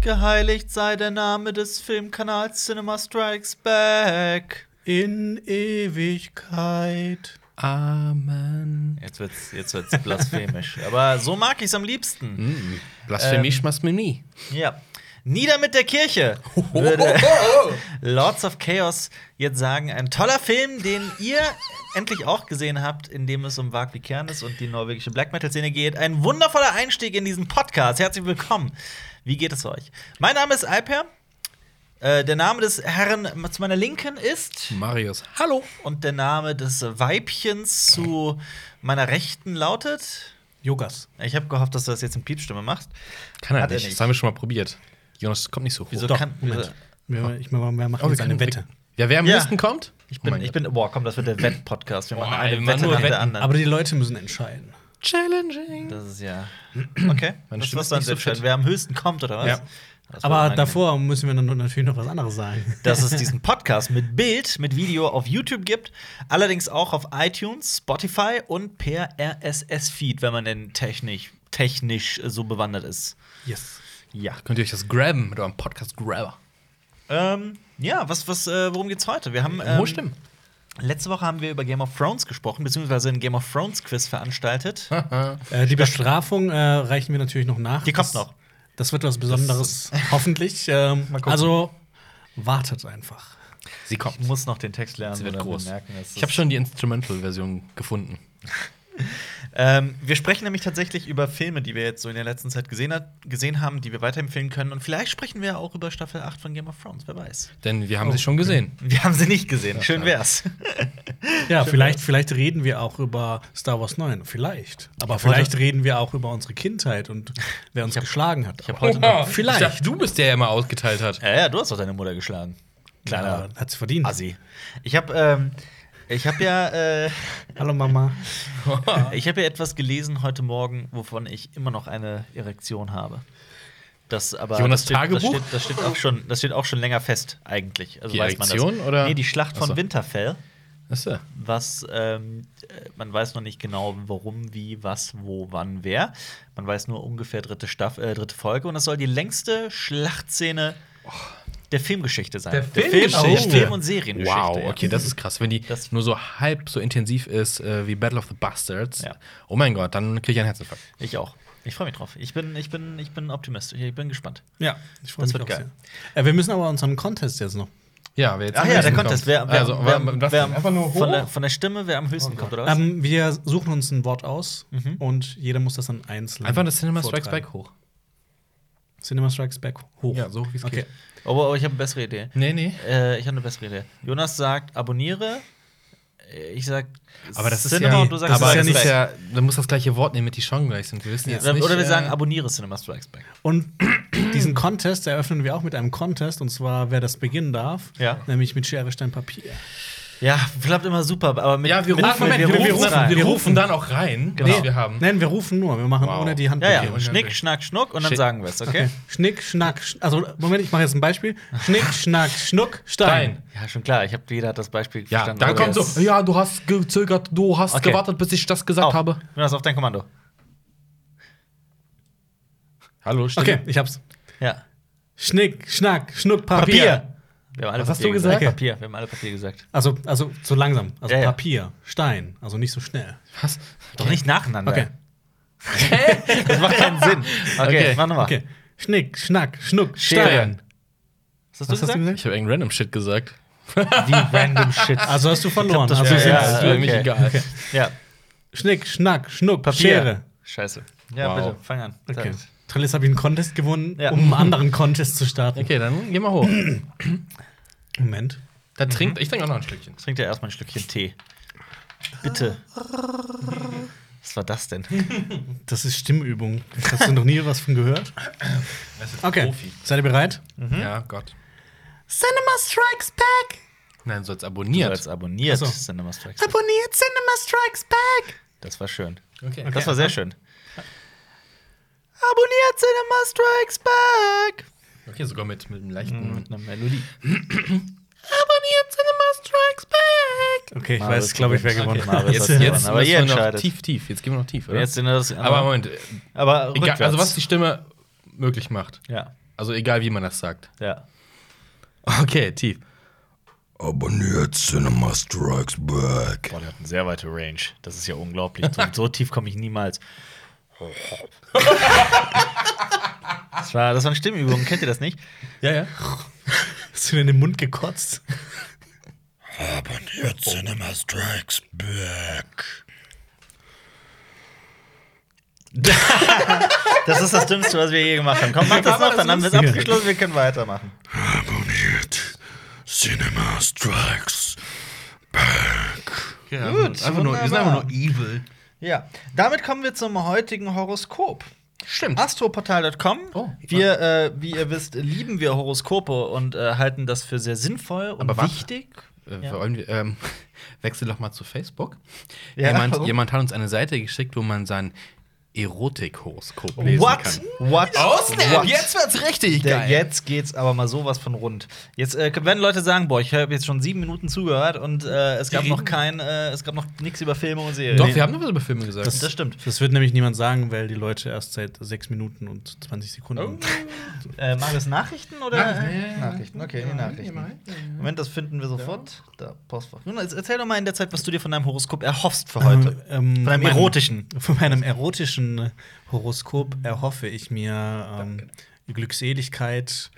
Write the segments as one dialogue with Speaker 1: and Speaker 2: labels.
Speaker 1: geheiligt sei der Name des Filmkanals Cinema Strikes Back. In Ewigkeit.
Speaker 2: Amen.
Speaker 1: Jetzt wird's, jetzt wird's blasphemisch. Aber so mag ich's am liebsten.
Speaker 2: Mm, Blasphemie schmeißt mir nie.
Speaker 1: Ja. Nieder mit der Kirche, würde Lords of Chaos jetzt sagen. Ein toller Film, den ihr endlich auch gesehen habt, in dem es um Vag Vikernes und die norwegische Black Metal-Szene geht. Ein wundervoller Einstieg in diesen Podcast. Herzlich willkommen. Wie geht es euch? Mein Name ist Alper. Äh, der Name des Herrn zu meiner Linken ist
Speaker 2: Marius, hallo.
Speaker 1: und der Name des Weibchens zu meiner Rechten lautet.
Speaker 3: Yogas.
Speaker 1: Ich habe gehofft, dass du das jetzt in Piepstimme machst.
Speaker 2: Kann er
Speaker 1: Hat er
Speaker 2: nicht.
Speaker 1: nicht.
Speaker 2: Das haben wir schon mal probiert. Jonas, das kommt nicht so hoch.
Speaker 1: Wieso
Speaker 3: Doch,
Speaker 1: kann.
Speaker 3: Moment.
Speaker 1: Wieso,
Speaker 3: Wir, ich meine, wir machen
Speaker 2: Oh, wir
Speaker 3: jetzt
Speaker 2: können
Speaker 3: eine Wette.
Speaker 2: Wette. Ja, wer am
Speaker 1: Ja.
Speaker 2: nächsten kommt?
Speaker 1: Ich bin, ich bin, boah, komm, das wird der Wett-Podcast. Wir machen
Speaker 2: Oh Boah,
Speaker 1: eine
Speaker 2: wir
Speaker 1: Wette
Speaker 2: machen nur
Speaker 1: nach der
Speaker 2: Wetten,
Speaker 1: anderen.
Speaker 3: Aber die Leute müssen entscheiden.
Speaker 2: challenging.
Speaker 1: das ist ja. Okay,
Speaker 2: Meine
Speaker 1: das
Speaker 2: Stimme
Speaker 1: was
Speaker 2: ist
Speaker 1: dann
Speaker 2: nicht
Speaker 1: so
Speaker 2: so
Speaker 1: entscheiden,
Speaker 2: fit.
Speaker 1: wer am höchsten kommt, oder was?
Speaker 2: Ja.
Speaker 1: Das war
Speaker 3: Aber
Speaker 1: unangenehm.
Speaker 3: davor müssen wir dann natürlich noch was anderes sagen.
Speaker 1: Dass es diesen Podcast mit Bild, mit Video auf YouTube gibt, allerdings auch auf iTunes, Spotify und per RSS-Feed, wenn man denn technisch, technisch so bewandert ist.
Speaker 3: Yes.
Speaker 1: Ja.
Speaker 2: Könnt ihr euch das grabben mit eurem Podcast-Grabber?
Speaker 1: Ähm, ja, was, was, äh, worum geht's heute? Wir haben.
Speaker 2: Ähm,
Speaker 1: Ähm,
Speaker 2: Hohe Stimmen.
Speaker 1: Letzte Woche haben wir über Game of Thrones gesprochen, beziehungsweise ein Game of Thrones Quiz veranstaltet.
Speaker 3: Äh, die Bestrafung äh, reichen wir natürlich noch nach.
Speaker 1: Die kommt
Speaker 3: Das-
Speaker 1: noch.
Speaker 3: Das wird was Besonderes, hoffentlich. Ähm,
Speaker 1: gucken.
Speaker 3: also wartet einfach.
Speaker 2: Sie kommt.
Speaker 1: Ich muss noch den Text lernen.
Speaker 2: Sie wird
Speaker 1: oder
Speaker 2: groß.
Speaker 1: bemerken, dass
Speaker 2: Ich habe
Speaker 1: es-
Speaker 2: schon die Instrumental-Version gefunden.
Speaker 1: Ähm, wir sprechen nämlich tatsächlich über Filme, die wir jetzt so in der letzten Zeit gesehen, hat, gesehen haben, die wir weiterempfehlen können. Und vielleicht sprechen wir auch über Staffel 8 von Game of Thrones, wer weiß.
Speaker 2: Denn wir haben
Speaker 1: Oh.
Speaker 2: sie schon gesehen.
Speaker 1: Wir haben sie nicht gesehen. Schön wär's.
Speaker 3: Ja, vielleicht, vielleicht reden wir auch über Star Wars 9. Vielleicht. Aber vielleicht reden wir auch über unsere Kindheit und wer uns geschlagen hat. Ich
Speaker 1: hab heute noch-
Speaker 2: Vielleicht.
Speaker 3: Vielleicht.
Speaker 2: Ich dachte, du bist der, der immer ausgeteilt hat.
Speaker 1: Ja, ja, du hast doch deine Mutter geschlagen. Kleiner
Speaker 3: Hat sie verdient.
Speaker 1: Assi. Ich habe ähm, ich hab ja, äh,
Speaker 3: Hallo Mama.
Speaker 1: ich hab ja etwas gelesen heute Morgen, wovon ich immer noch eine Erektion habe. Das aber
Speaker 2: Jonas
Speaker 1: das steht,
Speaker 2: Tagebuch?
Speaker 1: Das steht, das, steht auch schon, das steht auch schon länger fest, eigentlich. Also
Speaker 2: Die
Speaker 1: weiß man das.
Speaker 2: Erektion, oder?
Speaker 1: Nee, die Schlacht von
Speaker 2: Ach so.
Speaker 1: Winterfell.
Speaker 2: Achso.
Speaker 1: was ähm, äh, man weiß noch nicht genau, warum, wie, was, wo, wann, wer. Man weiß nur ungefähr dritte Staff äh, dritte Folge und es soll die längste Schlachtszene der Filmgeschichte sein.
Speaker 2: Der
Speaker 1: Film,
Speaker 2: Filmgeschichte?
Speaker 1: der Film und Seriengeschichte.
Speaker 2: Wow,
Speaker 1: ja.
Speaker 2: okay, das ist krass. Wenn die
Speaker 1: Das-
Speaker 2: nur so halb so intensiv ist äh, wie Battle of the Bastards,
Speaker 1: Ja.
Speaker 2: oh mein Gott, dann kriege ich einen Herzinfarkt.
Speaker 1: Ich auch. Ich freue mich drauf. Ich bin, ich bin, ich bin optimistisch. Ich bin gespannt.
Speaker 3: Ja, ich freue
Speaker 1: Das
Speaker 3: mich
Speaker 1: wird
Speaker 3: auch
Speaker 1: geil.
Speaker 3: sehr. Äh, wir müssen aber unseren Contest jetzt noch.
Speaker 2: Ja, wer jetzt
Speaker 1: Ach
Speaker 2: am
Speaker 1: ja, der
Speaker 2: nächsten
Speaker 1: Contest.
Speaker 2: kommt.
Speaker 1: Wer, wer,
Speaker 2: also,
Speaker 1: wer,
Speaker 2: wer,
Speaker 1: wer,
Speaker 2: das ist einfach nur
Speaker 1: von,
Speaker 2: hoch.
Speaker 1: der, von der Stimme, wer am höchsten kommt, oder was?
Speaker 3: Ähm, wir suchen uns ein Wort aus und jeder muss das dann einzeln.
Speaker 2: Mhm. Einfach das Cinema Strikes
Speaker 3: vortragen.
Speaker 2: Back hoch.
Speaker 3: Cinema Strikes Back hoch.
Speaker 2: Ja, so hoch, wie's
Speaker 3: okay.
Speaker 2: geht.
Speaker 1: aber, aber Oh, ich habe eine bessere Idee.
Speaker 2: Nee, nee.
Speaker 1: Äh, ich habe eine bessere Idee. Jonas sagt, abonniere. Ich sag
Speaker 2: Aber das ist
Speaker 1: Cinema
Speaker 2: ja,
Speaker 1: und du sagst
Speaker 2: aber
Speaker 1: Strikes
Speaker 2: das ist
Speaker 1: Back.
Speaker 2: ja, dann muss das gleiche Wort nehmen, damit die Chancen gleich sind. Wir wissen jetzt
Speaker 1: Oder,
Speaker 2: nicht.
Speaker 1: oder wir
Speaker 2: äh,
Speaker 1: sagen, abonniere Cinema Strikes Back.
Speaker 3: Und diesen Contest eröffnen wir auch mit einem Contest und zwar, wer das beginnen darf,
Speaker 1: Ja.
Speaker 3: nämlich mit Schere, Stein, Papier.
Speaker 1: Ja, klappt immer super, aber mit.
Speaker 2: ja, wir rufen,
Speaker 1: mit,
Speaker 2: Moment, wir,
Speaker 3: wir
Speaker 2: rufen,
Speaker 3: rufen
Speaker 2: dann,
Speaker 3: rein.
Speaker 2: wir rufen dann auch rein,
Speaker 1: Genau.
Speaker 2: was wir haben.
Speaker 3: Nein, wir rufen nur, wir machen
Speaker 2: Wow.
Speaker 3: ohne die Hand.
Speaker 1: Ja, ja,
Speaker 2: Okay,
Speaker 1: schnick,
Speaker 2: okay.
Speaker 1: schnack, schnuck und dann
Speaker 2: Shit.
Speaker 1: sagen wir es, okay?
Speaker 3: Schnick, Schnack, Sch also Moment, ich mache jetzt ein Beispiel. Schnick, Schnack, Schnuck, Stein.
Speaker 2: Stein.
Speaker 1: Ja, schon klar, ich hab, jeder hat das Beispiel
Speaker 2: Ja,
Speaker 1: verstanden.
Speaker 2: dann
Speaker 1: Okay.
Speaker 2: kommt so, ja, du hast gezögert, du hast
Speaker 1: Okay.
Speaker 2: gewartet, bis ich das gesagt
Speaker 1: Auf,
Speaker 2: habe.
Speaker 1: Jonas, auf dein Kommando.
Speaker 2: Hallo, Stimme.
Speaker 3: Okay, ich hab's.
Speaker 1: Ja.
Speaker 3: Schnick, Schnack, Schnuck, Papier.
Speaker 1: Wir haben alle
Speaker 2: Was hast
Speaker 1: Papier
Speaker 2: du gesagt?
Speaker 1: gesagt? Papier. Wir haben alle Papier gesagt.
Speaker 3: Also, also so langsam. Also
Speaker 1: Ja, ja.
Speaker 3: Papier, Stein, also nicht so schnell.
Speaker 2: Was?
Speaker 1: Doch nicht nacheinander.
Speaker 3: Okay.
Speaker 1: Das macht keinen Sinn. Okay,
Speaker 2: Okay.
Speaker 1: mach nochmal.
Speaker 3: Okay. Schnick, Schnack, Schnuck,
Speaker 1: Schere.
Speaker 3: Stein.
Speaker 1: Was hast du gesagt?
Speaker 2: Ich habe irgendeinen random Shit gesagt.
Speaker 1: Die random Shit.
Speaker 3: Also hast du verloren.
Speaker 1: das
Speaker 3: also
Speaker 1: wäre-
Speaker 3: sind
Speaker 1: Ja,
Speaker 2: das ist
Speaker 1: okay.
Speaker 2: mir nicht egal.
Speaker 1: ja.
Speaker 3: Schnick, Schnack, Schnuck,
Speaker 1: Papier.
Speaker 3: Schere.
Speaker 1: Scheiße. Ja,
Speaker 2: Wow.
Speaker 1: bitte, fang an.
Speaker 3: Okay.
Speaker 1: Sag.
Speaker 3: Trillis habe ich einen Contest gewonnen,
Speaker 1: Ja.
Speaker 3: um einen anderen Contest zu starten.
Speaker 2: Okay, dann geh mal hoch.
Speaker 3: Moment.
Speaker 2: Da trinkt, ich trinke auch noch ein Stückchen.
Speaker 1: Trink dir erstmal ein Stückchen Tee. Bitte. Was war das denn?
Speaker 3: Das ist Stimmübung. Hast du noch nie was von gehört? Okay. Seid ihr bereit?
Speaker 1: Mhm.
Speaker 2: Ja, Gott.
Speaker 3: Cinema Strikes Back!
Speaker 2: Nein, du sollst
Speaker 1: Du
Speaker 2: abonniert.
Speaker 1: als abonniert
Speaker 3: Ach so.
Speaker 1: Cinema Strikes.
Speaker 3: Abonniert Cinema Strikes Back!
Speaker 1: Das war schön.
Speaker 2: Okay.
Speaker 1: Das war sehr schön. Abonniert Cinema Strikes Back!
Speaker 2: okay, sogar mit, mit einem leichten.
Speaker 1: Mit einer Melodie.
Speaker 2: Abonniert Cinema Strikes Back!
Speaker 3: Okay, ich
Speaker 1: Marius
Speaker 3: weiß, glaube ich, wer
Speaker 1: gewinnt.
Speaker 3: gewonnen
Speaker 1: Okay.
Speaker 3: hat.
Speaker 1: Marius
Speaker 2: Jetzt,
Speaker 1: hat gewonnen,
Speaker 2: jetzt,
Speaker 1: aber
Speaker 2: aber
Speaker 1: ihr
Speaker 2: jetzt noch
Speaker 1: entscheidet.
Speaker 2: tief, tief. Jetzt gehen wir noch tief, oder?
Speaker 1: Jetzt sind wir das
Speaker 2: aber Moment, also
Speaker 1: aber
Speaker 2: egal,
Speaker 1: rückwärts.
Speaker 2: also was die Stimme möglich macht.
Speaker 1: Ja.
Speaker 2: Also egal, wie man das sagt.
Speaker 1: Ja.
Speaker 2: Okay, tief.
Speaker 4: Abonniert Cinema Strikes Back.
Speaker 1: Boah, der hat eine sehr weite Range. Das ist ja unglaublich. So, so tief komme ich niemals. das, war, das waren Stimmübungen, kennt ihr das nicht?
Speaker 3: Ja, ja. äh, Hast du dir in den Mund gekotzt?
Speaker 4: Abonniert Cinema Strikes Back.
Speaker 1: Das ist das Dümmste, was wir je gemacht haben. Komm, mach das noch, dann haben wir es abgeschlossen, wir können weitermachen.
Speaker 4: Abonniert Cinema Strikes Back.
Speaker 2: Ja,
Speaker 1: Gut,
Speaker 2: also einfach nur, wir sind
Speaker 1: wunderbar.
Speaker 2: einfach nur evil.
Speaker 1: Ja, damit kommen wir zum heutigen Horoskop.
Speaker 2: Stimmt.
Speaker 1: Astroportal.com.
Speaker 2: Oh.
Speaker 1: wir, äh, wie ihr wisst, lieben wir Horoskope und äh, halten das für sehr sinnvoll und
Speaker 2: Aber warte.
Speaker 1: wichtig.
Speaker 2: Äh,
Speaker 1: Ja.
Speaker 2: wollen wir, ähm, wechsel doch mal zu Facebook.
Speaker 1: Ja,
Speaker 2: jemand,
Speaker 1: warum?
Speaker 2: jemand hat uns eine Seite geschickt, wo man sein Erotik-Horoskop lesen kann.
Speaker 1: What? What?
Speaker 2: Oh, wird's richtig
Speaker 1: Der, jetzt geht's aber mal sowas von rund. Jetzt äh, werden Leute sagen, boah, ich habe jetzt schon sieben Minuten zugehört und äh, es gab
Speaker 2: Die
Speaker 1: noch
Speaker 2: reden-
Speaker 1: kein, äh, es gab noch nichts über Filme und Serien.
Speaker 2: Doch, wir haben noch was über Filme gesagt.
Speaker 1: das, das stimmt.
Speaker 3: Das wird nämlich niemand sagen, weil die Leute erst seit 6 Minuten und 20 Sekunden.
Speaker 1: Äh, mag es Nachrichten oder?
Speaker 2: Nachrichten, ja, ja, ja.
Speaker 1: Nachrichten, okay, die
Speaker 2: Ja,
Speaker 1: Nachrichten.
Speaker 2: ja, ja, ja.
Speaker 1: Moment, das finden wir sofort. Da, Postfach. Nun, jetzt erzähl doch mal in der Zeit, was du dir von deinem Horoskop erhoffst für heute.
Speaker 3: Ähm, ähm,
Speaker 1: von einem
Speaker 3: meinem-
Speaker 1: erotischen.
Speaker 3: Von meinem erotischen Horoskop erhoffe ich mir ähm, Glückseligkeit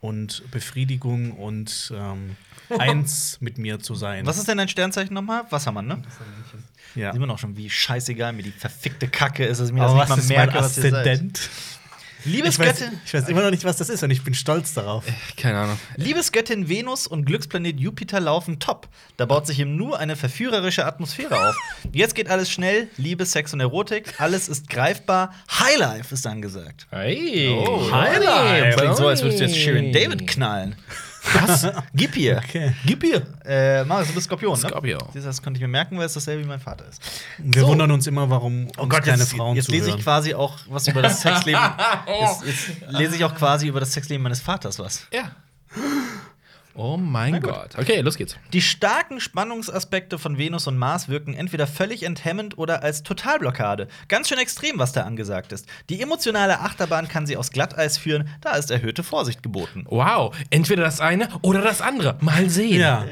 Speaker 3: und Befriedigung und ähm, eins mit mir zu sein.
Speaker 1: Was ist denn dein Sternzeichen nochmal? Wassermann, ne?
Speaker 3: ja.
Speaker 1: Sieht man auch schon, wie scheißegal mir die verfickte Kacke ist, dass ich mir
Speaker 3: Aber
Speaker 1: das
Speaker 3: was
Speaker 1: nicht
Speaker 3: ist
Speaker 1: mal
Speaker 3: mein
Speaker 1: merke, was ihr seid.
Speaker 3: Aszendent? Ich weiß,
Speaker 1: Liebesgöttin,
Speaker 3: ich weiß immer noch nicht, was das ist und ich bin stolz darauf.
Speaker 1: Äh,
Speaker 2: Keine Ahnung.
Speaker 1: Liebesgöttin Venus und Glücksplanet Jupiter laufen top. Da baut sich im Nu eine verführerische Atmosphäre auf. Jetzt geht alles schnell, Liebe, Sex und Erotik, alles ist greifbar. Highlife ist angesagt.
Speaker 2: Hey.
Speaker 1: Oh,
Speaker 3: Highlife.
Speaker 1: Klingt so, als würdest du jetzt Sharon David knallen. Was? Gib ihr.
Speaker 3: Okay.
Speaker 1: Gib ihr. Äh, Marius, du bist Skorpion, ne?
Speaker 2: Skorpio.
Speaker 1: Das konnte ich mir merken, weil es dasselbe wie mein Vater ist.
Speaker 3: Wir
Speaker 1: So. Oh
Speaker 3: wundern uns immer, warum uns Oh keine
Speaker 1: jetzt,
Speaker 3: Frauen
Speaker 1: jetzt lese ich
Speaker 3: zuhören.
Speaker 1: quasi auch was über das Sexleben. jetzt, jetzt lese ich auch quasi über das Sexleben meines Vaters was.
Speaker 2: Ja. Oh mein Gott. Okay, los geht's.
Speaker 1: Die starken Spannungsaspekte von Venus und Mars wirken entweder völlig enthemmend oder als Totalblockade. Ganz schön extrem, was da angesagt ist. Die emotionale Achterbahn kann sie aufs Glatteis führen, da ist erhöhte Vorsicht geboten.
Speaker 2: Wow, entweder das eine oder das andere. Mal sehen.
Speaker 3: Ja.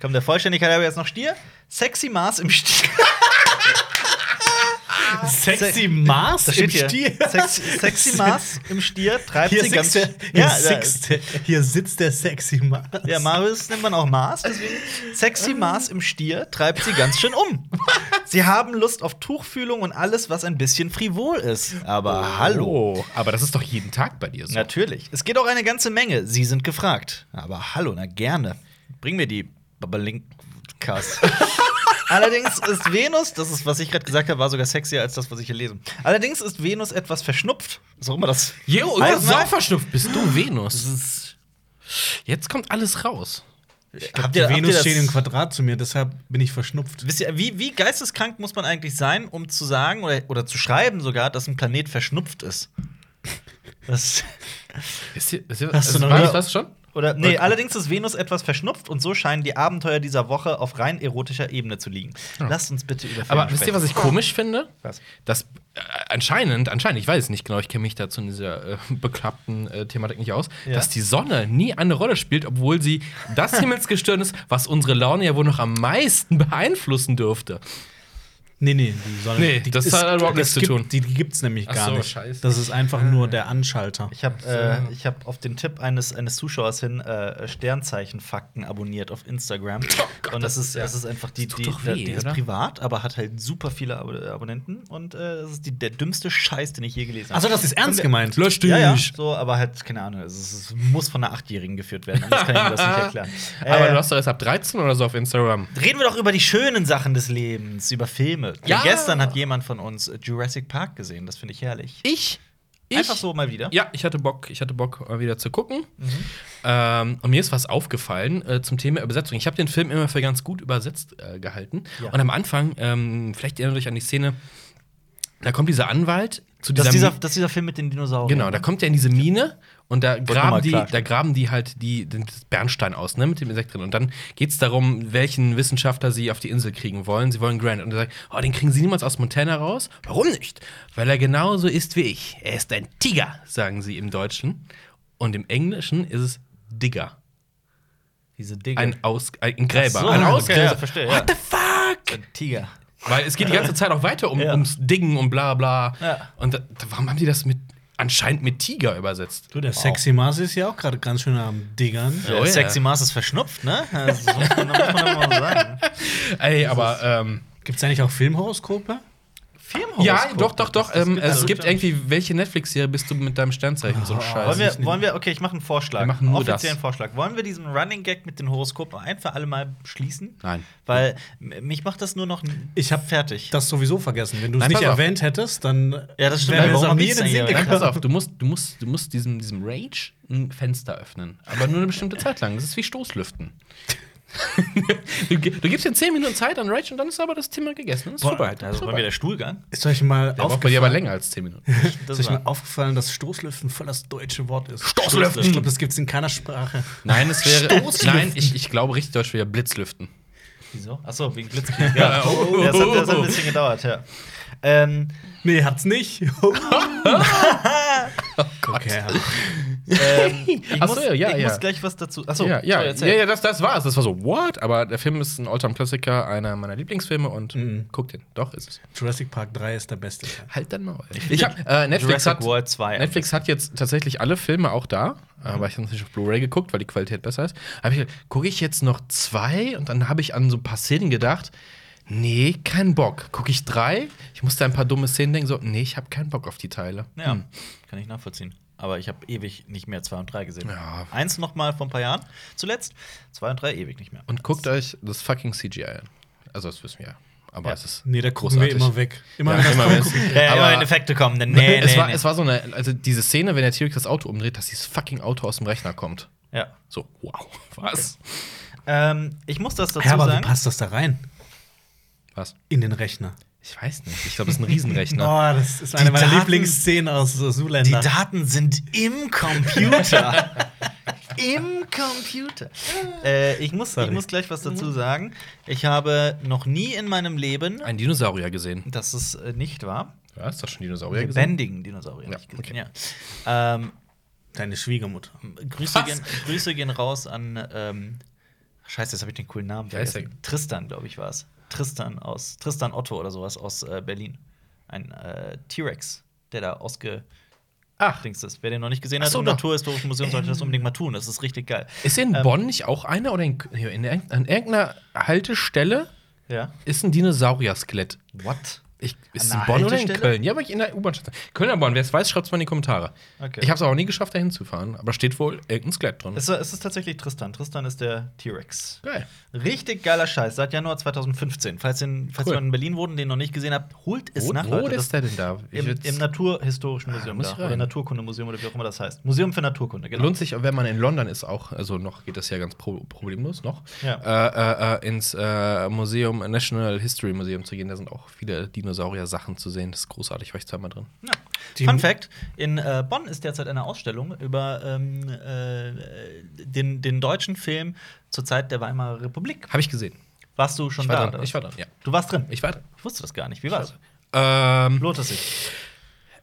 Speaker 1: Kommt der Vollständigkeit aber jetzt noch Stier? Sexy Mars im Stier.
Speaker 3: Sexy Mars
Speaker 1: Das
Speaker 3: im
Speaker 1: Ah, steht hier.
Speaker 3: Stier.
Speaker 1: Sex, sexy Mars im Stier treibt
Speaker 3: Hier
Speaker 1: sie
Speaker 3: sitzt,
Speaker 1: ganz.
Speaker 3: der,
Speaker 1: ja,
Speaker 3: hier, sitzt der, hier sitzt der sexy Mars.
Speaker 1: da- ja, Marius nennt man auch Mars, deswegen. Sexy Mars im Stier treibt sie ganz schön um. Sie haben Lust auf Tuchfühlung und alles, was ein bisschen frivol ist. Aber hallo.
Speaker 2: Hallo. Oh, Aber das ist doch jeden Tag bei dir so.
Speaker 1: Natürlich. Es geht auch eine ganze Menge. Sie sind gefragt. Aber hallo, na gerne. Bring mir die Babalinkas. Allerdings ist Venus, das ist, was ich gerade gesagt habe, war sogar sexier als das, was ich hier lese. Allerdings ist Venus etwas verschnupft. Was auch immer das.
Speaker 2: Jo,
Speaker 1: Heißt, ne?
Speaker 2: verschnupft oh, bist du Venus. Jetzt kommt alles raus.
Speaker 1: Habt
Speaker 3: Die
Speaker 1: ihr- habt ihr
Speaker 3: Venus
Speaker 1: das-
Speaker 3: steht im Quadrat zu mir, deshalb bin ich verschnupft.
Speaker 1: Wisst ihr, wie, wie geisteskrank muss man eigentlich sein, um zu sagen oder, oder zu schreiben sogar, dass ein Planet verschnupft ist? Das,
Speaker 2: Ist hier, ist hier,
Speaker 3: Hast du
Speaker 2: ist-
Speaker 3: noch
Speaker 2: also war
Speaker 3: nie-
Speaker 2: ich das schon?
Speaker 1: oder, nee, allerdings ist Venus etwas verschnupft und so scheinen die Abenteuer dieser Woche auf rein erotischer Ebene zu liegen. Lasst uns bitte über Filme
Speaker 2: Aber wisst ihr, was
Speaker 1: sprechen.
Speaker 2: ich komisch finde?
Speaker 1: Was?
Speaker 2: Dass äh, anscheinend, anscheinend, ich weiß es nicht genau, ich kenne mich dazu in dieser äh, beklappten äh, Thematik nicht aus,
Speaker 1: Ja.
Speaker 2: dass die Sonne nie eine Rolle spielt, obwohl sie das Himmelsgestirn ist, was unsere Laune ja wohl noch am meisten beeinflussen dürfte.
Speaker 3: Nee, nee, die sollen.
Speaker 2: Nee,
Speaker 3: die,
Speaker 2: das
Speaker 3: es-
Speaker 2: hat halt überhaupt
Speaker 3: das
Speaker 2: nichts zu
Speaker 3: gibt-
Speaker 2: tun.
Speaker 3: Die, die gibt's nämlich
Speaker 2: Ach
Speaker 3: gar
Speaker 2: so,
Speaker 3: nicht.
Speaker 2: scheiße. Äh.
Speaker 3: Das ist einfach nur der Anschalter.
Speaker 1: Ich habe äh, ich hab auf den Tipp eines, eines Zuschauers hin äh, Sternzeichenfakten abonniert auf Instagram.
Speaker 2: Oh
Speaker 1: und das ist, das ist einfach die,
Speaker 2: das
Speaker 1: die,
Speaker 2: tut doch weh,
Speaker 1: die ist
Speaker 2: oder?
Speaker 1: privat, aber hat halt super viele Ab Abonnenten. Und äh, das ist die, der dümmste Scheiß, den ich je gelesen habe.
Speaker 3: Also das ist ernst gemeint.
Speaker 2: Lösch
Speaker 1: ja, ja, so, aber halt, keine Ahnung, es, ist- es muss von einer Achtjährigen geführt werden, anders kann ich mir das nicht erklären.
Speaker 2: Aber
Speaker 1: Äh,
Speaker 2: du hast doch erst ab 13 oder so auf Instagram.
Speaker 1: Reden wir doch über die schönen Sachen des Lebens, über Filme. Denn
Speaker 2: Ja.
Speaker 1: Gestern hat jemand von uns äh, Jurassic Park gesehen, das finde ich herrlich.
Speaker 2: Ich? ich?
Speaker 1: Einfach so mal wieder.
Speaker 2: Ja, ich hatte Bock, ich hatte Bock mal wieder zu gucken.
Speaker 1: Mhm.
Speaker 2: Ähm, und mir ist was aufgefallen äh, zum Thema Übersetzung. Ich habe den Film immer für ganz gut übersetzt äh, gehalten.
Speaker 1: Ja.
Speaker 2: Und am Anfang, ähm, vielleicht erinnert euch an die Szene, da kommt dieser Anwalt zu
Speaker 1: Das
Speaker 2: dieser,
Speaker 1: ist dieser,
Speaker 2: Mi-
Speaker 1: das ist dieser Film mit den Dinosauriern.
Speaker 2: Genau, da kommt er in diese Mine und da
Speaker 1: nochmal
Speaker 2: graben, die,
Speaker 1: klarstellen.
Speaker 2: da graben die halt die, den Bernstein aus, ne, mit dem Insekt drin. Und dann geht es darum, welchen Wissenschaftler sie auf die Insel kriegen wollen. Sie wollen Grant. Und er sagt, oh, den kriegen sie niemals aus Montana raus. Warum nicht? Weil er genauso ist wie ich. Er ist ein Tiger, sagen sie im Deutschen. Und im Englischen ist es Digger.
Speaker 1: Diese Digger.
Speaker 2: Ein, Aus ein Gräber.
Speaker 1: so,
Speaker 2: ein
Speaker 1: okay,
Speaker 2: Ausgräber.
Speaker 1: ja, verstehe, ja.
Speaker 2: What the fuck?
Speaker 1: Ein Äh, Tiger.
Speaker 2: Weil es geht die ganze Zeit auch weiter um,
Speaker 1: Ja.
Speaker 2: ums Dingen und bla bla.
Speaker 1: Ja.
Speaker 2: Und da, da- warum haben die das mit anscheinend mit Tiger übersetzt?
Speaker 3: Du, der Sexy Mars ist ja auch gerade ganz schön am Diggern.
Speaker 2: So,
Speaker 1: Der
Speaker 2: Oh ja.
Speaker 1: Sexy Mars ist verschnupft, ne? Also, so muss man muss man aber mal sagen.
Speaker 2: Ey, aber ähm,
Speaker 3: Gibt es eigentlich auch Filmhoroskope?
Speaker 1: Filmhoroskop.
Speaker 2: ja, doch, doch, doch.
Speaker 1: Das
Speaker 2: Ähm,
Speaker 1: gibt's
Speaker 2: es
Speaker 1: also. Oh,
Speaker 2: gibt irgendwie, welche Netflix-Serie bist du mit deinem Sternzeichen? so ein Scheiß.
Speaker 1: Wollen wir, wollen wir, okay, ich mache einen Vorschlag.
Speaker 2: Also Wir machen nur
Speaker 1: einen offiziellen
Speaker 2: das.
Speaker 1: Vorschlag. Wollen wir diesen Running Gag mit den Horoskopen ein für alle Mal schließen?
Speaker 2: Nein.
Speaker 1: Weil m- mich macht das nur noch. n-
Speaker 3: Ich hab
Speaker 1: fertig.
Speaker 3: Das sowieso vergessen. Wenn du es
Speaker 2: Nein,
Speaker 3: nicht
Speaker 2: pass auf.
Speaker 3: erwähnt hättest, dann.
Speaker 1: Ja, das stimmt.
Speaker 3: wäre mir
Speaker 1: Warum
Speaker 3: das
Speaker 1: hab
Speaker 3: nie
Speaker 1: ich's
Speaker 3: in den
Speaker 1: denn
Speaker 3: Sinn
Speaker 2: Nein,
Speaker 1: gemerkt?
Speaker 2: pass auf, du musst, du musst, du musst diesem, diesem Rage ein Fenster öffnen. Aber nur eine bestimmte Zeit lang. Das ist wie Stoßlüften. du, ge- du gibst dir 10 Minuten Zeit an Rage und dann ist aber das Thema gegessen. Dann ist vorbei. Dann ist
Speaker 1: Also, wollen
Speaker 2: vorbei.
Speaker 1: wir der Stuhlgang?
Speaker 3: Ist euch mal,
Speaker 2: Der braucht bei dir aber
Speaker 3: aufgefallen,
Speaker 2: länger als 10 Minuten.
Speaker 1: Das
Speaker 3: ist euch
Speaker 1: war-
Speaker 3: mal aufgefallen, dass Stoßlüften voll das deutsche Wort ist?
Speaker 2: Stoßlüften.
Speaker 3: Ich glaube, das gibt es in keiner Sprache.
Speaker 2: Nein, es wäre.
Speaker 3: Stoßlüften.
Speaker 2: Nein, ich, ich glaube, richtig deutsch wäre Blitzlüften.
Speaker 1: Wieso? Achso, wegen Blitzkrieg. Ja.
Speaker 2: Oh.
Speaker 1: das, hat, das hat ein bisschen gedauert, ja. Ähm,
Speaker 3: Nee, hat's nicht.
Speaker 2: Oh
Speaker 3: okay, aber
Speaker 1: ähm, ich
Speaker 2: Ach so,
Speaker 1: muss,
Speaker 2: ja,
Speaker 1: ich
Speaker 2: ja.
Speaker 1: muss gleich was dazu. Achso,
Speaker 2: ja, ja,
Speaker 1: sorry,
Speaker 2: ja,
Speaker 1: erzähl.
Speaker 2: ja das, das war's. Das war so, what? Aber der Film ist ein Alltime-Klassiker, einer meiner Lieblingsfilme und
Speaker 1: Mhm.
Speaker 2: guck den. Doch, ist es.
Speaker 3: Jurassic Park 3 ist der beste. Teil.
Speaker 2: Halt dann mal. Ich hab, äh, Netflix,
Speaker 1: Jurassic
Speaker 2: hat,
Speaker 1: World 2.
Speaker 2: Netflix hat jetzt tatsächlich alle Filme auch da, aber ich habe natürlich auf Blu-ray geguckt, weil die Qualität besser ist. Hab ich gucke ich jetzt noch zwei und dann habe ich an so ein paar Szenen gedacht. Nee, kein Bock. Gucke ich drei? Ich musste an ein paar dumme Szenen denken, so, nee, ich habe keinen Bock auf die Teile. Hm.
Speaker 1: Ja, kann ich nachvollziehen. Aber ich habe ewig nicht mehr 2 und 3 gesehen.
Speaker 2: Ja.
Speaker 1: Eins noch mal vor ein paar Jahren zuletzt, 2 und 3 ewig nicht mehr.
Speaker 2: Und guckt euch das fucking CGI an. Also, das wissen wir ja. Aber
Speaker 1: Ja.
Speaker 2: es ist.
Speaker 3: Nee, da gucken wir
Speaker 2: großartig.
Speaker 3: immer weg. Immer
Speaker 2: Ja,
Speaker 3: wenn das
Speaker 2: immer
Speaker 3: kommt,
Speaker 2: wenn's-
Speaker 3: gucken
Speaker 1: Ja,
Speaker 2: Aber-
Speaker 1: aber in Effekte kommen. Nee, nee,
Speaker 2: es, war,
Speaker 1: nee.
Speaker 2: es war so eine, also diese Szene, wenn der T-Rex das Auto umdreht, dass dieses fucking Auto aus dem Rechner kommt.
Speaker 1: ja.
Speaker 2: So, wow, was?
Speaker 1: ähm, ich muss das dazu
Speaker 3: Ja, aber wie
Speaker 1: sagen.
Speaker 3: passt das da rein?
Speaker 2: Was?
Speaker 3: In den Rechner.
Speaker 2: Ich weiß nicht. Ich glaube, es ist ein Riesenrechner.
Speaker 3: Oh, das ist eine meiner
Speaker 1: Daten-
Speaker 3: Lieblingsszenen aus so
Speaker 1: Die
Speaker 3: Zoolander.
Speaker 1: Daten sind im Computer. Im Computer. Äh, ich, muss, ich
Speaker 3: Ah. Sorry. Mhm.
Speaker 1: muss gleich was dazu sagen. Ich habe noch nie in meinem Leben,
Speaker 2: Ein Dinosaurier gesehen.
Speaker 1: das ist äh, nicht wahr,
Speaker 2: Ja, ist doch schon Dinosaurier gesehen.
Speaker 1: lebendigen Dinosaurier.
Speaker 2: Ja,
Speaker 1: nicht gesehen,
Speaker 2: okay.
Speaker 1: ja. Ähm,
Speaker 3: Deine Schwiegermutter.
Speaker 1: Grüße,
Speaker 2: Was?
Speaker 1: gehen, Grüße gehen raus an. Ähm, Scheiße, jetzt habe ich den coolen Namen
Speaker 2: Wer ist
Speaker 1: vergessen. Tristan, glaube ich, war es. Tristan aus Tristan Otto oder sowas aus äh, Berlin. Ein äh, T-Rex, der da ausge.
Speaker 2: Ach.
Speaker 1: Dings ist. Wer den noch nicht gesehen
Speaker 2: Ach
Speaker 1: hat
Speaker 2: so,
Speaker 1: im
Speaker 2: doch.
Speaker 1: Naturhistorischen Museum, sollte das unbedingt mal tun. Das ist richtig geil.
Speaker 2: Ist in Bonn nicht auch einer oder in, hier, in, irgendein- an irgendeiner Haltestelle
Speaker 1: Ja.
Speaker 2: ist ein Dinosaurier-Skelett?
Speaker 1: What?
Speaker 2: Ich, ist es
Speaker 1: An
Speaker 2: in
Speaker 1: einer
Speaker 2: Bonn oder in
Speaker 1: Haltestelle?
Speaker 2: Köln? Ja, aber ich in der U-Bahn. Kölner Bonn, wer es weiß, schreibt es mal in die Kommentare.
Speaker 1: Okay.
Speaker 2: Ich habe es auch nie geschafft, da hinzufahren, aber steht wohl irgendein Skelett drin.
Speaker 1: Es, war- es ist tatsächlich Tristan. Tristan ist der T-Rex.
Speaker 2: Geil.
Speaker 1: Richtig geiler Scheiß, seit Januar 2015. Falls, den, falls
Speaker 2: Cool.
Speaker 1: ihr in Berlin wohnt und den noch nicht gesehen habt, holt es
Speaker 2: Wo,
Speaker 1: nach.
Speaker 2: wo
Speaker 1: Leute. Das-
Speaker 2: ist der denn da? Ich
Speaker 1: Im,
Speaker 2: würd's- Ah,
Speaker 1: Im Naturhistorischen Museum,
Speaker 2: muss
Speaker 1: da,
Speaker 2: ich
Speaker 1: oder
Speaker 2: rein.
Speaker 1: Naturkundemuseum oder wie auch immer das heißt. Museum für Naturkunde, genau.
Speaker 2: Lohnt sich, wenn man in London ist, auch, also noch geht das ja ganz pro problemlos, noch,
Speaker 1: Ja.
Speaker 2: äh, äh, äh, ins äh, Museum, National History Museum zu gehen. Da sind auch viele Dinosaurier-Sachen zu sehen. Das ist großartig, war ich zweimal drin.
Speaker 1: Ja. Fun Fact: In äh, Bonn ist derzeit eine Ausstellung über ähm, äh, den, den deutschen Film zur Zeit der Weimarer Republik.
Speaker 2: Habe ich gesehen.
Speaker 1: Warst du schon
Speaker 2: Ich war
Speaker 1: da?
Speaker 2: dran,
Speaker 1: oder?
Speaker 2: ich war dran, ja.
Speaker 1: Du warst drin.
Speaker 2: Ich war drin.
Speaker 1: Ich wusste das gar nicht. Wie war's?
Speaker 2: Ähm,
Speaker 1: Lohnt es sich.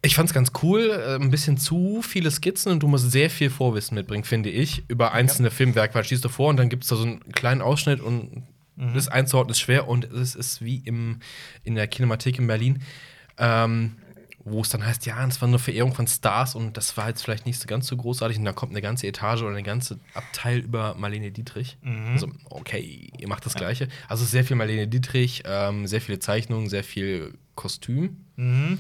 Speaker 2: ich fand's ganz cool, äh, ein bisschen zu viele Skizzen und du musst sehr viel Vorwissen mitbringen, finde ich, über einzelne Filmwerke. Weil stehst du vor und dann gibt's da so einen kleinen Ausschnitt und das einzuordnen ist schwer und es ist wie im, in der Kinematik in Berlin. Ähm, wo es dann heißt, ja, es war eine Verehrung von Stars und das war jetzt vielleicht nicht so ganz so großartig und dann kommt eine ganze Etage oder ein ganze Abteil über Marlene Dietrich.
Speaker 1: Mhm.
Speaker 2: Also, okay, ihr macht das Gleiche. Also sehr viel Marlene Dietrich, ähm, sehr viele Zeichnungen, sehr viel Kostüm,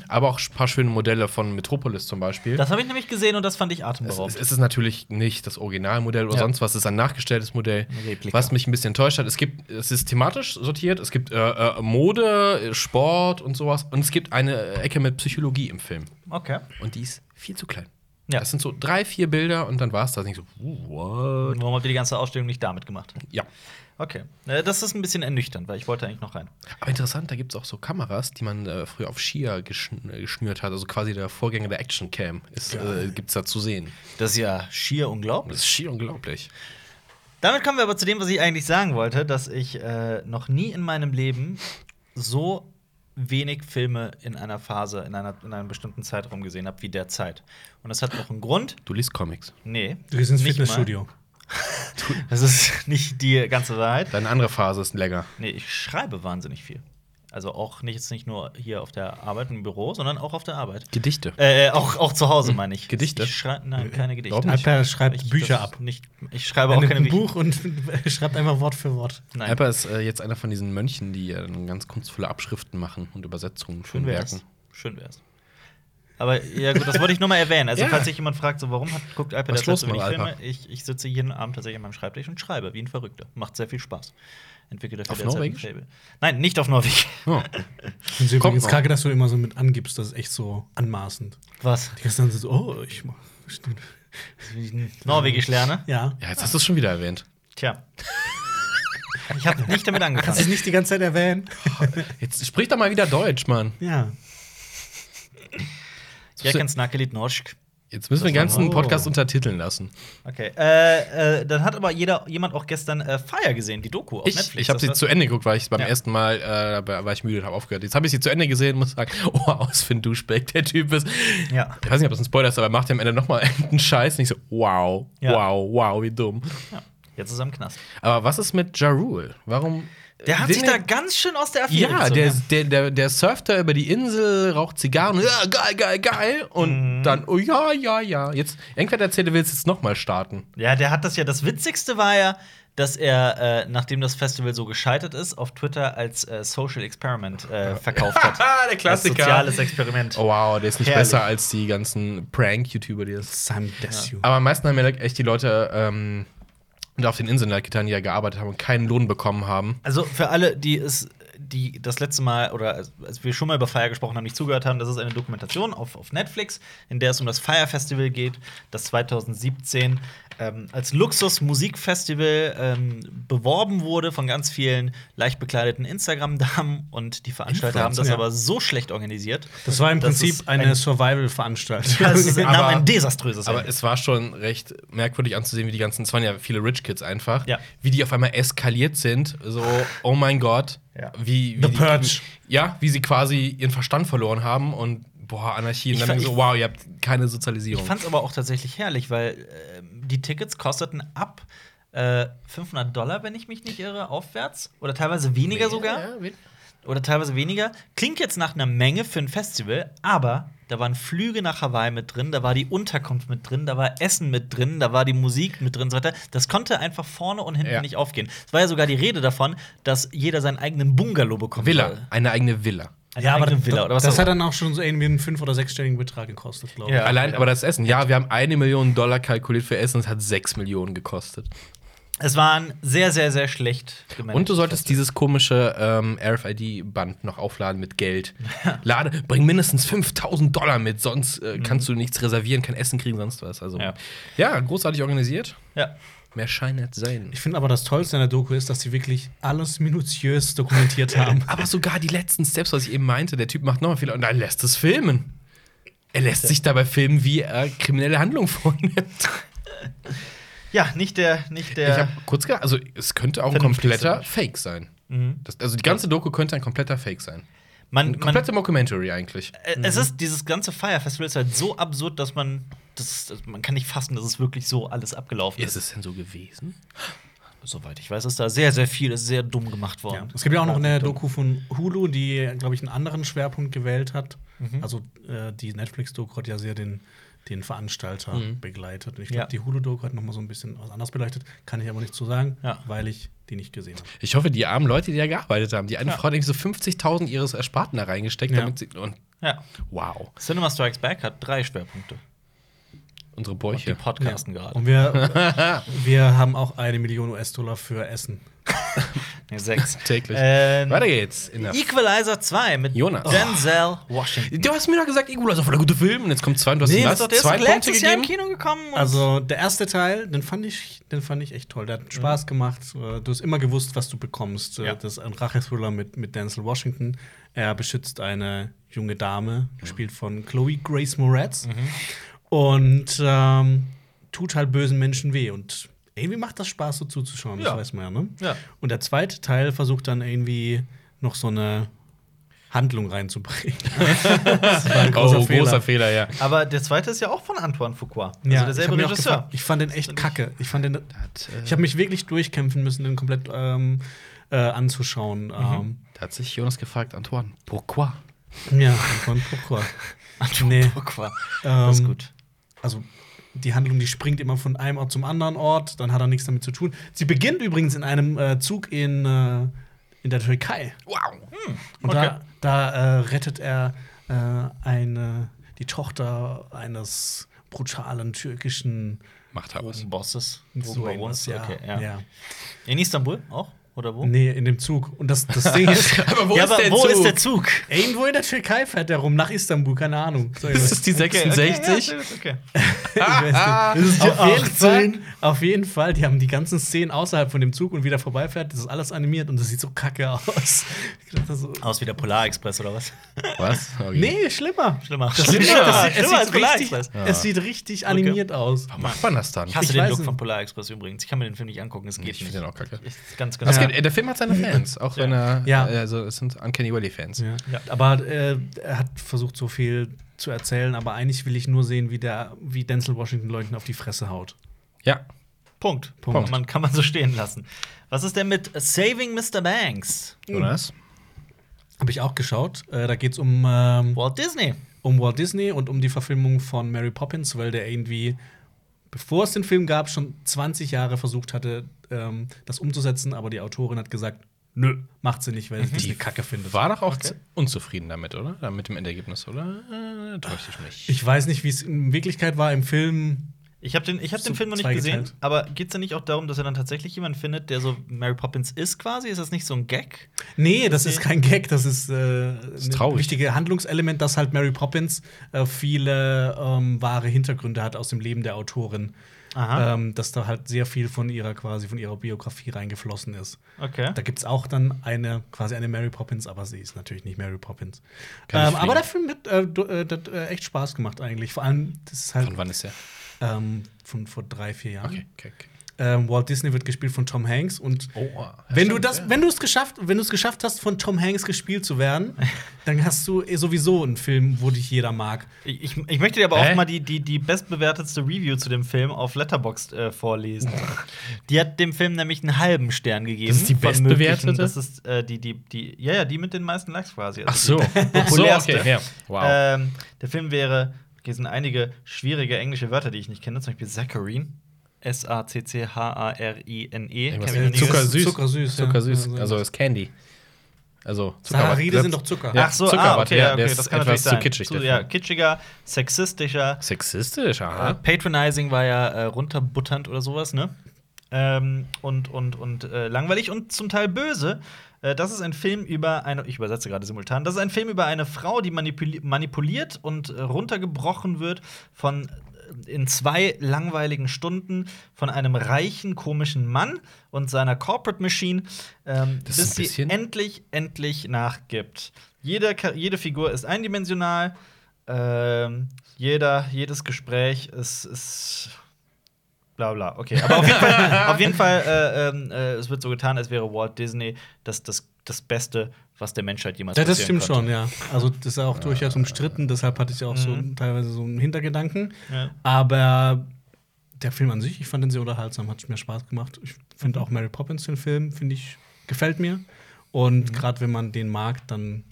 Speaker 2: aber auch ein paar schöne Modelle von Metropolis zum Beispiel.
Speaker 1: Mhm. Das habe ich nämlich gesehen und das fand ich
Speaker 2: Es, es
Speaker 1: atemberaubend.
Speaker 2: es ist natürlich nicht das Originalmodell oder
Speaker 1: Ja.
Speaker 2: sonst was, es ist ein nachgestelltes Modell,
Speaker 1: Eine Replika.
Speaker 2: was mich ein bisschen enttäuscht hat. Es gibt, es ist thematisch sortiert, es gibt äh, äh, Mode, äh, Sport und sowas und es gibt eine Ecke mit Psychologie im Film
Speaker 1: Okay.
Speaker 2: und die ist viel zu klein.
Speaker 1: Ja.
Speaker 2: Das sind so drei, vier Bilder und dann war es das. Und Ich so, uh, what?
Speaker 1: Warum habt ihr die ganze Ausstellung nicht damit gemacht?
Speaker 2: Ja.
Speaker 1: Okay. Äh, Das ist ein bisschen ernüchternd, weil ich wollte eigentlich noch rein.
Speaker 2: Aber interessant, da gibt es auch so Kameras, die man äh, früher auf Skier geschn äh, geschnürt hat. Also quasi der Vorgänger der Action Cam ist, äh, gibt es da zu sehen.
Speaker 1: Das ist ja schier unglaublich.
Speaker 2: Das ist schier unglaublich.
Speaker 1: Damit kommen wir aber zu dem, was ich eigentlich sagen wollte, dass ich äh, noch nie in meinem Leben so wenig Filme in einer Phase, in, einer, in einem bestimmten Zeitraum gesehen habe, wie der Zeit. Und das hat auch einen Grund.
Speaker 2: Du liest Comics.
Speaker 1: Nee.
Speaker 3: Du gehst ins
Speaker 1: nicht mal.
Speaker 3: Fitnessstudio.
Speaker 1: Das ist nicht die ganze Wahrheit.
Speaker 2: Deine andere Phase ist länger.
Speaker 1: Nee, ich schreibe wahnsinnig viel. Also auch nicht, jetzt nicht nur hier auf der Arbeit im Büro, sondern auch auf der Arbeit.
Speaker 2: Gedichte.
Speaker 1: Äh, auch, auch zu
Speaker 3: Hm.
Speaker 1: Hause, meine ich.
Speaker 2: Gedichte?
Speaker 1: Ich schrei-
Speaker 3: Äh,
Speaker 1: nein, keine Gedichte.
Speaker 2: Überhaupt nicht.
Speaker 3: Alper schreibt
Speaker 1: Ich-
Speaker 3: Bücher
Speaker 1: das ist
Speaker 3: ab.
Speaker 1: Nicht, ich schreibe
Speaker 3: Er
Speaker 1: auch
Speaker 3: nimmt
Speaker 1: keine
Speaker 3: ein
Speaker 1: Bücher.
Speaker 3: Buch und schreibt einfach Wort für Wort.
Speaker 1: Nein.
Speaker 2: Alper ist äh, jetzt einer von diesen Mönchen, die äh, ganz kunstvolle Abschriften machen und Übersetzungen von
Speaker 1: Schön wär's.
Speaker 2: Werken.
Speaker 1: Schön wär's. Aber ja gut, das wollte ich nur mal erwähnen. Also
Speaker 2: Ja.
Speaker 1: falls sich jemand fragt, so warum hat, guckt Alper
Speaker 2: Was
Speaker 1: das
Speaker 2: los
Speaker 1: so
Speaker 2: mit
Speaker 1: wenig
Speaker 2: Alper?
Speaker 1: Filme? Ich, ich sitze jeden Abend tatsächlich an meinem Schreibtisch und schreibe wie ein Verrückter. Macht sehr viel Spaß. Entwickelt dafür
Speaker 2: Auf
Speaker 1: derzeit ein
Speaker 2: Norwegisch?
Speaker 1: Fable. Nein, nicht auf Norwegen.
Speaker 2: Ja.
Speaker 3: Ich finde
Speaker 2: Kommt
Speaker 3: übrigens
Speaker 2: noch.
Speaker 3: kacke, dass du immer so mit angibst. Das ist echt so anmaßend.
Speaker 1: Was?
Speaker 3: Die ganzen sind so, oh, ich mach.
Speaker 1: Norwegisch lerne?
Speaker 3: Ja.
Speaker 2: ja, jetzt hast du es schon wieder erwähnt.
Speaker 1: Tja. Ich habe nicht damit
Speaker 3: Kannst du es
Speaker 1: angefangen.
Speaker 3: nicht die ganze Zeit erwähnen?
Speaker 2: Jetzt sprich doch mal wieder Deutsch, Mann.
Speaker 3: Ja.
Speaker 1: Ja, kennst Nakelit Norsk.
Speaker 2: Jetzt müssen wir den
Speaker 1: Das war
Speaker 2: ganzen
Speaker 3: mal-
Speaker 2: Podcast untertiteln lassen.
Speaker 1: Okay. Äh, äh, dann hat aber jeder, jemand auch gestern äh, Fire gesehen, die Doku auf
Speaker 2: Ich,
Speaker 1: Netflix.
Speaker 2: ich habe
Speaker 1: Das
Speaker 2: sie
Speaker 1: war-
Speaker 2: zu Ende geguckt, weil ich beim
Speaker 1: Ja.
Speaker 2: ersten Mal äh, war war ich müde und habe aufgehört. Jetzt habe ich sie zu Ende gesehen und muss sagen, oh, aus für ein Duschbeck, der Typ ist.
Speaker 1: Ja.
Speaker 2: Ich weiß nicht, ob das ein Spoiler ist, aber er macht ja am Ende nochmal einen Scheiß. Und ich so, wow,
Speaker 1: Ja.
Speaker 2: wow, wow, wie dumm.
Speaker 1: ja. Jetzt ist er im Knast.
Speaker 2: Aber was ist mit Ja Rule? Warum.
Speaker 1: Der hat
Speaker 2: will
Speaker 1: sich
Speaker 2: der-
Speaker 1: da ne? ganz schön aus der Affäre
Speaker 2: Ja,
Speaker 1: gezogen,
Speaker 2: der, der, der, der surft da über die Insel, raucht Zigarren, ja, geil, geil, geil. Und
Speaker 1: Mhm.
Speaker 2: dann, oh ja, ja, ja. Jetzt, irgendwer erzählt, er will es jetzt nochmal starten.
Speaker 1: Ja, der hat das ja. Das Witzigste war ja, dass er, äh, nachdem das Festival so gescheitert ist, auf Twitter als äh, Social Experiment äh, verkauft hat.
Speaker 2: Ah, der
Speaker 1: Als soziales Experiment.
Speaker 2: Oh, wow, der ist nicht
Speaker 1: Herrlich.
Speaker 2: besser als die ganzen Prank-YouTuber, die das.
Speaker 3: Sam Desu.
Speaker 2: Aber am meisten haben ja like, echt die Leute ähm, da auf den Inseln halt getan, die ja gearbeitet haben und keinen Lohn bekommen haben.
Speaker 1: Also für alle, die es, die das letzte Mal oder als als wir schon mal über Fire gesprochen haben, nicht zugehört haben, das ist eine Dokumentation auf, auf Netflix, in der es um das Fire Festival geht, das 2017 ähm, als Luxus-Musikfestival ähm, beworben wurde von ganz vielen leicht bekleideten Instagram-Damen und die Veranstalter haben das
Speaker 3: Influencer, ja.
Speaker 1: aber so schlecht organisiert.
Speaker 3: Das war im
Speaker 1: dass es
Speaker 3: Prinzip
Speaker 1: ein-
Speaker 3: eine Survival-Veranstaltung.
Speaker 1: Das ist- nahm
Speaker 2: Aber-
Speaker 1: ein desaströses
Speaker 2: Aber
Speaker 1: Ende.
Speaker 2: es war schon recht merkwürdig anzusehen, wie die ganzen, es waren ja viele Rich Kids einfach,
Speaker 1: Ja.
Speaker 2: wie die auf einmal eskaliert sind. So, oh mein Gott,
Speaker 1: Ja.
Speaker 2: wie, wie
Speaker 3: The
Speaker 2: die,
Speaker 3: Purge.
Speaker 2: Wie, ja, wie sie quasi ihren Verstand verloren haben und boah, Anarchie. Und
Speaker 1: Ich
Speaker 2: dann
Speaker 1: fa-
Speaker 2: so,
Speaker 1: ich-
Speaker 2: wow, ihr habt keine Sozialisierung.
Speaker 1: Ich fand es aber auch tatsächlich herrlich, weil ähm, die Tickets kosteten ab äh, 500 Dollar, wenn ich mich nicht irre, aufwärts. Oder teilweise weniger sogar.
Speaker 2: Ja, ja,
Speaker 1: Oder teilweise weniger. Klingt jetzt nach einer Menge für ein Festival, aber da waren Flüge nach Hawaii mit drin, da war die Unterkunft mit drin, da war Essen mit drin, da war die Musik mit drin und so weiter. Das konnte einfach vorne und hinten
Speaker 2: Ja.
Speaker 1: nicht aufgehen. Es war ja sogar die Rede davon, dass jeder seinen eigenen Bungalow bekommt.
Speaker 2: Villa, eine eigene Villa.
Speaker 1: Eine ja, aber
Speaker 3: das,
Speaker 1: eine Villa oder was
Speaker 3: das
Speaker 1: auch
Speaker 3: hat dann auch schon so irgendwie einen fünf- oder sechsstelligen Betrag gekostet, glaube ich.
Speaker 1: Ja.
Speaker 2: Allein, aber das Essen, ja, wir haben eine Million Dollar kalkuliert für Essen, es hat sechs Millionen gekostet.
Speaker 1: Es waren sehr, sehr, sehr schlecht gemanagt.
Speaker 2: Und du solltest dieses komische ähm, RFID-Band noch aufladen mit Geld. Lade, bring mindestens 5000 Dollar mit, sonst äh, kannst du nichts reservieren, kein Essen kriegen, sonst was. Also,
Speaker 1: Mhm. Ja.
Speaker 2: ja. großartig organisiert.
Speaker 1: Ja.
Speaker 2: Mehr Schein als Sein.
Speaker 3: Ich finde aber das Tollste an der Doku ist, dass sie wirklich alles minutiös dokumentiert haben.
Speaker 2: Aber sogar die letzten Steps, was ich eben meinte, der Typ macht nochmal Fehler und dann lässt es filmen. Er lässt sich dabei filmen, wie er kriminelle Handlungen vornimmt.
Speaker 1: ja, nicht der, nicht
Speaker 2: Ich
Speaker 1: der.
Speaker 2: habe kurz gedacht, also es könnte auch ein
Speaker 1: Vernünftig
Speaker 2: kompletter
Speaker 1: sogar.
Speaker 2: Fake sein. Das, also die ganze Doku könnte ein kompletter Fake sein.
Speaker 1: man,
Speaker 2: Ein
Speaker 1: man,
Speaker 2: kompletter Mockumentary eigentlich.
Speaker 1: äh, es ist dieses ganze Fire Festival ist halt so absurd, dass man das, das, man kann nicht fassen, dass es wirklich so alles abgelaufen ist.
Speaker 2: Ist es denn so gewesen?
Speaker 1: Soweit ich weiß, ist da sehr, sehr viel ist sehr dumm gemacht
Speaker 3: Ja.
Speaker 1: worden.
Speaker 3: Es gibt ja auch noch eine Doku von Hulu, die, glaube ich, einen anderen Schwerpunkt gewählt hat.
Speaker 1: Mhm.
Speaker 3: Also äh, die Netflix-Doku hat ja sehr den, den Veranstalter begleitet. Und ich glaube,
Speaker 1: Mhm. Ja.
Speaker 3: die Hulu-Doku hat noch mal so ein bisschen was anderes beleuchtet. Kann ich aber nicht zu sagen,
Speaker 1: Ja.
Speaker 3: weil ich die nicht gesehen habe.
Speaker 2: Ich hoffe, die armen Leute, die da gearbeitet haben. Die eine Frau hat irgendwie so 50.000 ihres Ersparten da reingesteckt,
Speaker 3: Ja.
Speaker 2: damit sie. Und
Speaker 1: Ja.
Speaker 2: wow,
Speaker 1: Cinema Strikes Back hat drei Schwerpunkte.
Speaker 2: unsere
Speaker 1: Und die
Speaker 2: Bäuche.
Speaker 1: podcasten gerade.
Speaker 3: Und wir, wir haben auch eine Million US-Dollar für Essen.
Speaker 1: Nee, sechs.
Speaker 2: Täglich.
Speaker 1: Ähm,
Speaker 2: Weiter geht's. In der
Speaker 1: Equalizer 2 mit
Speaker 2: Jonas.
Speaker 1: Denzel Washington.
Speaker 2: du hast mir doch gesagt, Igula ist auf der gute Film. Und jetzt kommt zwei und du hast
Speaker 3: Nee,
Speaker 2: ihm
Speaker 3: Oh. das
Speaker 2: was?
Speaker 1: Doch, der ist
Speaker 2: zwei
Speaker 1: doch
Speaker 2: Punkte
Speaker 1: letztes Jahr im
Speaker 2: gegeben.
Speaker 1: Kino gekommen. und-
Speaker 3: Also der erste Teil, den fand ich, den fand ich echt toll. Der hat Spaß gemacht. Äh, Du hast immer gewusst, was du bekommst. Äh,
Speaker 1: Ja.
Speaker 3: Das ist ein Rachethriller mit, mit Denzel Washington. Er beschützt eine junge Dame, gespielt von Chloe Grace Moretz. Und ähm, tut halt bösen Menschen weh. Und irgendwie macht das Spaß, so zuzuschauen,
Speaker 1: Ja.
Speaker 3: das weiß man ja, ne?
Speaker 1: Ja.
Speaker 3: Und der zweite Teil versucht dann irgendwie noch so eine Handlung reinzubringen.
Speaker 2: Das war ein großer, oh, Fehler. großer Fehler, ja.
Speaker 1: Aber der zweite ist ja auch von Antoine Fuqua.
Speaker 3: Ja,
Speaker 1: also
Speaker 3: ich hab
Speaker 1: derselbe
Speaker 3: mir auch
Speaker 1: Regisseur.
Speaker 3: gefragt, Ich fand den echt kacke. Ich fand den.
Speaker 2: äh,
Speaker 3: ich habe mich wirklich durchkämpfen müssen, den komplett ähm, äh, anzuschauen.
Speaker 1: Mhm.
Speaker 2: Da hat sich Jonas gefragt, Antoine, pourquoi?
Speaker 3: Ähm, ja, von Pourquoi. nee,
Speaker 1: Fuqua.
Speaker 3: ähm,
Speaker 1: Das ist gut.
Speaker 3: Also die Handlung, die springt immer von einem Ort zum anderen Ort. Dann hat er nichts damit zu tun. Sie beginnt übrigens in einem äh, Zug in, äh, in der Türkei. Hm,
Speaker 2: Wow.
Speaker 3: Und
Speaker 1: Hm, Okay.
Speaker 3: da, da äh, rettet er äh, eine, die Tochter eines brutalen türkischen
Speaker 2: Macht er was.
Speaker 1: Großen Bosses.
Speaker 3: so
Speaker 1: Oben
Speaker 3: etwas,
Speaker 1: wohnst du? Okay, ja.
Speaker 3: ja.
Speaker 1: In Istanbul auch? Oder wo?
Speaker 3: Nee, in dem Zug. Und das, das Ding ist,
Speaker 2: Aber wo,
Speaker 1: ja,
Speaker 2: ist,
Speaker 1: aber
Speaker 2: der
Speaker 1: wo
Speaker 2: Zug?
Speaker 1: ist der Zug?
Speaker 3: ey, irgendwo in der Türkei fährt der rum, nach Istanbul, keine Ahnung. So,
Speaker 2: Ist es die
Speaker 1: Okay,
Speaker 2: 66?
Speaker 1: Okay, ja, stimmt, okay.
Speaker 3: Das ist
Speaker 1: die
Speaker 3: auf, jeden
Speaker 1: 18.
Speaker 3: Fall, auf jeden Fall, die haben die ganzen Szenen außerhalb von dem Zug und wieder vorbeifährt, das ist alles animiert und das sieht so kacke aus. Ich dachte so,
Speaker 1: Aus wie der Polarexpress oder was?
Speaker 2: Was? Okay.
Speaker 3: nee, schlimmer.
Speaker 1: Schlimmer.
Speaker 3: Das
Speaker 1: Schlimmer.
Speaker 3: sieht, das
Speaker 1: Schlimmer
Speaker 3: sieht, es, sieht
Speaker 1: als
Speaker 3: richtig,
Speaker 1: Polarexpress.
Speaker 3: es sieht richtig animiert aus.
Speaker 2: Warum macht man das dann?
Speaker 1: Ich hasse
Speaker 3: Ich
Speaker 1: den
Speaker 3: weiß
Speaker 1: Look
Speaker 3: nicht.
Speaker 1: von Polarexpress übrigens. Ich kann mir den Film nicht angucken, es geht
Speaker 2: Ich
Speaker 1: nicht.
Speaker 2: finde den auch kacke.
Speaker 1: Ist ganz,
Speaker 2: Es
Speaker 1: ganz
Speaker 2: gibt, äh, der Film hat seine Fans, auch wenn er.
Speaker 3: Ja.
Speaker 2: äh, Also, es sind Uncanny Valley-Fans.
Speaker 3: Ja. Aber äh, er hat versucht, so viel zu erzählen, aber eigentlich will ich nur sehen, wie, der, wie Denzel Washington Leuten auf die Fresse haut.
Speaker 2: ja.
Speaker 1: Punkt.
Speaker 3: Punkt.
Speaker 1: Man kann man so stehen lassen. Was ist denn mit Saving Mr. Banks?
Speaker 2: Jonas?
Speaker 3: Habe ich auch geschaut. Äh, da geht es um, ähm,
Speaker 1: Walt Disney.
Speaker 3: um Walt Disney und um die Verfilmung von Mary Poppins, weil der irgendwie, bevor es den Film gab, schon 20 Jahre versucht hatte, ähm, das umzusetzen, aber die Autorin hat gesagt, nö, macht sie nicht, weil sie eine Kacke findet.
Speaker 2: War doch auch z- unzufrieden damit, oder? Da Mit dem Endergebnis, oder? Äh, täusche ich mich.
Speaker 3: Ich weiß nicht, wie es in Wirklichkeit war im Film.
Speaker 1: Ich habe den, ich hab den
Speaker 3: So
Speaker 1: Film noch nicht
Speaker 3: zweigeteilt.
Speaker 1: gesehen, aber geht es denn nicht auch darum, dass er dann tatsächlich jemanden findet, der so Mary Poppins ist quasi? Ist das nicht so ein Gag?
Speaker 3: Nee, das ist kein Gag, das ist äh, ein
Speaker 2: traurig.
Speaker 3: wichtiges Handlungselement, dass halt Mary Poppins äh, viele ähm, wahre Hintergründe hat aus dem Leben der Autorin.
Speaker 1: Aha.
Speaker 3: Ähm, dass da halt sehr viel von ihrer quasi, von ihrer Biografie reingeflossen ist.
Speaker 1: Okay.
Speaker 3: Da gibt es auch dann eine, quasi eine Mary Poppins, aber sie ist natürlich nicht Mary Poppins.
Speaker 2: Kann
Speaker 3: Ähm,
Speaker 2: ich fliegen?
Speaker 3: aber der Film hat, äh, du- äh, das, äh, echt Spaß gemacht eigentlich. Vor allem, das ist halt
Speaker 2: Von wann ist der?
Speaker 3: ähm, von vor drei, vier Jahren.
Speaker 2: Okay, okay, okay.
Speaker 3: Ähm, Walt Disney wird gespielt von Tom Hanks und
Speaker 2: Oh, ja,
Speaker 3: wenn du
Speaker 2: stimmt,
Speaker 3: das,
Speaker 2: ja.
Speaker 3: wenn du es geschafft, wenn du es geschafft hast, von Tom Hanks gespielt zu werden, dann hast du eh sowieso einen Film, wo dich jeder mag.
Speaker 1: Ich, ich, ich möchte dir aber auch
Speaker 2: Hä?
Speaker 1: mal die, die, die bestbewertetste Review zu dem Film auf Letterboxd äh, vorlesen. die hat dem Film nämlich einen halben Stern gegeben.
Speaker 2: Das ist die
Speaker 1: von
Speaker 2: bestbewertete?
Speaker 1: möglichen. Das ist äh, die, die, die, ja, ja, die mit den meisten Likes quasi. Also
Speaker 2: Ach so.
Speaker 1: die
Speaker 2: Ach so,
Speaker 1: populärste.
Speaker 2: okay, ja. Wow.
Speaker 1: Ähm, der Film wäre, hier sind einige schwierige englische Wörter, die ich nicht kenne, zum Beispiel Zacharine. S-A-C-C-H-A-R-I-N-E.
Speaker 2: Irgendwas
Speaker 1: E. Kenn ich noch nie
Speaker 2: mit
Speaker 1: gehört.
Speaker 2: Zuckersüß.
Speaker 3: Zuckersüß, ja.
Speaker 2: Zuckersüß.
Speaker 3: Ja, so
Speaker 2: Also, ist Candy. Also,
Speaker 3: Saccharide
Speaker 2: Ja.
Speaker 3: sind doch Zucker.
Speaker 2: Ja,
Speaker 1: Ach so, ah,
Speaker 2: Zuckerwatte,
Speaker 1: okay,
Speaker 2: ja,
Speaker 1: ja, okay,
Speaker 2: der
Speaker 1: das
Speaker 2: ist
Speaker 1: kann natürlich
Speaker 2: etwas zu
Speaker 1: sein.
Speaker 2: kitschig, der
Speaker 1: ja,
Speaker 2: Film.
Speaker 1: kitschiger, sexistischer,
Speaker 2: Sexistisch,
Speaker 1: Äh,
Speaker 2: aha.
Speaker 1: patronizing war ja äh, runterbutternd oder sowas, ne? Ähm, und und, und äh, langweilig und zum Teil böse. Äh, Das ist ein Film über eine, ich übersetze gerade simultan, das ist ein Film über eine Frau, die manipuli manipuliert und äh, runtergebrochen wird von äh, in zwei langweiligen Stunden von einem reichen, komischen Mann und seiner Corporate Machine, ähm,
Speaker 2: Das
Speaker 1: bis
Speaker 2: ist ein
Speaker 1: sie
Speaker 2: bisschen-
Speaker 1: endlich, endlich nachgibt. Jede, Ka- jede Figur ist eindimensional. Ähm, jeder, jedes Gespräch ist, ist bla bla. Okay, aber auf jeden Fall, auf jeden Fall äh, ähm, äh, es wird so getan, als wäre Walt Disney das, das, das Beste, was der Menschheit jemals
Speaker 3: Ja, das
Speaker 1: passieren
Speaker 3: stimmt
Speaker 1: konnte.
Speaker 3: schon, ja. Also das ist ja auch durchaus umstritten, deshalb hatte ich auch so
Speaker 2: Mhm.
Speaker 3: teilweise so einen Hintergedanken.
Speaker 1: Ja.
Speaker 3: Aber der Film an sich, ich fand den sehr unterhaltsam, hat mir Spaß gemacht. Ich finde auch Mary Poppins den Film, finde ich, gefällt mir.
Speaker 1: Mhm.
Speaker 3: Und gerade wenn man den mag, dann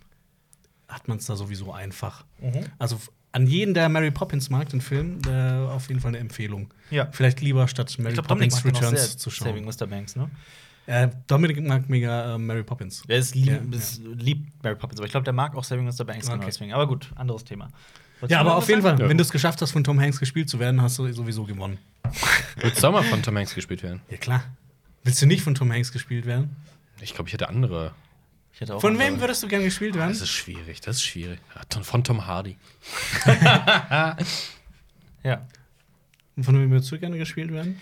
Speaker 3: hat man es da sowieso einfach.
Speaker 1: Mhm.
Speaker 3: Also f- an jeden, der Mary Poppins mag, den Film, äh, auf jeden Fall eine Empfehlung.
Speaker 1: Ja.
Speaker 3: Vielleicht lieber statt Mary
Speaker 1: Ich glaube, Dominik
Speaker 3: Poppins
Speaker 1: mag den auch
Speaker 3: Returns
Speaker 1: sehr,
Speaker 3: zu
Speaker 1: Saving
Speaker 3: schauen.
Speaker 1: Mr. Banks, ne?
Speaker 3: Äh, Dominik mag mega äh, Mary Poppins.
Speaker 1: Der ist
Speaker 3: Ja,
Speaker 1: lieb, ist, liebt Mary Poppins, aber ich glaube, der mag auch Saving Mr. Banks genau
Speaker 3: Okay.
Speaker 1: deswegen. Aber gut, anderes Thema. Wolltest du
Speaker 3: Ja, aber
Speaker 1: noch
Speaker 3: auf jeden
Speaker 1: was sagen?
Speaker 3: Fall, wenn du es geschafft hast, von Tom Hanks gespielt zu werden, hast du sowieso gewonnen.
Speaker 2: Wird Sommer von Tom Hanks gespielt werden?
Speaker 3: Ja, klar. Willst du nicht von Tom Hanks gespielt werden?
Speaker 2: Ich glaube, ich hätte andere.
Speaker 1: Ich hätte auch
Speaker 3: Von
Speaker 1: andere-
Speaker 3: wem würdest du gern gespielt
Speaker 2: Das
Speaker 3: werden?
Speaker 2: ist schwierig, das ist schwierig. Ja, Tom- Von Tom Hardy.
Speaker 1: Ja.
Speaker 3: Von wem würdest du gerne gespielt werden?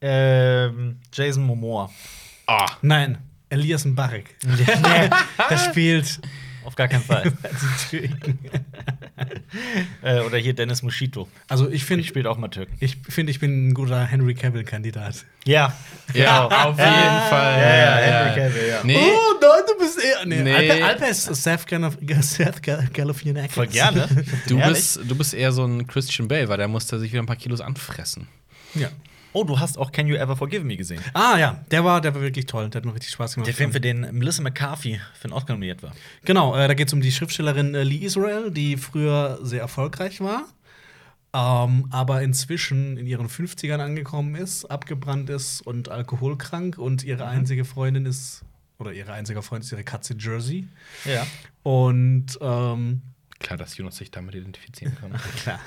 Speaker 1: Ähm, Jason Momoa.
Speaker 2: Ah,
Speaker 3: Nein, Elias Mbarek. nee, der spielt.
Speaker 1: Auf gar keinen Fall.
Speaker 3: Also,
Speaker 1: äh, oder hier Dennis Moschito.
Speaker 3: Also ich
Speaker 1: Ich
Speaker 3: finde,
Speaker 1: spielt auch mal Türken.
Speaker 3: ich finde, ich bin ein guter Henry Cavill-Kandidat.
Speaker 1: Ja.
Speaker 2: Ja, auf jeden Fall.
Speaker 1: Ja, ja, Henry Cavill, ja.
Speaker 2: Nee,
Speaker 3: Oh nein, du bist eher. Nee,
Speaker 2: Nee.
Speaker 3: Alper, Alper ist Seth, Galif Seth Gal- Galifianakis.
Speaker 1: Voll gerne.
Speaker 2: du
Speaker 1: Ehrlich?
Speaker 2: bist, du bist eher so ein Christian Bale, weil der musste sich wieder ein paar Kilos anfressen.
Speaker 3: Ja.
Speaker 1: Oh, du hast auch Can You Ever Forgive Me gesehen.
Speaker 3: Ah ja, der war, der war wirklich toll. Der hat mir richtig Spaß gemacht.
Speaker 1: Der Film, für den Melissa McCarthy für den Oscar nominiert war.
Speaker 3: Genau, äh, da geht es um die Schriftstellerin äh, Lee Israel, die früher sehr erfolgreich war, ähm, aber inzwischen in ihren 50ern angekommen ist, abgebrannt ist und alkoholkrank und ihre einzige Freundin ist, oder ihre einziger Freund ist ihre Katze Jersey.
Speaker 1: Ja.
Speaker 3: Und ähm,
Speaker 2: Klar, dass Jonas sich damit identifizieren kann.
Speaker 3: Klar.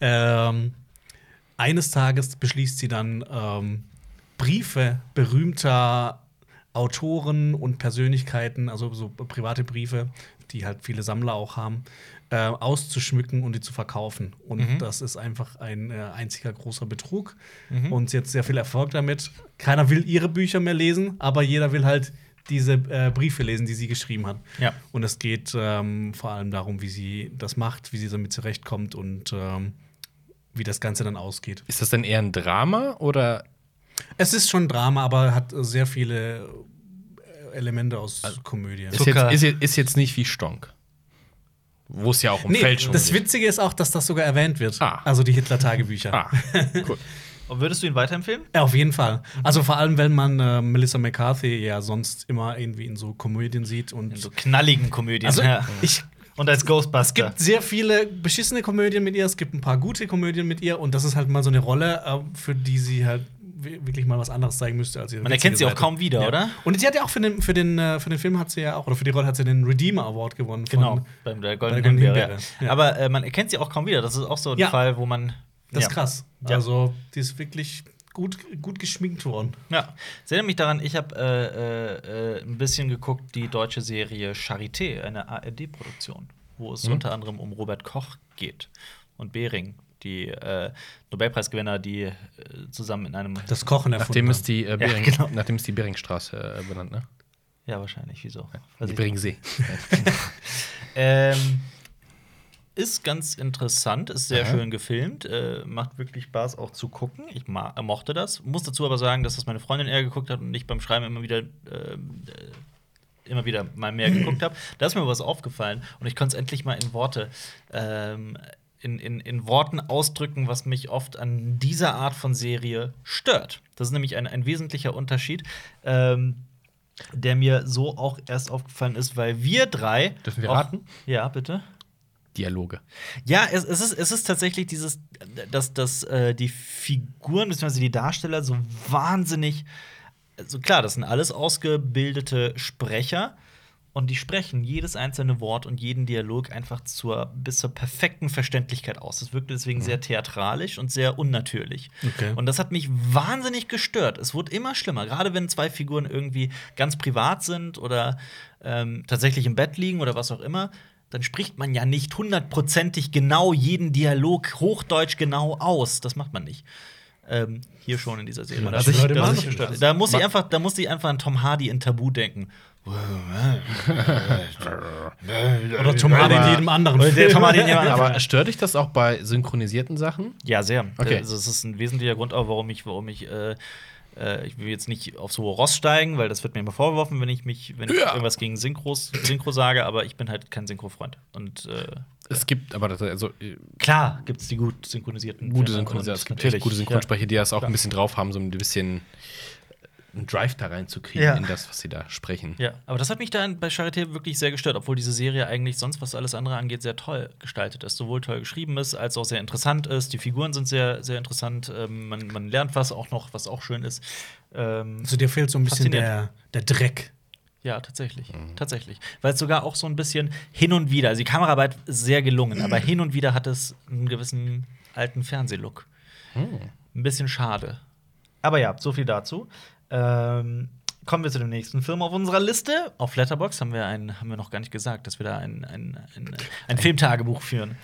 Speaker 3: Ähm, eines Tages beschließt sie dann, ähm, Briefe berühmter Autoren und Persönlichkeiten, also so private Briefe, die halt viele Sammler auch haben, äh, auszuschmücken und die zu verkaufen. Und das ist einfach ein äh, einziger großer Betrug. Und sie hat sehr viel Erfolg damit. Keiner will ihre Bücher mehr lesen, aber jeder will halt diese äh, Briefe lesen, die sie geschrieben hat.
Speaker 1: Ja.
Speaker 3: Und es geht ähm, vor allem darum, wie sie das macht, wie sie damit zurechtkommt und ähm, wie das Ganze dann ausgeht.
Speaker 2: Ist das denn eher ein Drama oder
Speaker 3: Es ist schon Drama, aber hat äh, sehr viele äh, Elemente aus Komödie.
Speaker 2: Also, ist jetzt,
Speaker 1: Zucker.
Speaker 2: ist, jetzt, ist jetzt nicht wie Stonk? Wo es ja auch um
Speaker 3: Nee,
Speaker 2: Fälschung
Speaker 3: das
Speaker 2: geht.
Speaker 3: Witzige ist auch, dass das sogar erwähnt wird.
Speaker 2: Ah.
Speaker 3: Also die Hitler-Tagebücher.
Speaker 2: Ah, cool.
Speaker 1: Und würdest du ihn weiterempfehlen?
Speaker 3: Ja, auf jeden Fall. Also vor allem, wenn man äh, Melissa McCarthy ja sonst immer irgendwie in so Komödien sieht und
Speaker 1: In so knalligen Komödien.
Speaker 3: Also,
Speaker 1: ja.
Speaker 3: ich-
Speaker 1: Und als Ghostbuster.
Speaker 3: gibt sehr viele beschissene Komödien mit ihr, es gibt ein paar gute Komödien mit ihr und das ist halt mal so eine Rolle, äh, für die sie halt wi- wirklich mal was anderes zeigen müsste als ihre
Speaker 1: Man
Speaker 3: witzige
Speaker 1: erkennt sie auch
Speaker 3: Seite.
Speaker 1: kaum wieder, oder?
Speaker 3: Und sie hat ja auch für den, für, den, äh, für den Film hat sie ja auch, oder für die Rolle hat sie den Redeemer Award gewonnen. von-
Speaker 1: Genau, beim der Goldenen
Speaker 3: Goldenen
Speaker 1: Himbeere.
Speaker 3: Himbeere,
Speaker 1: Ja.
Speaker 3: ja.
Speaker 1: Aber äh, man erkennt sie auch kaum wieder. Das ist auch so ein
Speaker 3: Ja.
Speaker 1: Fall, wo man.
Speaker 3: Das
Speaker 1: ja.
Speaker 3: ist krass.
Speaker 1: Ja.
Speaker 3: Also, die ist wirklich gut, gut geschminkt worden.
Speaker 1: Ja, ich erinnere mich daran, ich habe äh, äh, äh, ein bisschen geguckt, die deutsche Serie Charité, eine ARD-Produktion, wo es unter anderem um Robert Koch geht und Behring, die äh, Nobelpreisgewinner, die äh, zusammen in einem.
Speaker 3: Das Kochen
Speaker 2: nachdem, ist die, äh, Bering,
Speaker 1: genau.
Speaker 2: nachdem ist die Beringstraße äh, benannt, ne?
Speaker 1: ja, wahrscheinlich, wieso? Weiß
Speaker 2: Die
Speaker 1: ich
Speaker 2: Beringsee.
Speaker 1: Ähm, ist ganz interessant, ist sehr
Speaker 2: Aha.
Speaker 1: schön gefilmt, äh, macht wirklich Spaß auch zu gucken. Ich ma mochte das. Muss dazu aber sagen, dass das meine Freundin eher geguckt hat und ich beim Schreiben immer wieder äh, immer wieder mal mehr geguckt habe. Da ist mir was aufgefallen und ich konnte es endlich mal in Worte ähm, in, in, in Worten ausdrücken, was mich oft an dieser Art von Serie stört. Das ist nämlich ein, ein wesentlicher Unterschied. Ähm, der mir so auch erst aufgefallen ist, weil wir drei.
Speaker 2: Dürfen wir
Speaker 1: auch-
Speaker 2: raten?
Speaker 1: Ja, bitte.
Speaker 2: Dialoge.
Speaker 1: Ja, es, es, ist, es ist tatsächlich dieses, dass, dass äh, die Figuren bzw. die Darsteller so wahnsinnig. Also klar, das sind alles ausgebildete Sprecher und die sprechen jedes einzelne Wort und jeden Dialog einfach zur, bis zur perfekten Verständlichkeit aus. Das wirkte deswegen sehr theatralisch und sehr unnatürlich.
Speaker 3: Okay.
Speaker 1: Und das hat mich wahnsinnig gestört. Es wurde immer schlimmer, gerade wenn zwei Figuren irgendwie ganz privat sind oder ähm, tatsächlich im Bett liegen oder was auch immer. Dann spricht man ja nicht hundertprozentig genau jeden Dialog hochdeutsch genau aus. Das macht man nicht. Ähm, hier schon in dieser Serie.
Speaker 3: Manche Leute machen
Speaker 1: das
Speaker 3: das nicht.
Speaker 1: da muss ich einfach, da muss ich einfach an Tom Hardy in Tabu denken.
Speaker 3: Oder Tom Hardy in
Speaker 2: Aber-
Speaker 3: jedem anderen
Speaker 1: Oder der
Speaker 3: Film.
Speaker 1: Tom Hardy in jedem anderen-
Speaker 2: Aber stört dich das auch bei synchronisierten Sachen?
Speaker 1: Ja, sehr.
Speaker 2: Okay.
Speaker 1: Also, das ist ein wesentlicher Grund auch, warum ich, warum ich, äh, äh, ich will jetzt nicht aufs hohe Ross steigen, weil das wird mir immer vorgeworfen, wenn ich mich, wenn ich
Speaker 2: Ja.
Speaker 1: irgendwas gegen Synchros, Synchro sage, aber ich bin halt kein Synchro-Freund. Und äh,
Speaker 2: Es gibt, aber das, also, äh,
Speaker 1: klar gibt es die gut synchronisierten
Speaker 2: gute
Speaker 1: Filme.
Speaker 2: Synchronsprecher,
Speaker 1: Und
Speaker 2: es gibt
Speaker 1: natürlich,
Speaker 2: echt gute Synchronsprecher, die das auch ein bisschen drauf haben, so ein bisschen einen Drive da reinzukriegen
Speaker 1: Ja.
Speaker 2: in das, was sie da sprechen.
Speaker 1: Ja. ja, aber das hat mich da bei Charité wirklich sehr gestört, obwohl diese Serie eigentlich sonst, was alles andere angeht, sehr toll gestaltet ist. Sowohl toll geschrieben ist, als auch sehr interessant ist. Die Figuren sind sehr, sehr interessant. Ähm, man, man lernt was auch noch, was auch schön ist. Ähm,
Speaker 3: Also, dir fehlt so ein bisschen
Speaker 1: Faszinierend.
Speaker 3: der, der Dreck.
Speaker 1: Ja, tatsächlich. Tatsächlich. Weil es sogar auch so ein bisschen hin und wieder, also die Kameraarbeit ist sehr gelungen, aber hin und wieder hat es einen gewissen alten Fernsehlook. Ein bisschen schade. Hm. Aber ja, so viel dazu. Ähm, kommen wir zu dem nächsten Film auf unserer Liste. Auf Letterbox haben wir einen, haben wir noch gar nicht gesagt, dass wir da ein, ein, ein, ein Filmtagebuch führen.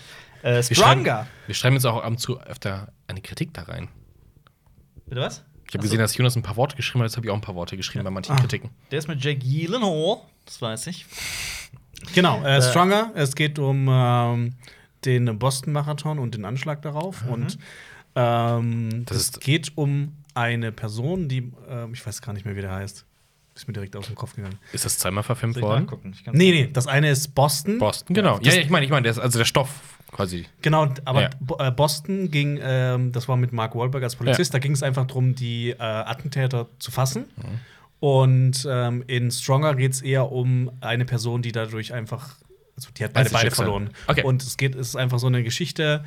Speaker 1: Äh,
Speaker 2: Wir schreiben,
Speaker 1: Stronger.
Speaker 2: wir schreiben jetzt auch ab und zu öfter eine Kritik da rein.
Speaker 1: Bitte was?
Speaker 2: Ich
Speaker 1: Ach
Speaker 2: habe
Speaker 1: so.
Speaker 2: gesehen, dass Jonas ein paar Worte geschrieben hat, jetzt habe ich auch ein paar Worte geschrieben bei manchen
Speaker 3: Ah.
Speaker 2: Kritiken.
Speaker 1: Der ist mit Jake Gyllenhaal, das weiß ich.
Speaker 3: Genau, äh, Stronger. Es geht um ähm, den Boston-Marathon und den Anschlag darauf. Und ähm,
Speaker 2: Das
Speaker 3: das
Speaker 2: ist-
Speaker 3: es geht um eine Person, die, ähm, ich weiß gar nicht mehr, wie der heißt. Ist mir direkt aus dem Kopf gegangen.
Speaker 2: Ist das zweimal verfilmt
Speaker 1: Soll ich
Speaker 2: worden?
Speaker 1: nachgucken? Ich kann's
Speaker 3: Nee, nee, das eine ist Boston.
Speaker 2: Boston, genau. Ja, ich meine, ich meine, der ist also der Stoff quasi.
Speaker 3: Genau, aber
Speaker 2: Ja.
Speaker 3: Bo- äh, Boston ging, ähm, das war mit Mark Wahlberg als Polizist, da ging es einfach darum, die äh, Attentäter zu fassen.
Speaker 2: Mhm.
Speaker 3: Und ähm, in Stronger geht es eher um eine Person, die dadurch einfach, also die hat beide Beine
Speaker 2: Einzelschicksal.
Speaker 3: verloren.
Speaker 2: Okay.
Speaker 3: Und es geht, es ist einfach so eine Geschichte,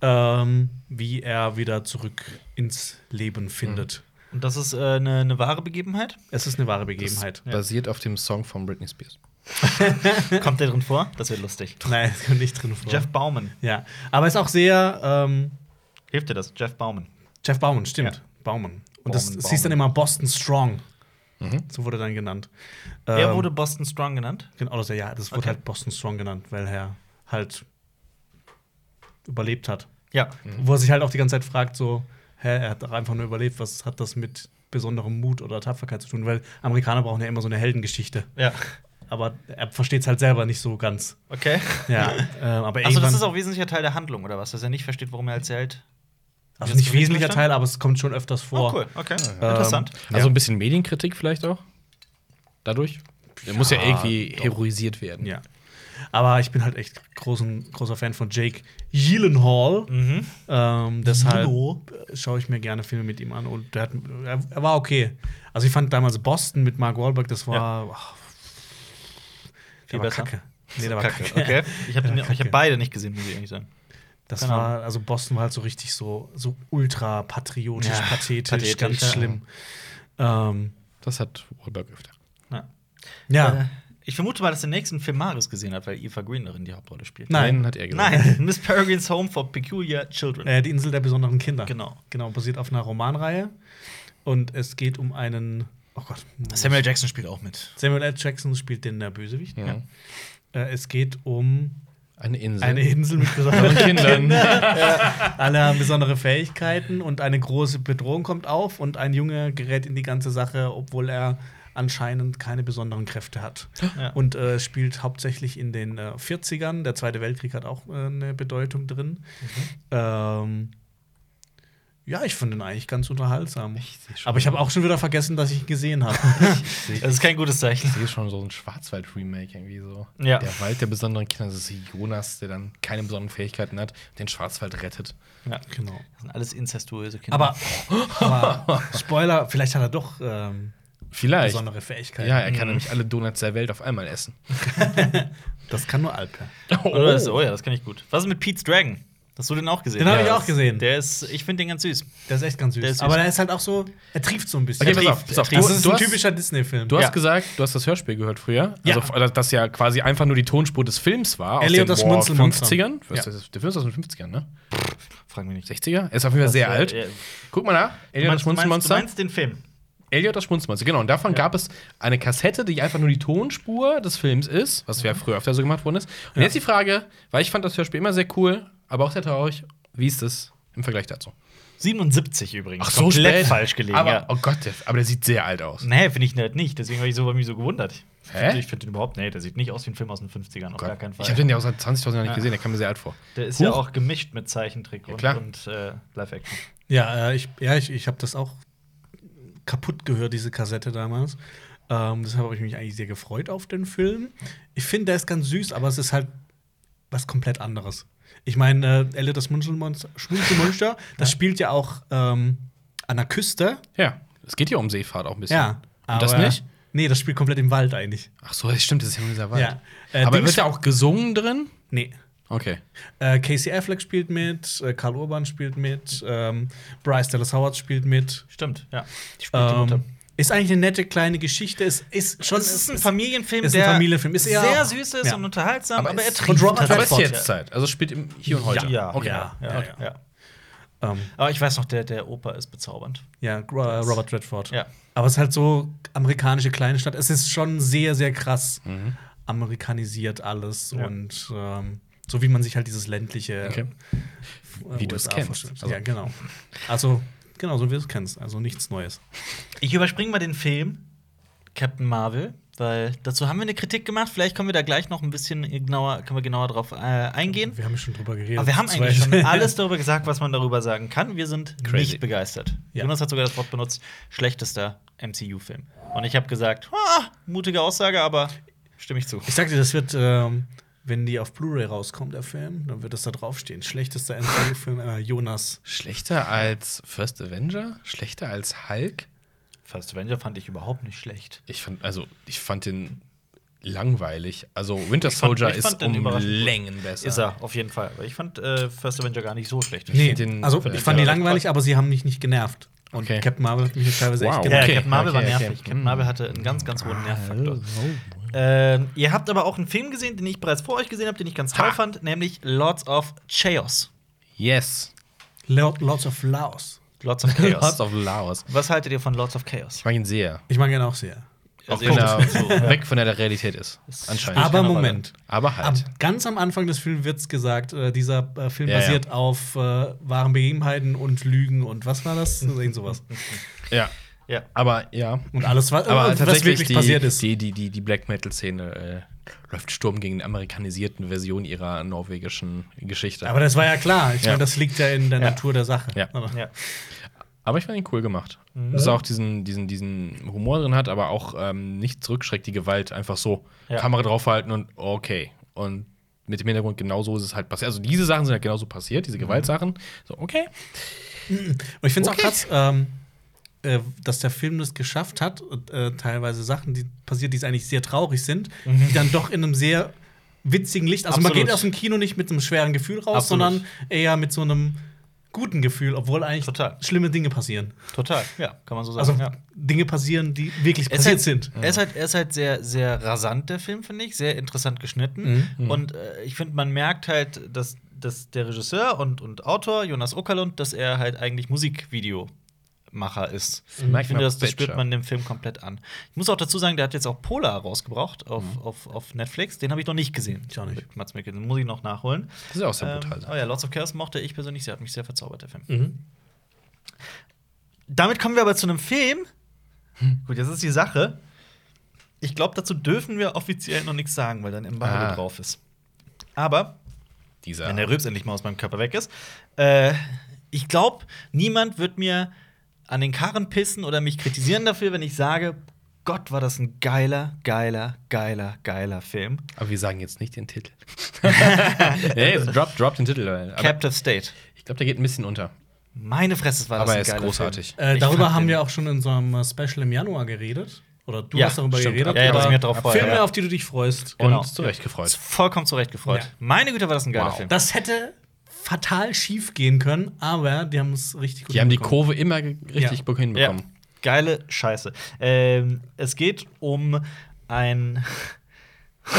Speaker 3: ähm, wie er wieder zurück ins Leben findet.
Speaker 2: Mhm.
Speaker 1: Und das ist äh, eine eine wahre Begebenheit.
Speaker 3: Es ist eine wahre Begebenheit.
Speaker 2: Basiert auf dem Song von Britney Spears.
Speaker 1: Kommt der drin vor? Das wird lustig.
Speaker 3: Nein, es kommt nicht drin vor.
Speaker 1: Jeff Bauman.
Speaker 3: Ja, aber es ist auch sehr ähm,
Speaker 1: Hilft dir das? Jeff Bauman.
Speaker 3: Jeff Baumann, stimmt. Baumann. Und das,
Speaker 1: Baumann,
Speaker 3: das hieß dann
Speaker 1: Baumann. Mhm.
Speaker 3: immer Boston Strong. So wurde dann genannt.
Speaker 1: Er
Speaker 3: Ähm,
Speaker 1: wurde Boston Strong genannt.
Speaker 3: Genau, das, ja, das wurde
Speaker 1: Okay.
Speaker 3: halt Boston Strong genannt, weil er halt überlebt hat.
Speaker 1: Ja.
Speaker 3: Wo er sich halt auch die ganze Zeit fragt, so, hä, er hat doch einfach nur überlebt, was hat das mit besonderem Mut oder Tapferkeit zu tun? Weil Amerikaner brauchen ja immer so eine Heldengeschichte.
Speaker 1: Ja.
Speaker 3: Aber er versteht es halt selber nicht so ganz.
Speaker 1: Okay.
Speaker 3: Ja, ähm,
Speaker 1: Achso,
Speaker 3: aber
Speaker 1: das
Speaker 3: irgendwann-
Speaker 1: ist auch wesentlicher Teil der Handlung, oder was? Dass er nicht versteht, warum er als Held. Hast
Speaker 3: also
Speaker 1: du
Speaker 3: nicht
Speaker 1: das richtig
Speaker 3: wesentlicher
Speaker 1: verstanden?
Speaker 3: Teil, aber es kommt schon öfters vor.
Speaker 1: Oh, cool. Okay. Interessant.
Speaker 2: Also ein bisschen Medienkritik vielleicht auch. Dadurch. Der muss ja irgendwie heroisiert werden.
Speaker 3: Ja. Aber ich bin halt echt großen, großer Fan von Jake Gyllenhaal.
Speaker 1: Mhm.
Speaker 3: Ähm, deshalb schaue ich mir gerne Filme mit ihm an. Und der hat, er, er war okay. Also ich fand damals Boston mit Mark Wahlberg, das war ach,
Speaker 1: Viel
Speaker 3: der war
Speaker 1: besser.
Speaker 3: Kacke. Nee, der war
Speaker 1: Kacke.
Speaker 3: kacke.
Speaker 1: Okay. Ich habe
Speaker 3: Der war
Speaker 1: hab
Speaker 3: kacke.
Speaker 1: beide nicht gesehen, muss ich ehrlich sagen.
Speaker 3: Das
Speaker 1: Keine
Speaker 3: war, also Boston war halt so richtig so, so ultra patriotisch,
Speaker 1: Ja,
Speaker 3: pathetisch,
Speaker 1: pathetisch,
Speaker 3: ganz
Speaker 1: ja.
Speaker 3: schlimm. Ähm,
Speaker 2: Das hat Wahlberg öfter.
Speaker 1: Ja.
Speaker 3: ja.
Speaker 1: Äh, ich vermute mal, dass der nächsten Film Marius gesehen hat, weil Eva Green darin die Hauptrolle spielt.
Speaker 3: Nein.
Speaker 2: hat er gesagt.
Speaker 1: Nein, Miss Peregrine's Home for Peculiar Children.
Speaker 3: Äh, die Insel der besonderen Kinder.
Speaker 1: Genau.
Speaker 3: Genau, basiert auf einer Romanreihe. Und es geht um einen. Oh Gott.
Speaker 1: Samuel Jackson spielt auch mit.
Speaker 3: Samuel L. Jackson spielt den der Bösewicht.
Speaker 2: Ja.
Speaker 3: Ja. Äh, es geht um
Speaker 2: Eine Insel.
Speaker 3: eine Insel mit
Speaker 2: Von
Speaker 3: besonderen
Speaker 2: Kindern.
Speaker 3: Alle haben besondere Fähigkeiten und eine große Bedrohung kommt auf und ein Junge gerät in die ganze Sache, obwohl er anscheinend keine besonderen Kräfte hat.
Speaker 1: Ja.
Speaker 3: Und äh, spielt hauptsächlich in den äh, 40ern. Der Zweite Weltkrieg hat auch äh, eine Bedeutung drin. Ähm, ja, ich fand den eigentlich ganz unterhaltsam. Aber ich habe auch schon wieder vergessen, dass ich ihn gesehen habe.
Speaker 1: Das ist kein gutes Zeichen.
Speaker 2: Ich sehe schon so ein Schwarzwald-Remake irgendwie so.
Speaker 1: Ja.
Speaker 2: Der Wald der besonderen Kinder, das ist Jonas, der dann keine besonderen Fähigkeiten hat, den Schwarzwald rettet.
Speaker 1: Ja.
Speaker 3: genau.
Speaker 1: Das sind alles inzestuöse Kinder.
Speaker 3: Aber, aber Spoiler, vielleicht hat er doch ähm,
Speaker 2: Vielleicht.
Speaker 3: besondere Fähigkeiten.
Speaker 2: Ja, er kann
Speaker 1: Mhm.
Speaker 2: nämlich alle Donuts der Welt auf einmal essen.
Speaker 3: Das kann nur Alper.
Speaker 2: Oh,
Speaker 1: Oder das, oh ja, das kann ich gut. Was ist mit Pete's Dragon? Hast du den auch gesehen?
Speaker 3: Den habe
Speaker 1: Ja,
Speaker 3: ich auch
Speaker 1: das-
Speaker 3: gesehen.
Speaker 1: Der ist, ich finde den ganz süß.
Speaker 3: Der ist echt ganz süß.
Speaker 1: Der ist süß.
Speaker 3: Aber der ist halt auch so, er trieft so ein bisschen.
Speaker 2: Okay,
Speaker 3: Er
Speaker 2: pass auf,
Speaker 3: trieft,
Speaker 2: pass auf.
Speaker 3: er trieft.
Speaker 2: Du-
Speaker 3: Das ist
Speaker 2: du
Speaker 3: ein
Speaker 2: hast-
Speaker 3: typischer Disney-Film.
Speaker 2: Du hast
Speaker 1: Ja.
Speaker 2: gesagt, du hast das Hörspiel gehört früher.
Speaker 3: Ja.
Speaker 2: Also, Also, das ja quasi einfach nur die Tonspur des Films war.
Speaker 3: Elliot
Speaker 2: aus
Speaker 3: das
Speaker 2: den boah,
Speaker 3: Munzelmonster.
Speaker 2: 50ern. Was
Speaker 3: Ja.
Speaker 2: ist das? Der Film ist aus den 50ern, ne?
Speaker 1: Frag mich nicht.
Speaker 2: 60er? Er ist auf jeden Fall sehr
Speaker 1: äh,
Speaker 2: alt.
Speaker 1: äh,
Speaker 2: Guck mal nach. Elliot das
Speaker 1: du, meinst, du
Speaker 2: Schmunzelmonster.
Speaker 1: meinst den Film?
Speaker 2: Elliot das Schmunzelmonster, genau. Und davon gab es eine Kassette, die einfach nur die Tonspur des Films ist, was ja
Speaker 1: Mhm.
Speaker 2: früher öfter so gemacht worden ist. Und jetzt die Frage, weil ich fand das Hörspiel immer sehr cool, aber auch sehr traurig, wie ist es im Vergleich dazu?
Speaker 1: 77 übrigens.
Speaker 2: Komplett
Speaker 1: falsch gelegen.
Speaker 2: Aber,
Speaker 1: ja.
Speaker 2: Oh Gott, der, aber der sieht sehr alt aus.
Speaker 1: Nee, finde ich halt nicht. Deswegen war ich so bei mir so gewundert. Ich
Speaker 2: Hä?
Speaker 1: finde find den überhaupt, nee, der sieht nicht aus wie ein Film aus den 50ern, auf
Speaker 2: Gott.
Speaker 1: gar keinen Fall.
Speaker 2: Ich habe den ja auch seit 20.000 Jahren nicht gesehen, der kam mir sehr alt vor.
Speaker 1: der ist
Speaker 2: Huch.
Speaker 1: ja auch gemischt mit Zeichentrick und,
Speaker 2: klar.
Speaker 1: und äh, Live-Action.
Speaker 3: Ja, äh, ich, ja, ich, ich habe das auch kaputt gehört, diese Kassette damals. Ähm, deshalb habe ich mich eigentlich sehr gefreut auf den Film. Ich finde, der ist ganz süß, aber es ist halt was komplett anderes. Ich meine, äh, Elle, das Munzelmonster, Schmunzelmonster, das spielt ja auch ähm, an der Küste.
Speaker 2: Ja, es geht ja um Seefahrt auch ein bisschen.
Speaker 3: Ja.
Speaker 2: Und das nicht?
Speaker 3: Nee, das spielt komplett im Wald eigentlich.
Speaker 2: Ach so, das stimmt, das ist ja nur dieser Wald.
Speaker 3: Ja. Äh,
Speaker 2: aber
Speaker 3: Dings-
Speaker 2: wird ja auch gesungen drin?
Speaker 3: Nee.
Speaker 2: Okay.
Speaker 3: Äh, Casey Affleck spielt mit, äh, Karl Urban spielt mit, ähm, Bryce Dallas Howard spielt mit.
Speaker 1: Stimmt, ja. Die spielt die Mutter.
Speaker 3: Ähm, ist eigentlich eine nette kleine Geschichte. Es ist schon.
Speaker 1: es ist ein
Speaker 3: es-
Speaker 1: Familienfilm,
Speaker 3: ist ein
Speaker 1: der
Speaker 3: Familienfilm. Ist eher-
Speaker 1: sehr süß ist
Speaker 3: Ja.
Speaker 1: und unterhaltsam, aber, er
Speaker 2: es-
Speaker 1: trifft.
Speaker 3: Robert
Speaker 2: Aber es ist
Speaker 3: Redford,
Speaker 2: jetzt Zeit. Also spielt im Hier und heute.
Speaker 1: Ja,
Speaker 2: okay.
Speaker 1: ja, ja,
Speaker 3: Ja,
Speaker 1: ja.
Speaker 3: ja. ähm,
Speaker 1: Aber ich weiß noch, der, der Opa ist bezaubernd.
Speaker 3: ja, Gro- äh, Robert Redford.
Speaker 1: Ja.
Speaker 3: Aber es ist halt so amerikanische Kleinstadt. Es ist schon sehr, sehr krass
Speaker 2: Mhm.
Speaker 3: amerikanisiert alles
Speaker 1: Ja.
Speaker 3: und ähm, so wie man sich halt dieses ländliche
Speaker 2: Okay.
Speaker 3: äh,
Speaker 2: Wie du es
Speaker 3: USA
Speaker 2: kennst.
Speaker 3: vorstellt.
Speaker 2: Also-
Speaker 3: Ja, genau. Also genau so wie du es kennst. Also nichts Neues.
Speaker 1: Ich überspringe mal den Film Captain Marvel. Weil dazu haben wir eine Kritik gemacht. Vielleicht können wir da gleich noch ein bisschen genauer, können wir genauer drauf äh, eingehen.
Speaker 3: Wir haben schon drüber geredet.
Speaker 1: Aber wir haben eigentlich schon alles darüber gesagt, was man darüber sagen kann. Wir sind
Speaker 2: Crazy.
Speaker 1: nicht begeistert.
Speaker 3: Ja.
Speaker 1: Jonas hat sogar das Wort benutzt: schlechtester MCU-Film. Und ich habe gesagt: "Ah, mutige Aussage, aber stimme ich zu.
Speaker 3: Ich sag dir, das wird, ähm, wenn die auf Blu-ray rauskommt, der Film, dann wird das da draufstehen. Schlechtester MCU-Film, äh, Jonas.
Speaker 2: Schlechter als First Avenger? Schlechter als Hulk?
Speaker 1: First Avenger fand ich überhaupt nicht schlecht.
Speaker 2: Ich fand, also, ich fand den langweilig. Also, Winter Soldier
Speaker 1: ich fand
Speaker 2: ist
Speaker 1: den
Speaker 2: um
Speaker 1: überraschend gut.
Speaker 2: Längen besser.
Speaker 1: Ist er, auf jeden Fall. Aber ich fand äh, First Avenger gar nicht so schlecht.
Speaker 2: Nee,
Speaker 3: Nee,
Speaker 2: den-
Speaker 3: also ich fand die
Speaker 2: ja,
Speaker 3: langweilig, aber sie haben mich nicht genervt. Und
Speaker 2: Okay.
Speaker 3: Captain Marvel hat mich teilweise
Speaker 2: Wow.
Speaker 3: echt
Speaker 1: Ja,
Speaker 3: genervt.
Speaker 2: Okay,
Speaker 1: Captain Marvel
Speaker 2: okay, Ah, oh,
Speaker 1: war
Speaker 2: okay.
Speaker 1: nervig. Captain Marvel hatte einen ganz, ganz hohen Nervfaktor. Ähm, ihr habt aber auch einen Film gesehen, den ich bereits vor euch gesehen habe, den ich ganz toll
Speaker 2: Ha.
Speaker 1: fand, nämlich Lords of Chaos.
Speaker 2: Yes.
Speaker 3: Lord, Lords of Laos.
Speaker 1: Lords of
Speaker 2: Lords
Speaker 1: Chaos.
Speaker 2: of Laos.
Speaker 1: Was haltet ihr von Lords of Chaos?
Speaker 2: Ich mag ihn sehr.
Speaker 3: Ich mag ihn auch sehr.
Speaker 2: Auch
Speaker 1: ihr
Speaker 2: wenn er
Speaker 1: stimmt zu, ja.
Speaker 2: weg von der Realität ist. Anscheinend.
Speaker 1: spielt
Speaker 3: Aber
Speaker 1: keine Rolle.
Speaker 3: Moment.
Speaker 2: Aber halt.
Speaker 3: Ab, ganz am Anfang des Films wird's gesagt, äh, dieser äh, Film
Speaker 2: Ja, ja.
Speaker 3: basiert auf äh, wahren Begebenheiten und Lügen und was war das? Also Irgend sowas.
Speaker 2: ja.
Speaker 1: Ja.
Speaker 2: Aber ja.
Speaker 3: Und alles, was,
Speaker 2: Aber
Speaker 3: und was
Speaker 2: tatsächlich
Speaker 3: wirklich
Speaker 2: die,
Speaker 3: passiert ist.
Speaker 2: Die, die, die, die Black Metal-Szene äh, läuft Sturm gegen die amerikanisierten Version ihrer norwegischen Geschichte.
Speaker 3: Aber
Speaker 2: Aber,
Speaker 3: das war ja klar. Ich
Speaker 2: Ja.
Speaker 3: meine, das liegt ja in der Natur der Sache.
Speaker 2: Ja.
Speaker 3: Aber
Speaker 1: Ja.
Speaker 2: ich fand ihn cool gemacht.
Speaker 1: Mhm.
Speaker 2: Dass er auch diesen, diesen, diesen Humor drin hat, aber auch ähm, nicht zurückschreckt, die Gewalt. Einfach so
Speaker 1: Ja.
Speaker 2: Kamera draufhalten und okay. Und mit dem Hintergrund genauso ist es halt passiert. Also diese Sachen sind halt genauso passiert,
Speaker 1: Mhm.
Speaker 2: diese Gewaltsachen. So, okay.
Speaker 3: Und ich finde es
Speaker 2: Okay.
Speaker 3: auch krass, ähm, äh, dass der Film das geschafft hat, und, äh, teilweise Sachen, die passiert, die eigentlich sehr traurig sind, die dann doch in einem sehr witzigen Licht. Also man
Speaker 1: Mhm. Absolut.
Speaker 3: geht aus dem Kino nicht mit einem schweren Gefühl raus,
Speaker 1: Absolut.
Speaker 3: sondern eher mit so einem guten Gefühl, obwohl eigentlich
Speaker 1: Total.
Speaker 3: schlimme Dinge passieren.
Speaker 1: Total, ja, kann man so sagen.
Speaker 3: Also
Speaker 1: ja.
Speaker 3: Dinge passieren, die wirklich
Speaker 1: Er ist,
Speaker 3: passiert
Speaker 1: halt,
Speaker 3: sind.
Speaker 2: Mhm.
Speaker 1: er, ist halt, er ist halt sehr, sehr rasant, der Film, finde ich. Sehr interessant
Speaker 2: Mhm,
Speaker 1: geschnitten. Und äh, ich finde, man merkt halt, dass, dass der Regisseur und, und Autor Jonas Okerlund, dass er halt eigentlich Musikvideomacher ist. Ich
Speaker 2: merkt
Speaker 1: finde,
Speaker 2: man
Speaker 1: das, das
Speaker 2: Badger.
Speaker 1: spürt man dem Film komplett an. Ich muss auch dazu sagen, der hat jetzt auch Polar rausgebracht auf,
Speaker 2: Mhm.
Speaker 1: auf, auf Netflix. Den habe ich noch nicht gesehen.
Speaker 3: Ich auch nicht.
Speaker 1: Mit Mats Mikkelsen. Muss ich noch nachholen.
Speaker 2: Das ist ja auch sehr
Speaker 1: Ähm,
Speaker 2: brutal. ne?
Speaker 1: oh ja, Lots of Chaos mochte ich persönlich sehr, hat mich sehr verzaubert, der Film.
Speaker 3: Mhm.
Speaker 1: Damit kommen wir aber zu einem Film.
Speaker 2: Hm.
Speaker 1: Gut, jetzt ist die Sache. Ich glaube, dazu dürfen wir offiziell noch nichts sagen, weil dann Embargo
Speaker 2: Ah.
Speaker 1: drauf ist. Aber,
Speaker 2: Dieser.
Speaker 1: wenn der Rübs endlich mal aus meinem Körper weg ist, äh, ich glaube, niemand wird mir an den Karren pissen oder mich kritisieren dafür, wenn ich sage, Gott, war das ein geiler, geiler, geiler, geiler Film.
Speaker 2: Aber wir sagen jetzt nicht den Titel. nee, drop, drop den Titel. Aber
Speaker 1: Captive State.
Speaker 2: ich glaube, der geht ein bisschen unter.
Speaker 1: Meine Fresse, das war das
Speaker 2: Aber
Speaker 1: ein
Speaker 2: er ist
Speaker 1: geiler
Speaker 2: großartig.
Speaker 1: Film.
Speaker 3: Äh,
Speaker 1: Ich
Speaker 3: darüber
Speaker 1: fand
Speaker 3: haben
Speaker 1: den-
Speaker 3: wir auch schon in so einem äh, Special im Januar geredet. Oder du
Speaker 1: Ja,
Speaker 3: hast darüber
Speaker 2: stimmt.
Speaker 3: geredet.
Speaker 2: Ja, ja,
Speaker 3: aber
Speaker 2: da sind
Speaker 1: wir drauf vorher,
Speaker 3: Filme,
Speaker 1: ja.
Speaker 3: auf die du dich freust.
Speaker 1: Genau.
Speaker 2: Und zu Recht gefreut.
Speaker 1: Vollkommen zurecht gefreut.
Speaker 3: Ja.
Speaker 1: Meine Güte, war das ein geiler
Speaker 2: Wow.
Speaker 1: Film.
Speaker 3: Das hätte fatal schief gehen können, aber die haben es richtig gut
Speaker 2: Die haben die
Speaker 3: hinbekommen.
Speaker 2: Kurve immer ge- richtig
Speaker 3: Ja.
Speaker 1: Ja,
Speaker 2: hinbekommen.
Speaker 1: geile Scheiße. Ähm, es geht um ein.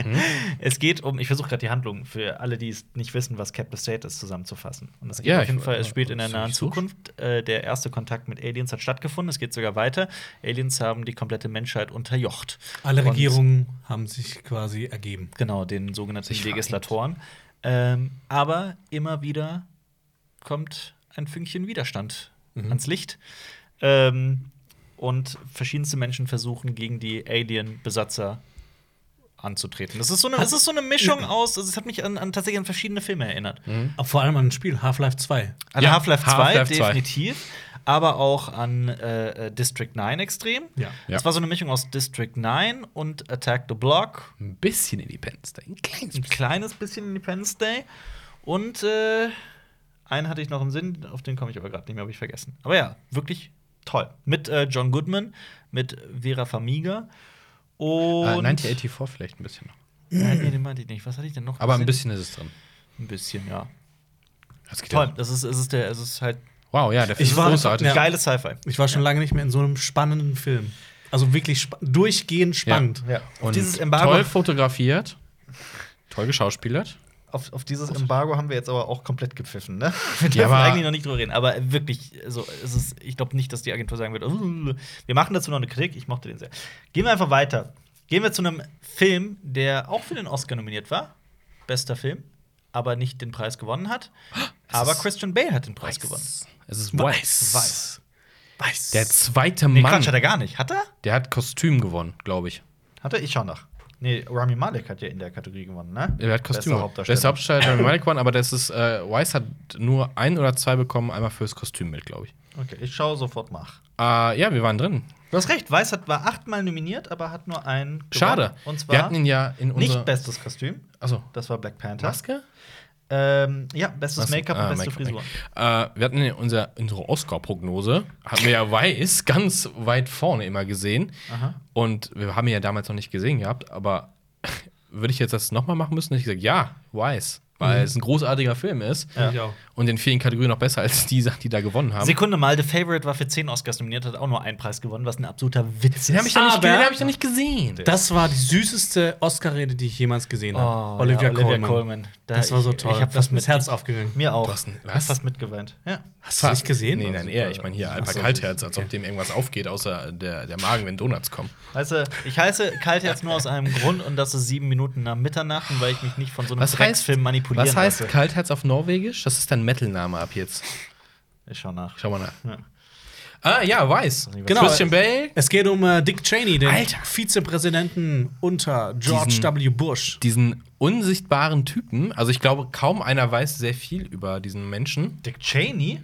Speaker 2: Hm?
Speaker 1: Es geht um, ich versuche gerade die Handlung für alle, die es nicht wissen, was Captain State ist, zusammenzufassen. Und es geht
Speaker 2: Ja,
Speaker 1: auf jeden
Speaker 2: ich-
Speaker 1: Fall, es spielt in der
Speaker 2: ziemlich
Speaker 1: nahen
Speaker 2: so.
Speaker 1: Zukunft. Äh, der erste Kontakt mit Aliens hat stattgefunden, es geht sogar weiter. Aliens haben die komplette Menschheit unterjocht.
Speaker 3: Alle
Speaker 1: Und-
Speaker 3: Regierungen haben sich quasi ergeben.
Speaker 1: Genau, den sogenannten
Speaker 2: Sich
Speaker 1: Legislatoren. Ähm, aber immer wieder kommt ein Fünkchen Widerstand
Speaker 2: Mhm.
Speaker 1: ans Licht. Ähm, und verschiedenste Menschen versuchen, gegen die Alien-Besatzer anzutreten. Das ist so eine, es ist so eine Mischung aus, also es hat mich an, an tatsächlich an verschiedene Filme erinnert.
Speaker 3: Aber vor allem an ein Spiel, Half-Life 2.
Speaker 1: An
Speaker 2: Mhm. Ja,
Speaker 1: Half-Life 2
Speaker 2: Half-Life 2.
Speaker 1: definitiv, aber auch an äh, äh, District 9 extrem.
Speaker 3: Ja.
Speaker 2: Ja.
Speaker 1: Das war so eine Mischung aus District 9 und Attack the Block
Speaker 2: Ein bisschen Independence Day. Ein kleines
Speaker 1: ein kleines bisschen Independence Day. Und äh, einen hatte ich noch im Sinn, auf den komme ich aber gerade nicht mehr, habe ich vergessen. Aber ja, wirklich toll. Mit äh, John Goodman, mit Vera Famiga und.
Speaker 2: Äh, 1984 vielleicht ein bisschen noch.
Speaker 1: Nein, nee, den meinte ich nicht. Was hatte ich denn noch?
Speaker 2: Aber
Speaker 1: im
Speaker 2: ein
Speaker 1: Sinn?
Speaker 2: bisschen ist es drin.
Speaker 1: Ein bisschen, ja.
Speaker 2: Das geht
Speaker 1: Toll.
Speaker 2: ja.
Speaker 1: Das ist, es ist der, es ist halt
Speaker 2: Wow, ja, der Film
Speaker 3: Ich
Speaker 2: ist
Speaker 3: war-
Speaker 2: großartig.
Speaker 3: Ja.
Speaker 1: geile Sci-Fi.
Speaker 3: Ich war schon lange nicht mehr in so einem spannenden Film. Also wirklich spa durchgehend spannend.
Speaker 1: Ja. Auf
Speaker 2: Und
Speaker 1: dieses Embargo,
Speaker 2: toll fotografiert, toll geschauspielert.
Speaker 1: auf, auf dieses Embargo haben wir jetzt aber auch komplett gepfiffen, ne? Wir
Speaker 2: Ja,
Speaker 1: dürfen
Speaker 2: aber-
Speaker 1: eigentlich noch nicht drüber reden, aber wirklich, also, es ist, ich glaube nicht, dass die Agentur sagen wird, "Uh, wir machen dazu noch eine Kritik, ich mochte den sehr. Gehen wir einfach weiter. Gehen wir zu einem Film, der auch für den Oscar nominiert war, bester Film, aber nicht den Preis gewonnen hat. Aber Christian Bale hat den Preis gewonnen.
Speaker 2: Es ist weiß.
Speaker 1: Weiß. Weiß.
Speaker 2: Der zweite
Speaker 1: nee,
Speaker 2: Mann,
Speaker 1: Quatsch, hat er gar nicht. Hat er?
Speaker 2: der hat Kostüm gewonnen, glaube ich.
Speaker 1: Hat er? Ich schau nach. Nee, Rami Malek hat ja in der Kategorie gewonnen, ne?
Speaker 2: Er hat Kostüme.
Speaker 1: Bester Hauptdarsteller.
Speaker 2: Bester Hauptdarsteller hat Rami Malek gewonnen, aber das ist, äh, Weiss hat nur ein oder zwei bekommen, einmal fürs Kostüm mit, glaube ich.
Speaker 1: okay, ich schaue sofort nach.
Speaker 2: Äh, ja, wir waren drin.
Speaker 1: Du hast recht, Weiß hat war achtmal nominiert, aber hat nur einen.
Speaker 2: Schade.
Speaker 1: Gewonnen. Und
Speaker 2: wir
Speaker 1: zwar
Speaker 2: hatten ihn ja in unserer.
Speaker 1: nicht bestes Kostüm.
Speaker 2: Achso.
Speaker 1: Das war Black Panther.
Speaker 2: Maske?
Speaker 1: Ähm, ja, bestes
Speaker 2: Achso,
Speaker 1: Make-up
Speaker 2: ah,
Speaker 1: und beste
Speaker 2: Make-up,
Speaker 1: Frisur.
Speaker 2: Make-up. Äh, wir hatten in unserer, unsere Oscar-Prognose, hatten wir ja Weiß ganz weit vorne immer gesehen. Und wir haben ihn ja damals noch nicht gesehen gehabt, aber würde ich jetzt das nochmal machen müssen? Hätte ich gesagt, ja, Weiß. Weil es ein großartiger Film ist.
Speaker 3: Ich auch.
Speaker 2: Und in vielen Kategorien noch besser als die, die da gewonnen haben.
Speaker 1: Sekunde mal, The Favorite war für 10 Oscars nominiert, hat auch nur einen Preis gewonnen, was ein absoluter Witz
Speaker 2: Den
Speaker 1: ist.
Speaker 2: habe ich, ja nicht-
Speaker 3: Aber-
Speaker 2: den hab ich ja nicht gesehen.
Speaker 3: Das war die süßeste Oscar-Rede, die ich jemals gesehen habe.
Speaker 1: Oh,
Speaker 3: Olivia,
Speaker 1: ja,
Speaker 3: Colman.
Speaker 1: Da
Speaker 3: Das war so
Speaker 1: ich-
Speaker 3: toll.
Speaker 1: Ich habe
Speaker 3: Fast
Speaker 1: das
Speaker 3: mir
Speaker 1: mit
Speaker 3: das Herz aufgegangen.
Speaker 1: Mir auch.
Speaker 2: Du hast ein-
Speaker 1: Ich hab
Speaker 2: was?
Speaker 1: fast mitgeweint. Ja.
Speaker 3: Hast du nicht gesehen?
Speaker 2: Nee, nein, eher. Ich meine hier einfach Kaltherz, als
Speaker 3: okay.
Speaker 2: ob dem irgendwas aufgeht, außer der, der Magen, wenn Donuts kommen.
Speaker 1: Weißt du, ich heiße Kaltherz nur aus einem Grund und das ist sieben Minuten nach Mitternacht und weil ich mich nicht von so einem Drecksfilm manipulieren
Speaker 2: was heißt
Speaker 1: lasse.
Speaker 2: Kaltherz auf Norwegisch? Das ist dein Metal-Name ab jetzt.
Speaker 1: Ich schau nach.
Speaker 2: Schau mal nach.
Speaker 1: Ja.
Speaker 2: Ah, ja, weiß.
Speaker 1: Genau.
Speaker 2: Christian Bale.
Speaker 3: Es geht um äh, Dick Cheney, den
Speaker 2: Alter.
Speaker 3: Vizepräsidenten unter George
Speaker 2: Diesen-
Speaker 3: W. Bush.
Speaker 2: Diesen unsichtbaren Typen. Also, ich glaube, kaum einer weiß sehr viel über diesen Menschen.
Speaker 1: Dick Cheney?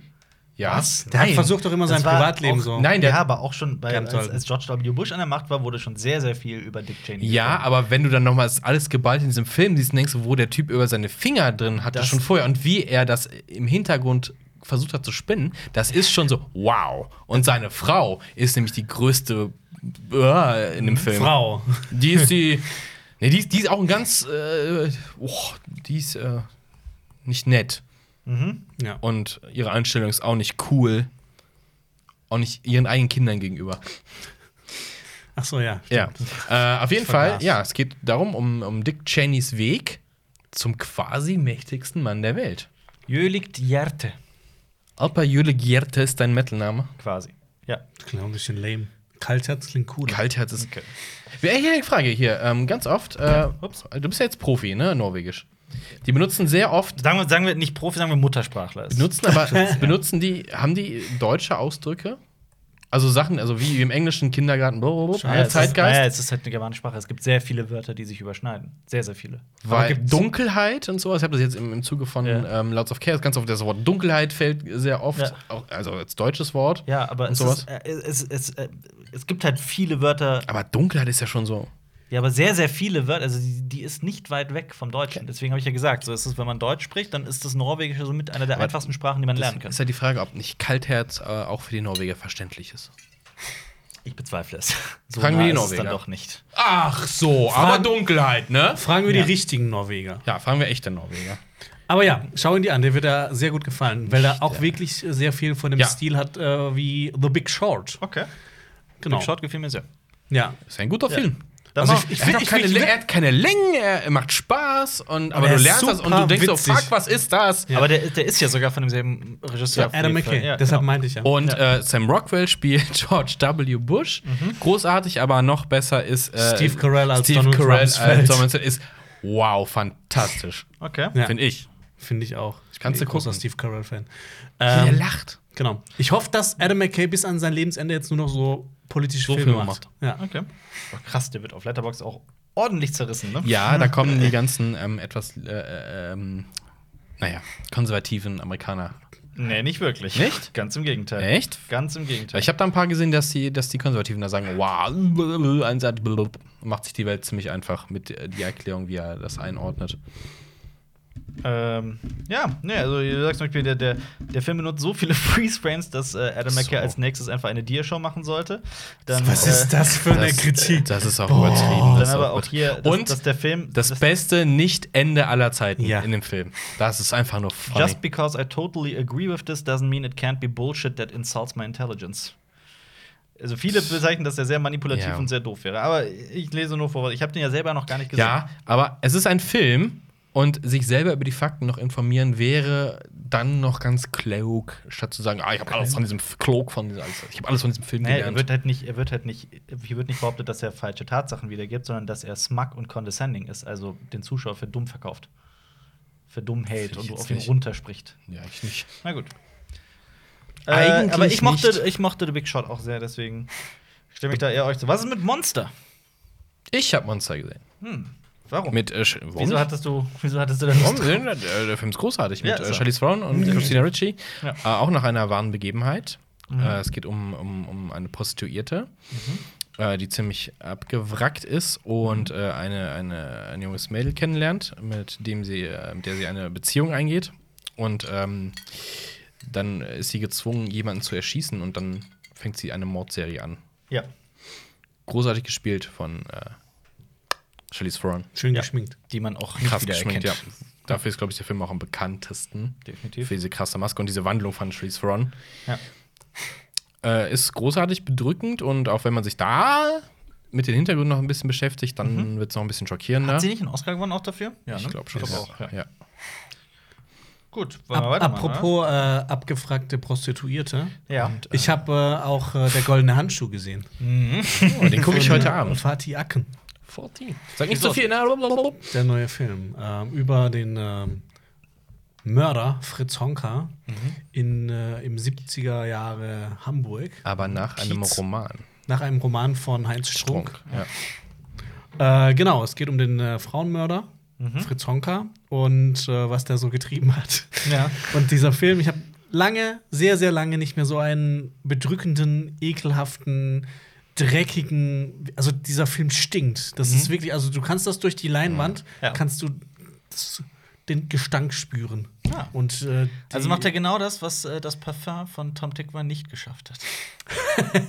Speaker 2: Ja.
Speaker 1: Was?
Speaker 3: Der hat
Speaker 2: Nein.
Speaker 3: versucht doch immer
Speaker 1: Das
Speaker 3: sein
Speaker 1: war
Speaker 3: Privatleben
Speaker 1: auch-
Speaker 3: so.
Speaker 2: Nein, der-
Speaker 1: ja, aber auch schon bei,
Speaker 3: Ganz
Speaker 1: als,
Speaker 3: toll.
Speaker 1: als George W. Bush an der Macht war, wurde schon sehr, sehr viel über Dick Cheney.
Speaker 2: Ja, aber wenn du dann nochmal alles geballt in diesem Film siehst, denkst du, wo der Typ über seine Finger drin hatte,
Speaker 1: Das-
Speaker 2: schon vorher und wie er das im Hintergrund versucht hat zu spinnen, das ist schon so wow. Und seine Frau ist nämlich die größte äh, in dem Film.
Speaker 3: Frau.
Speaker 2: Die ist die. Nee, die ist, die ist auch ein ganz. Äh, oh, die ist äh, nicht nett. Mhm.
Speaker 3: Ja.
Speaker 2: Und ihre Einstellung ist auch nicht cool. Auch nicht ihren eigenen Kindern gegenüber.
Speaker 3: Ach so, ja.
Speaker 2: Ja, äh, auf jeden Fall,
Speaker 1: vergaß.
Speaker 2: ja, es geht darum, um, um Dick Cheneys Weg zum quasi mächtigsten Mann der Welt.
Speaker 1: Jöligt Jerte,
Speaker 2: Alpa Jule Gierte ist dein Metalname.
Speaker 1: quasi. Ja.
Speaker 3: Das klingt auch ein bisschen lame. Kaltherz klingt cool.
Speaker 2: Kaltherz ist. Wer hier eine Frage hier, ähm, ganz oft, äh, ups, du bist ja jetzt Profi, ne, Norwegisch. Die benutzen sehr oft,
Speaker 1: Sagen wir, sagen wir nicht Profi, sagen wir Muttersprachler. Ist.
Speaker 2: benutzen aber, benutzen die, haben die deutsche Ausdrücke? Also Sachen, also wie im englischen Kindergarten, blablabla,
Speaker 1: Ja, es Ist, naja,
Speaker 2: Zeitgeist,
Speaker 1: es ist halt eine germanische Sprache. Es gibt sehr viele Wörter, die sich überschneiden. Sehr, sehr viele.
Speaker 2: weil Dunkelheit und sowas, ich habe das jetzt im, im Zuge von
Speaker 1: Ja.
Speaker 2: ähm, Lots of Chaos ganz oft, das Wort Dunkelheit fällt sehr oft,
Speaker 1: Ja.
Speaker 2: auch, also als deutsches Wort.
Speaker 1: Ja, aber
Speaker 2: Und
Speaker 1: es,
Speaker 2: sowas.
Speaker 1: ist, äh, es, es, äh, es gibt halt viele Wörter,
Speaker 2: Aber Dunkelheit ist ja schon so.
Speaker 1: ja, aber sehr, sehr viele Wörter. Also die, die ist nicht weit weg vom Deutschen. Deswegen habe ich ja gesagt, so ist es, wenn man Deutsch spricht, dann ist das Norwegische somit einer der
Speaker 2: Aber
Speaker 1: einfachsten Sprachen, die man lernen kann.
Speaker 2: Ist ja die Frage, ob nicht Kaltherz äh, auch für die Norweger verständlich ist.
Speaker 1: Ich bezweifle es. So
Speaker 2: Fragen wir die
Speaker 1: nah ist es dann
Speaker 2: Norweger.
Speaker 1: doch nicht.
Speaker 2: Ach so, aber Dunkelheit, ne?
Speaker 3: Fragen wir
Speaker 1: Ja.
Speaker 3: die richtigen Norweger.
Speaker 2: Ja, fragen wir echte Norweger.
Speaker 3: Aber ja, schau ihn dir an, der wird da sehr gut gefallen, weil er auch wirklich sehr viel von dem
Speaker 2: Ja.
Speaker 3: Stil hat äh, wie The Big Short.
Speaker 1: Okay.
Speaker 3: Genau.
Speaker 1: Big Shot gefiel mir sehr.
Speaker 3: Ja.
Speaker 2: Ist ein guter Film.
Speaker 1: Dann
Speaker 2: Also
Speaker 1: mach-
Speaker 2: ich, ich,
Speaker 3: ich
Speaker 2: er, hat
Speaker 3: will-
Speaker 2: auch
Speaker 3: ich
Speaker 2: keine,
Speaker 3: will-
Speaker 2: Lä- er hat keine Längen, er macht Spaß, und, aber
Speaker 3: er
Speaker 2: du
Speaker 3: ist
Speaker 2: lernst das und du
Speaker 3: super
Speaker 2: denkst so,
Speaker 3: witzig.
Speaker 2: fuck, was ist das?
Speaker 1: Aber der, der ist ja sogar von demselben Regisseur. auf
Speaker 3: Adam
Speaker 1: jeden Fall.
Speaker 3: McKay.
Speaker 1: Ja,
Speaker 3: Deshalb
Speaker 1: genau.
Speaker 3: meinte ich ja. Mhm.
Speaker 2: Und äh, Sam Rockwell spielt George W. Bush. Großartig, aber noch besser ist äh,
Speaker 3: Steve Carell als
Speaker 2: Steve
Speaker 3: Donald
Speaker 2: Carell
Speaker 3: Rumsfeld.
Speaker 2: als Donald Trump ist wow, fantastisch,
Speaker 1: Okay.
Speaker 3: Ja.
Speaker 2: finde ich.
Speaker 3: Finde ich auch. Ich
Speaker 2: Kannst
Speaker 3: eh
Speaker 2: du
Speaker 3: großer
Speaker 2: gucken.
Speaker 3: Steve Carell-Fan.
Speaker 2: er
Speaker 3: Ähm,
Speaker 2: lacht.
Speaker 3: genau. Ich hoffe, dass Adam McKay bis an sein Lebensende jetzt nur noch so politische
Speaker 2: So
Speaker 3: Filme
Speaker 2: Filme
Speaker 3: macht. Ja.
Speaker 1: Okay. Boah, krass, der wird auf Letterbox auch ordentlich zerrissen, ne?
Speaker 2: Ja, da kommen die ganzen ähm, etwas, äh, äh, ähm, naja, konservativen Amerikaner.
Speaker 1: Nee, nicht wirklich.
Speaker 2: Nicht?
Speaker 1: Ganz im Gegenteil.
Speaker 2: Echt?
Speaker 1: Ganz im Gegenteil.
Speaker 2: Ich habe da ein paar gesehen, dass die, dass die Konservativen da sagen, wow, blablabla, Einsatz, blablabla. macht sich die Welt ziemlich einfach mit äh, die Erklärung, wie er das einordnet.
Speaker 1: Ähm, ja, ne, also du sagst zum Beispiel, der, der, der Film benutzt so viele Freeze-Frames, dass äh, Adam
Speaker 2: So.
Speaker 1: McKay als nächstes einfach eine Diashow machen sollte. Dann, äh,
Speaker 3: Was ist das Oh, für eine Kritik?
Speaker 2: Das ist auch übertrieben.
Speaker 1: Dann
Speaker 2: das ist
Speaker 1: aber auch
Speaker 2: übertrieben.
Speaker 1: hier, dass,
Speaker 2: Und
Speaker 1: dass der Film
Speaker 2: Das
Speaker 1: dass
Speaker 2: beste Nicht-Ende aller Zeiten
Speaker 3: Ja.
Speaker 2: in dem Film. Das ist einfach nur funny.
Speaker 1: Just because I totally agree with this doesn't mean it can't be bullshit that insults my intelligence. Also viele bezeichnen, dass er sehr manipulativ
Speaker 2: Ja.
Speaker 1: und sehr doof wäre. Aber ich lese nur vor, weil ich habe den ja selber noch gar nicht gesehen.
Speaker 2: ja, aber es ist ein Film und sich selber über die Fakten noch informieren wäre dann noch ganz klug, statt zu sagen, ah, ich habe alles von diesem F- klug von diesem, alles- ich habe alles von diesem Film
Speaker 1: Naja, er
Speaker 2: gelernt.
Speaker 1: wird halt nicht, er wird halt nicht, hier wird nicht behauptet, dass er falsche Tatsachen wiedergibt, sondern dass er smug und condescending ist, also den Zuschauer für dumm verkauft. Für dumm hält
Speaker 2: ich
Speaker 1: und
Speaker 2: jetzt
Speaker 1: auf ihn
Speaker 2: nicht.
Speaker 1: runterspricht.
Speaker 2: Ja, ich nicht.
Speaker 1: Na gut. Äh,
Speaker 2: Eigentlich
Speaker 1: aber ich mochte,
Speaker 2: nicht.
Speaker 1: ich mochte The Big Shot auch sehr, deswegen stimme ich da eher euch zu. Was ist mit Monster?
Speaker 2: Ich habe Monster gesehen.
Speaker 1: Warum?
Speaker 2: Mit äh, Sch- warum
Speaker 1: wieso,
Speaker 2: nicht?
Speaker 1: hattest du, wieso hattest du denn
Speaker 2: Warum
Speaker 1: Lust?
Speaker 2: denn? Äh, Der Film ist großartig
Speaker 1: Ja,
Speaker 2: mit
Speaker 1: ist er.
Speaker 2: äh,
Speaker 1: Mhm.
Speaker 2: Charlize Theron und Christina Ricci.
Speaker 1: Ja. Mhm.
Speaker 2: Äh, auch nach einer wahren Begebenheit. Äh, es geht um, um, um eine Prostituierte,
Speaker 1: Mhm.
Speaker 2: äh, die ziemlich abgewrackt ist und äh, eine, eine, ein junges Mädel kennenlernt, mit, dem sie, äh, mit der sie eine Beziehung eingeht. Und ähm, dann ist sie gezwungen, jemanden zu erschießen und dann fängt sie eine Mordserie an.
Speaker 1: Ja.
Speaker 2: Großartig gespielt von äh, Charlize Theron.
Speaker 3: Schön
Speaker 1: Ja.
Speaker 3: geschminkt.
Speaker 1: Die man auch nicht
Speaker 2: Krass
Speaker 1: wiedererkennt.
Speaker 2: geschminkt, ja. Dafür ist, glaube ich, der Film auch am bekanntesten.
Speaker 1: Definitiv.
Speaker 2: Für diese krasse Maske und diese Wandlung von Charlize Theron.
Speaker 1: Ja.
Speaker 2: Äh, ist großartig bedrückend und auch wenn man sich da mit den Hintergründen noch ein bisschen beschäftigt, dann wird es noch ein bisschen schockierender.
Speaker 1: Mhm. Hat sie nicht einen Oscar gewonnen auch dafür? Ja,
Speaker 2: ich glaube schon.
Speaker 1: Ich glaub
Speaker 2: auch,
Speaker 1: auch, ja.
Speaker 2: ja.
Speaker 1: Gut, wollen wir
Speaker 3: Ab,
Speaker 1: weitermachen,
Speaker 3: apropos äh, abgefragte Prostituierte.
Speaker 1: oder? Ja.
Speaker 3: Ich habe äh, auch äh, der goldene Handschuh gesehen.
Speaker 2: Oh, den gucke ich heute
Speaker 3: Und
Speaker 2: Abend.
Speaker 3: Fatih Akin,
Speaker 2: 14. Sag nicht so viel. ne? Na, blablabla.
Speaker 3: der neue Film ähm, über den ähm, Mörder Fritz Honka in, äh, im 70er Jahre Hamburg
Speaker 2: Aber nach einem
Speaker 3: Kiez.
Speaker 2: Roman.
Speaker 3: nach einem Roman von Heinz Strunk.
Speaker 2: Trunk. Ja.
Speaker 3: Äh, genau, es geht um den äh, Frauenmörder Fritz Honka und äh, was der so getrieben hat.
Speaker 1: Ja.
Speaker 3: Und dieser Film, ich habe lange, sehr, sehr lange nicht mehr so einen bedrückenden, ekelhaften, dreckigen. Also dieser Film stinkt. Das ist wirklich, also du kannst das durch die Leinwand,
Speaker 1: Ja.
Speaker 3: kannst du das, den Gestank spüren.
Speaker 1: Ah.
Speaker 3: Und, äh, die-
Speaker 1: Also macht er genau das, was äh, das Parfum von Tom Tickwer nicht geschafft hat.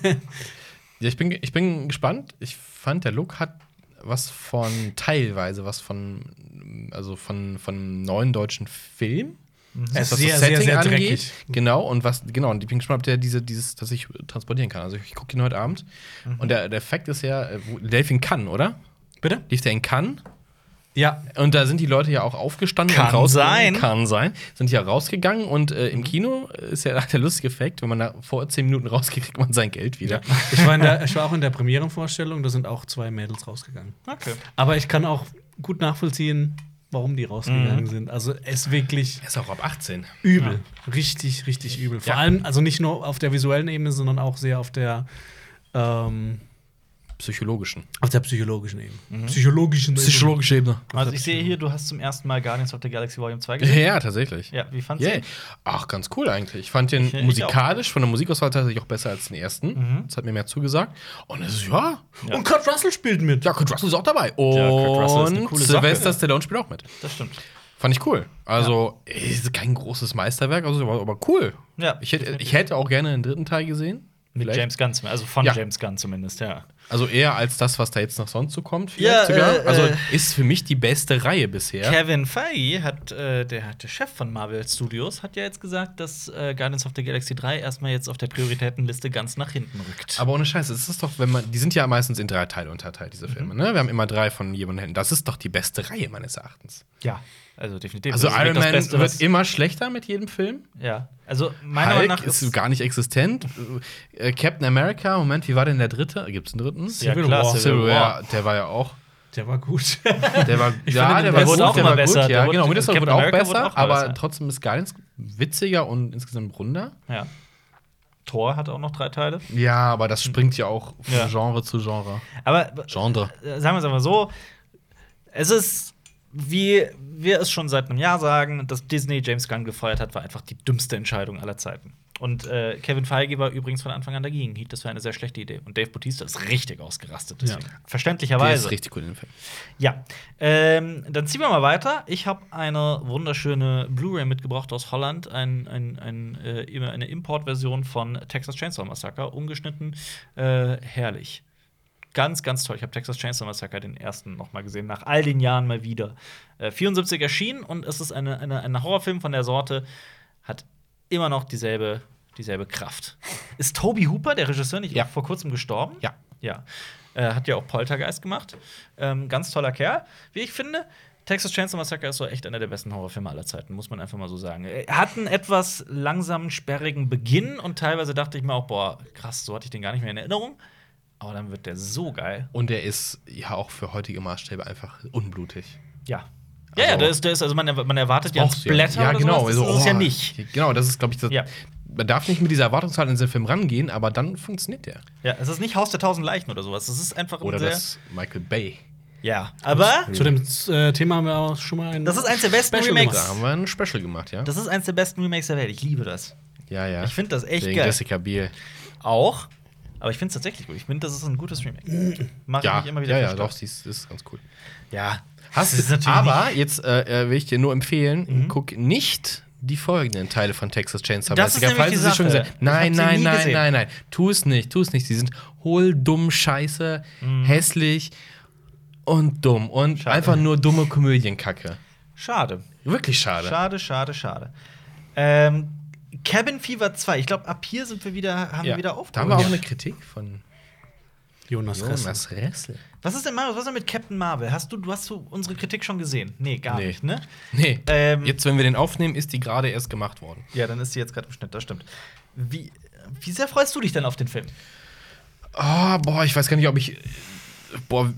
Speaker 2: Ja, ich bin, ich bin gespannt. Ich fand, der Look hat was von teilweise was von also von von neuen deutschen Film.
Speaker 3: Er ist
Speaker 2: was
Speaker 3: sehr,
Speaker 2: das
Speaker 3: sehr,
Speaker 2: Setting
Speaker 3: sehr
Speaker 2: angeht.
Speaker 3: dreckig.
Speaker 2: Genau, und was, genau, und ich bin gespannt, ob der diese, dieses, dass ich transportieren kann. Also ich, gucke ihn heute Abend. Und der, der Fakt ist ja, äh, wo, der lief in Cannes, oder?
Speaker 3: Bitte?
Speaker 2: Lief der in Cannes?
Speaker 3: Ja.
Speaker 2: Und da sind die Leute ja auch aufgestanden
Speaker 1: Kann
Speaker 2: und rausgegangen.
Speaker 1: sein.
Speaker 2: Kann sein. Sind ja rausgegangen und äh, im Kino ist ja der lustige Fact, wenn man da vor zehn Minuten rausgeht, kriegt man sein Geld wieder.
Speaker 3: Ich war, in der, ich war auch in der Premierenvorstellung, da sind auch zwei Mädels rausgegangen.
Speaker 1: Okay.
Speaker 3: Aber ich kann auch gut nachvollziehen, warum die rausgegangen sind. Also es ist wirklich
Speaker 2: Er ist auch ab 18.
Speaker 3: übel. Richtig, richtig übel. Vor
Speaker 2: Ja.
Speaker 3: allem, also nicht nur auf der visuellen Ebene, sondern auch sehr auf der, ähm,
Speaker 2: Psychologischen.
Speaker 3: auf der psychologischen Ebene. Psychologischen
Speaker 2: Ebene.
Speaker 1: Also ich sehe hier, du hast zum ersten Mal Guardians of the Galaxy Volume 2 gesehen.
Speaker 2: Ja, tatsächlich.
Speaker 1: Ja, wie fandst
Speaker 2: Yay. Ach, ganz cool eigentlich. Ich fand den
Speaker 1: Ich- Mhm. ich
Speaker 2: musikalisch von der Musikauswahl tatsächlich auch besser als den ersten. Das hat mir mehr zugesagt. Und es ist ja.
Speaker 3: Ebene. Und Kurt Russell spielt mit.
Speaker 2: Ja, Kurt Russell ist auch dabei. Und
Speaker 1: Kurt Russell ist eine coole Sache.
Speaker 2: Sylvester Stallone spielt auch mit.
Speaker 1: du? Das stimmt.
Speaker 2: Fand ich cool. Also, ey, ist kein großes Meisterwerk, also, aber, aber cool.
Speaker 1: Ja,
Speaker 2: Ich hätte, ich hätte auch gerne einen dritten Teil gesehen.
Speaker 1: Mit
Speaker 2: Vielleicht.
Speaker 1: James Gunn, zum- also von
Speaker 2: Ja.
Speaker 1: James Gunn zumindest, ja.
Speaker 2: Also eher als das, was da jetzt noch sonst so kommt. Vielleicht
Speaker 1: Ja,
Speaker 2: sogar.
Speaker 1: äh,
Speaker 2: also
Speaker 1: äh.
Speaker 2: ist für mich die beste Reihe bisher.
Speaker 1: Kevin Feige hat, äh, der, hat- der Chef von Marvel Studios, hat ja jetzt gesagt, dass äh, Guardians of the Galaxy 3 erstmal jetzt auf der Prioritätenliste ganz nach hinten rückt.
Speaker 2: Aber ohne Scheiße, es ist doch, wenn man, die sind ja meistens in drei Teile unterteilt,
Speaker 1: Mhm.
Speaker 2: diese Filme. Ne? Wir haben immer drei von jemandem. Das ist doch die beste Reihe meines Erachtens.
Speaker 1: ja, also definitiv.
Speaker 2: Also
Speaker 1: Das ist mit
Speaker 2: Iron
Speaker 1: das
Speaker 2: Man
Speaker 1: Beste, was-
Speaker 2: wird immer schlechter mit jedem Film.
Speaker 1: Ja, also meiner
Speaker 2: Hulk
Speaker 1: Meinung nach
Speaker 2: ist,
Speaker 1: ist
Speaker 2: gar nicht existent. äh, Captain America, Moment, wie war denn der dritte? Gibt es einen dritten?
Speaker 1: ja, klar,
Speaker 3: War.
Speaker 1: Civil War.
Speaker 2: der war ja auch.
Speaker 3: Der war gut.
Speaker 2: Der war,
Speaker 1: finde, der wurde auch
Speaker 2: der
Speaker 1: immer
Speaker 2: war
Speaker 1: besser.
Speaker 2: Gut,
Speaker 1: Der
Speaker 2: ja,
Speaker 1: wurde-
Speaker 2: genau, Winter Soldier
Speaker 1: Captain
Speaker 2: wurde auch
Speaker 1: America
Speaker 2: besser,
Speaker 1: wurde auch mal
Speaker 2: aber
Speaker 1: besser.
Speaker 2: trotzdem ist Guardians witziger und insgesamt runder.
Speaker 1: Ja. Thor hat auch noch drei Teile.
Speaker 2: Ja, aber das springt ja auch von
Speaker 1: Ja.
Speaker 2: Genre zu Genre.
Speaker 1: Aber
Speaker 2: Genre.
Speaker 1: äh, sagen wir es einmal so, es ist, wie wir es schon seit einem Jahr sagen, dass Disney James Gunn gefeuert hat, war einfach die dümmste Entscheidung aller Zeiten. Und äh, Kevin Feige war übrigens von Anfang an dagegen, hielt das für eine sehr schlechte Idee. Und Dave Bautista ist richtig ausgerastet. deswegen.
Speaker 3: Ja.
Speaker 2: Der
Speaker 1: Verständlicherweise.
Speaker 2: ist richtig cool in dem Film.
Speaker 1: Ja, ähm, dann ziehen wir mal weiter. Ich habe eine wunderschöne Blu-ray mitgebracht aus Holland, ein, ein, ein, äh, immer eine Importversion von Texas Chainsaw Massacre, umgeschnitten, äh, herrlich. Ganz, ganz toll. Ich habe Texas Chainsaw Massacre den ersten noch mal gesehen, nach all den Jahren mal wieder. Äh, 74 erschienen und es ist eine, eine, ein Horrorfilm von der Sorte, hat immer noch dieselbe, dieselbe Kraft. Ist Toby Hooper, der Regisseur, nicht
Speaker 2: Ja.
Speaker 1: vor kurzem gestorben?
Speaker 2: Ja.
Speaker 1: Ja. Äh, hat ja auch Poltergeist gemacht. Ähm, ganz toller Kerl, wie ich finde. Texas Chainsaw Massacre ist so echt einer der besten Horrorfilme aller Zeiten, muss man einfach mal so sagen. Er hat einen etwas langsamen, sperrigen Beginn und teilweise dachte ich mir auch, boah, krass, so hatte ich den gar nicht mehr in Erinnerung. Aber dann wird der so geil.
Speaker 2: Und der ist ja auch für heutige Maßstäbe einfach unblutig.
Speaker 1: Ja.
Speaker 2: Also-
Speaker 1: ja, ja, der ist, der ist, also man, erw- man erwartet ja ein
Speaker 2: Brauchst du ja.
Speaker 1: Splatter.
Speaker 2: Ja,
Speaker 1: oder
Speaker 2: genau.
Speaker 1: sowas. Das ist es
Speaker 2: oh,
Speaker 1: ja nicht.
Speaker 2: Genau, das ist, glaube ich, das.
Speaker 1: Ja.
Speaker 2: man darf nicht mit dieser Erwartungshaltung in den Film rangehen, aber dann funktioniert der.
Speaker 1: Ja, es ist nicht Haus der tausend Leichen oder sowas. Es ist einfach ein
Speaker 2: Oder
Speaker 1: sehr-
Speaker 2: das Michael Bay.
Speaker 1: Ja, aber
Speaker 3: Zu dem äh, Thema haben wir auch schon mal ein.
Speaker 1: das ist eins der besten
Speaker 3: Special
Speaker 1: Remakes.
Speaker 2: Da haben wir ein Special gemacht, ja?
Speaker 1: Das ist eins der besten Remakes der Welt. Ich liebe das.
Speaker 2: ja, ja.
Speaker 1: Ich finde das echt
Speaker 2: Wegen
Speaker 1: geil.
Speaker 2: Jessica Biel.
Speaker 1: Auch. Aber ich finde es tatsächlich gut. Ich finde, das ist ein gutes Remake. Mache
Speaker 2: Ja,
Speaker 1: ich mich immer wieder
Speaker 2: ja, ja,
Speaker 1: für
Speaker 2: doch,
Speaker 1: stolz.
Speaker 2: sie ist, ist ganz cool.
Speaker 1: Ja.
Speaker 2: Hast
Speaker 1: Das ist natürlich Mhm.
Speaker 2: aber jetzt äh, äh, will ich dir nur empfehlen, guck nicht die folgenden Teile von Texas Chainsaw
Speaker 1: Das ist
Speaker 2: Massacre,
Speaker 1: nämlich
Speaker 2: falls
Speaker 1: die
Speaker 2: du sie schon
Speaker 1: Sache.
Speaker 2: gesehen hast. Nein,
Speaker 1: Ich hab sie
Speaker 2: nein,
Speaker 1: nie
Speaker 2: nein,
Speaker 1: gesehen.
Speaker 2: nein, nein. Tu es nicht, tu es nicht. Sie sind hohl, dumm, scheiße, hässlich und dumm. Und
Speaker 1: Mhm. Schade.
Speaker 2: einfach nur dumme Komödienkacke.
Speaker 1: Schade.
Speaker 2: Wirklich schade.
Speaker 1: Schade, schade, schade. Ähm, Cabin Fever 2. Ich glaube, ab hier sind wir wieder, haben
Speaker 2: Ja.
Speaker 1: wir wieder
Speaker 2: Da haben wir auch
Speaker 1: aufgeholt.
Speaker 2: eine Kritik von
Speaker 3: Jonas Ressel.
Speaker 2: Jonas Ressel.
Speaker 1: Was ist denn Marius? Was ist denn mit Captain Marvel? Hast du, du hast so unsere Kritik schon gesehen? Nee, gar
Speaker 2: Nee.
Speaker 1: nicht, ne?
Speaker 2: Nee,
Speaker 1: Ähm,
Speaker 2: jetzt, wenn wir den aufnehmen, ist die gerade erst gemacht worden.
Speaker 1: Ja, dann ist sie jetzt gerade im Schnitt, das stimmt. Wie, wie sehr freust du dich denn auf den Film?
Speaker 2: Ah, boah, ich weiß gar nicht, ob ich. Boah,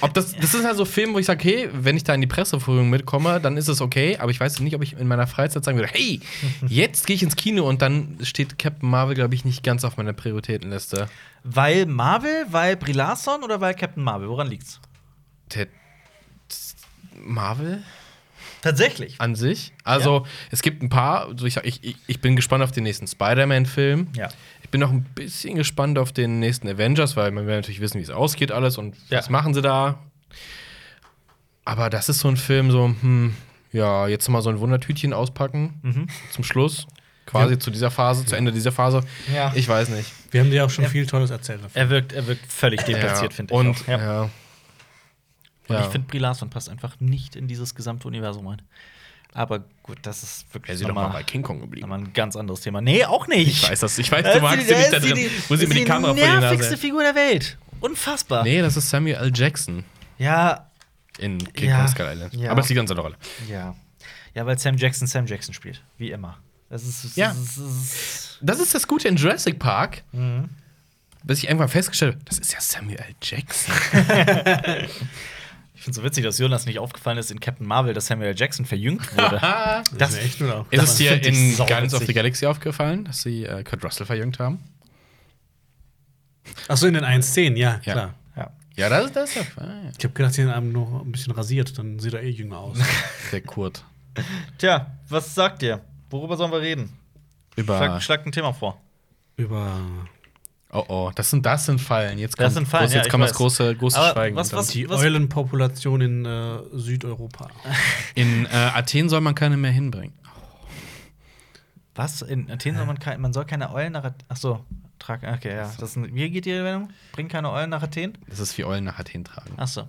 Speaker 2: ob das, das ist halt so ein Film, wo ich sage, hey, wenn ich da in die Pressevorführung mitkomme, dann ist es okay, aber ich weiß nicht, ob ich in meiner Freizeit sagen würde, hey, jetzt gehe ich ins Kino und dann steht Captain Marvel, glaube ich, nicht ganz auf meiner Prioritätenliste.
Speaker 1: Weil Marvel, weil Brie Larson oder weil Captain Marvel? Woran liegt's?
Speaker 2: Ted Marvel
Speaker 1: Tatsächlich.
Speaker 2: an sich. Also, es gibt ein paar, also ich, sag, ich, ich- ich bin gespannt auf den nächsten Spider-Man-Film.
Speaker 1: Ja.
Speaker 2: Ich bin noch ein bisschen gespannt auf den nächsten Avengers, weil man will natürlich wissen, wie es ausgeht alles und
Speaker 1: Ja.
Speaker 2: was machen sie da. Aber das ist so ein Film, so, hm, ja, jetzt noch mal so ein Wundertütchen auspacken zum Schluss. Quasi zu dieser Phase, zu Ende dieser Phase.
Speaker 1: Ja.
Speaker 2: Ich weiß nicht.
Speaker 3: Wir haben dir auch schon viel Tolles erzählt. davon.
Speaker 1: Er wirkt, er wirkt völlig deplatziert,
Speaker 2: Ja.
Speaker 1: finde ich.
Speaker 2: Und,
Speaker 1: auch. Ja.
Speaker 2: ja.
Speaker 1: Und
Speaker 2: Ja.
Speaker 1: ich finde, Brie Larson passt einfach nicht in dieses gesamte Universum rein. Aber gut, das ist
Speaker 2: Er
Speaker 1: wirklich
Speaker 2: sieht doch mal bei
Speaker 1: nochmal
Speaker 2: King Kong geblieben.
Speaker 1: nochmal ein ganz anderes Thema. Nee, auch nicht.
Speaker 2: Ich weiß das, ich weiß,
Speaker 1: Äh,
Speaker 2: du magst sie
Speaker 1: da
Speaker 2: nicht da
Speaker 1: ist sie
Speaker 2: drin. Wo sie
Speaker 1: ist
Speaker 2: mir die Kamera vor die
Speaker 1: Die
Speaker 2: Nase
Speaker 1: nervigste Figur der Welt. Unfassbar.
Speaker 2: Nee, das ist Samuel L. Jackson
Speaker 1: Ja,
Speaker 2: in King
Speaker 1: Ja.
Speaker 2: Kong Skull Island.
Speaker 1: Ja.
Speaker 2: Aber es ist die ganze Rolle.
Speaker 1: ja. Ja, weil Sam Jackson Sam Jackson spielt. Wie immer. Das ist. das
Speaker 2: Ja.
Speaker 1: ist- das ist-
Speaker 2: Das ist das Gute in Jurassic Park,
Speaker 1: Mhm.
Speaker 2: bis ich irgendwann festgestellt habe, das ist ja Samuel L. Jackson.
Speaker 1: Ich finde es so witzig, dass Jonas nicht aufgefallen ist in Captain Marvel, dass Samuel L. Jackson verjüngt wurde.
Speaker 3: Das ist mir echt nur auch.
Speaker 2: ist es dir
Speaker 1: find Ah, ich
Speaker 2: in
Speaker 1: sau
Speaker 2: Guardians of
Speaker 1: witzig.
Speaker 2: the Galaxy aufgefallen, dass sie äh, Kurt Russell verjüngt haben?
Speaker 3: Achso, in den 1-10, ja,
Speaker 2: Ja.
Speaker 3: klar.
Speaker 1: ja.
Speaker 2: Ja, das ist das. Ist der, ah, ja.
Speaker 3: Ich habe gedacht, sie haben ihn noch ein bisschen rasiert, dann sieht er eh jünger aus.
Speaker 2: der Kurt.
Speaker 1: Tja, was sagt ihr? Worüber sollen wir reden?
Speaker 2: Über.
Speaker 1: Schlag, schlag ein Thema vor.
Speaker 3: Über
Speaker 2: Oh oh, das sind das sind Fallen. Jetzt kommt,
Speaker 1: Das sind Fallen,
Speaker 2: groß, jetzt
Speaker 1: ja,
Speaker 2: kommt
Speaker 1: ich
Speaker 2: das
Speaker 1: weiß.
Speaker 2: große, große
Speaker 1: Aber
Speaker 2: Schweigen.
Speaker 1: was-
Speaker 2: Und
Speaker 1: was-
Speaker 2: dann-
Speaker 3: die Eulenpopulation in äh, Südeuropa.
Speaker 2: in äh, Athen soll man keine mehr hinbringen.
Speaker 1: Was? In Athen soll man keine, man soll keine Eulen nach Athen. Achso, trag. Okay, ja. Das ist ein, wie geht die Wendung? Bring keine Eulen nach Athen?
Speaker 2: Das ist wie Eulen nach Athen tragen.
Speaker 1: Achso.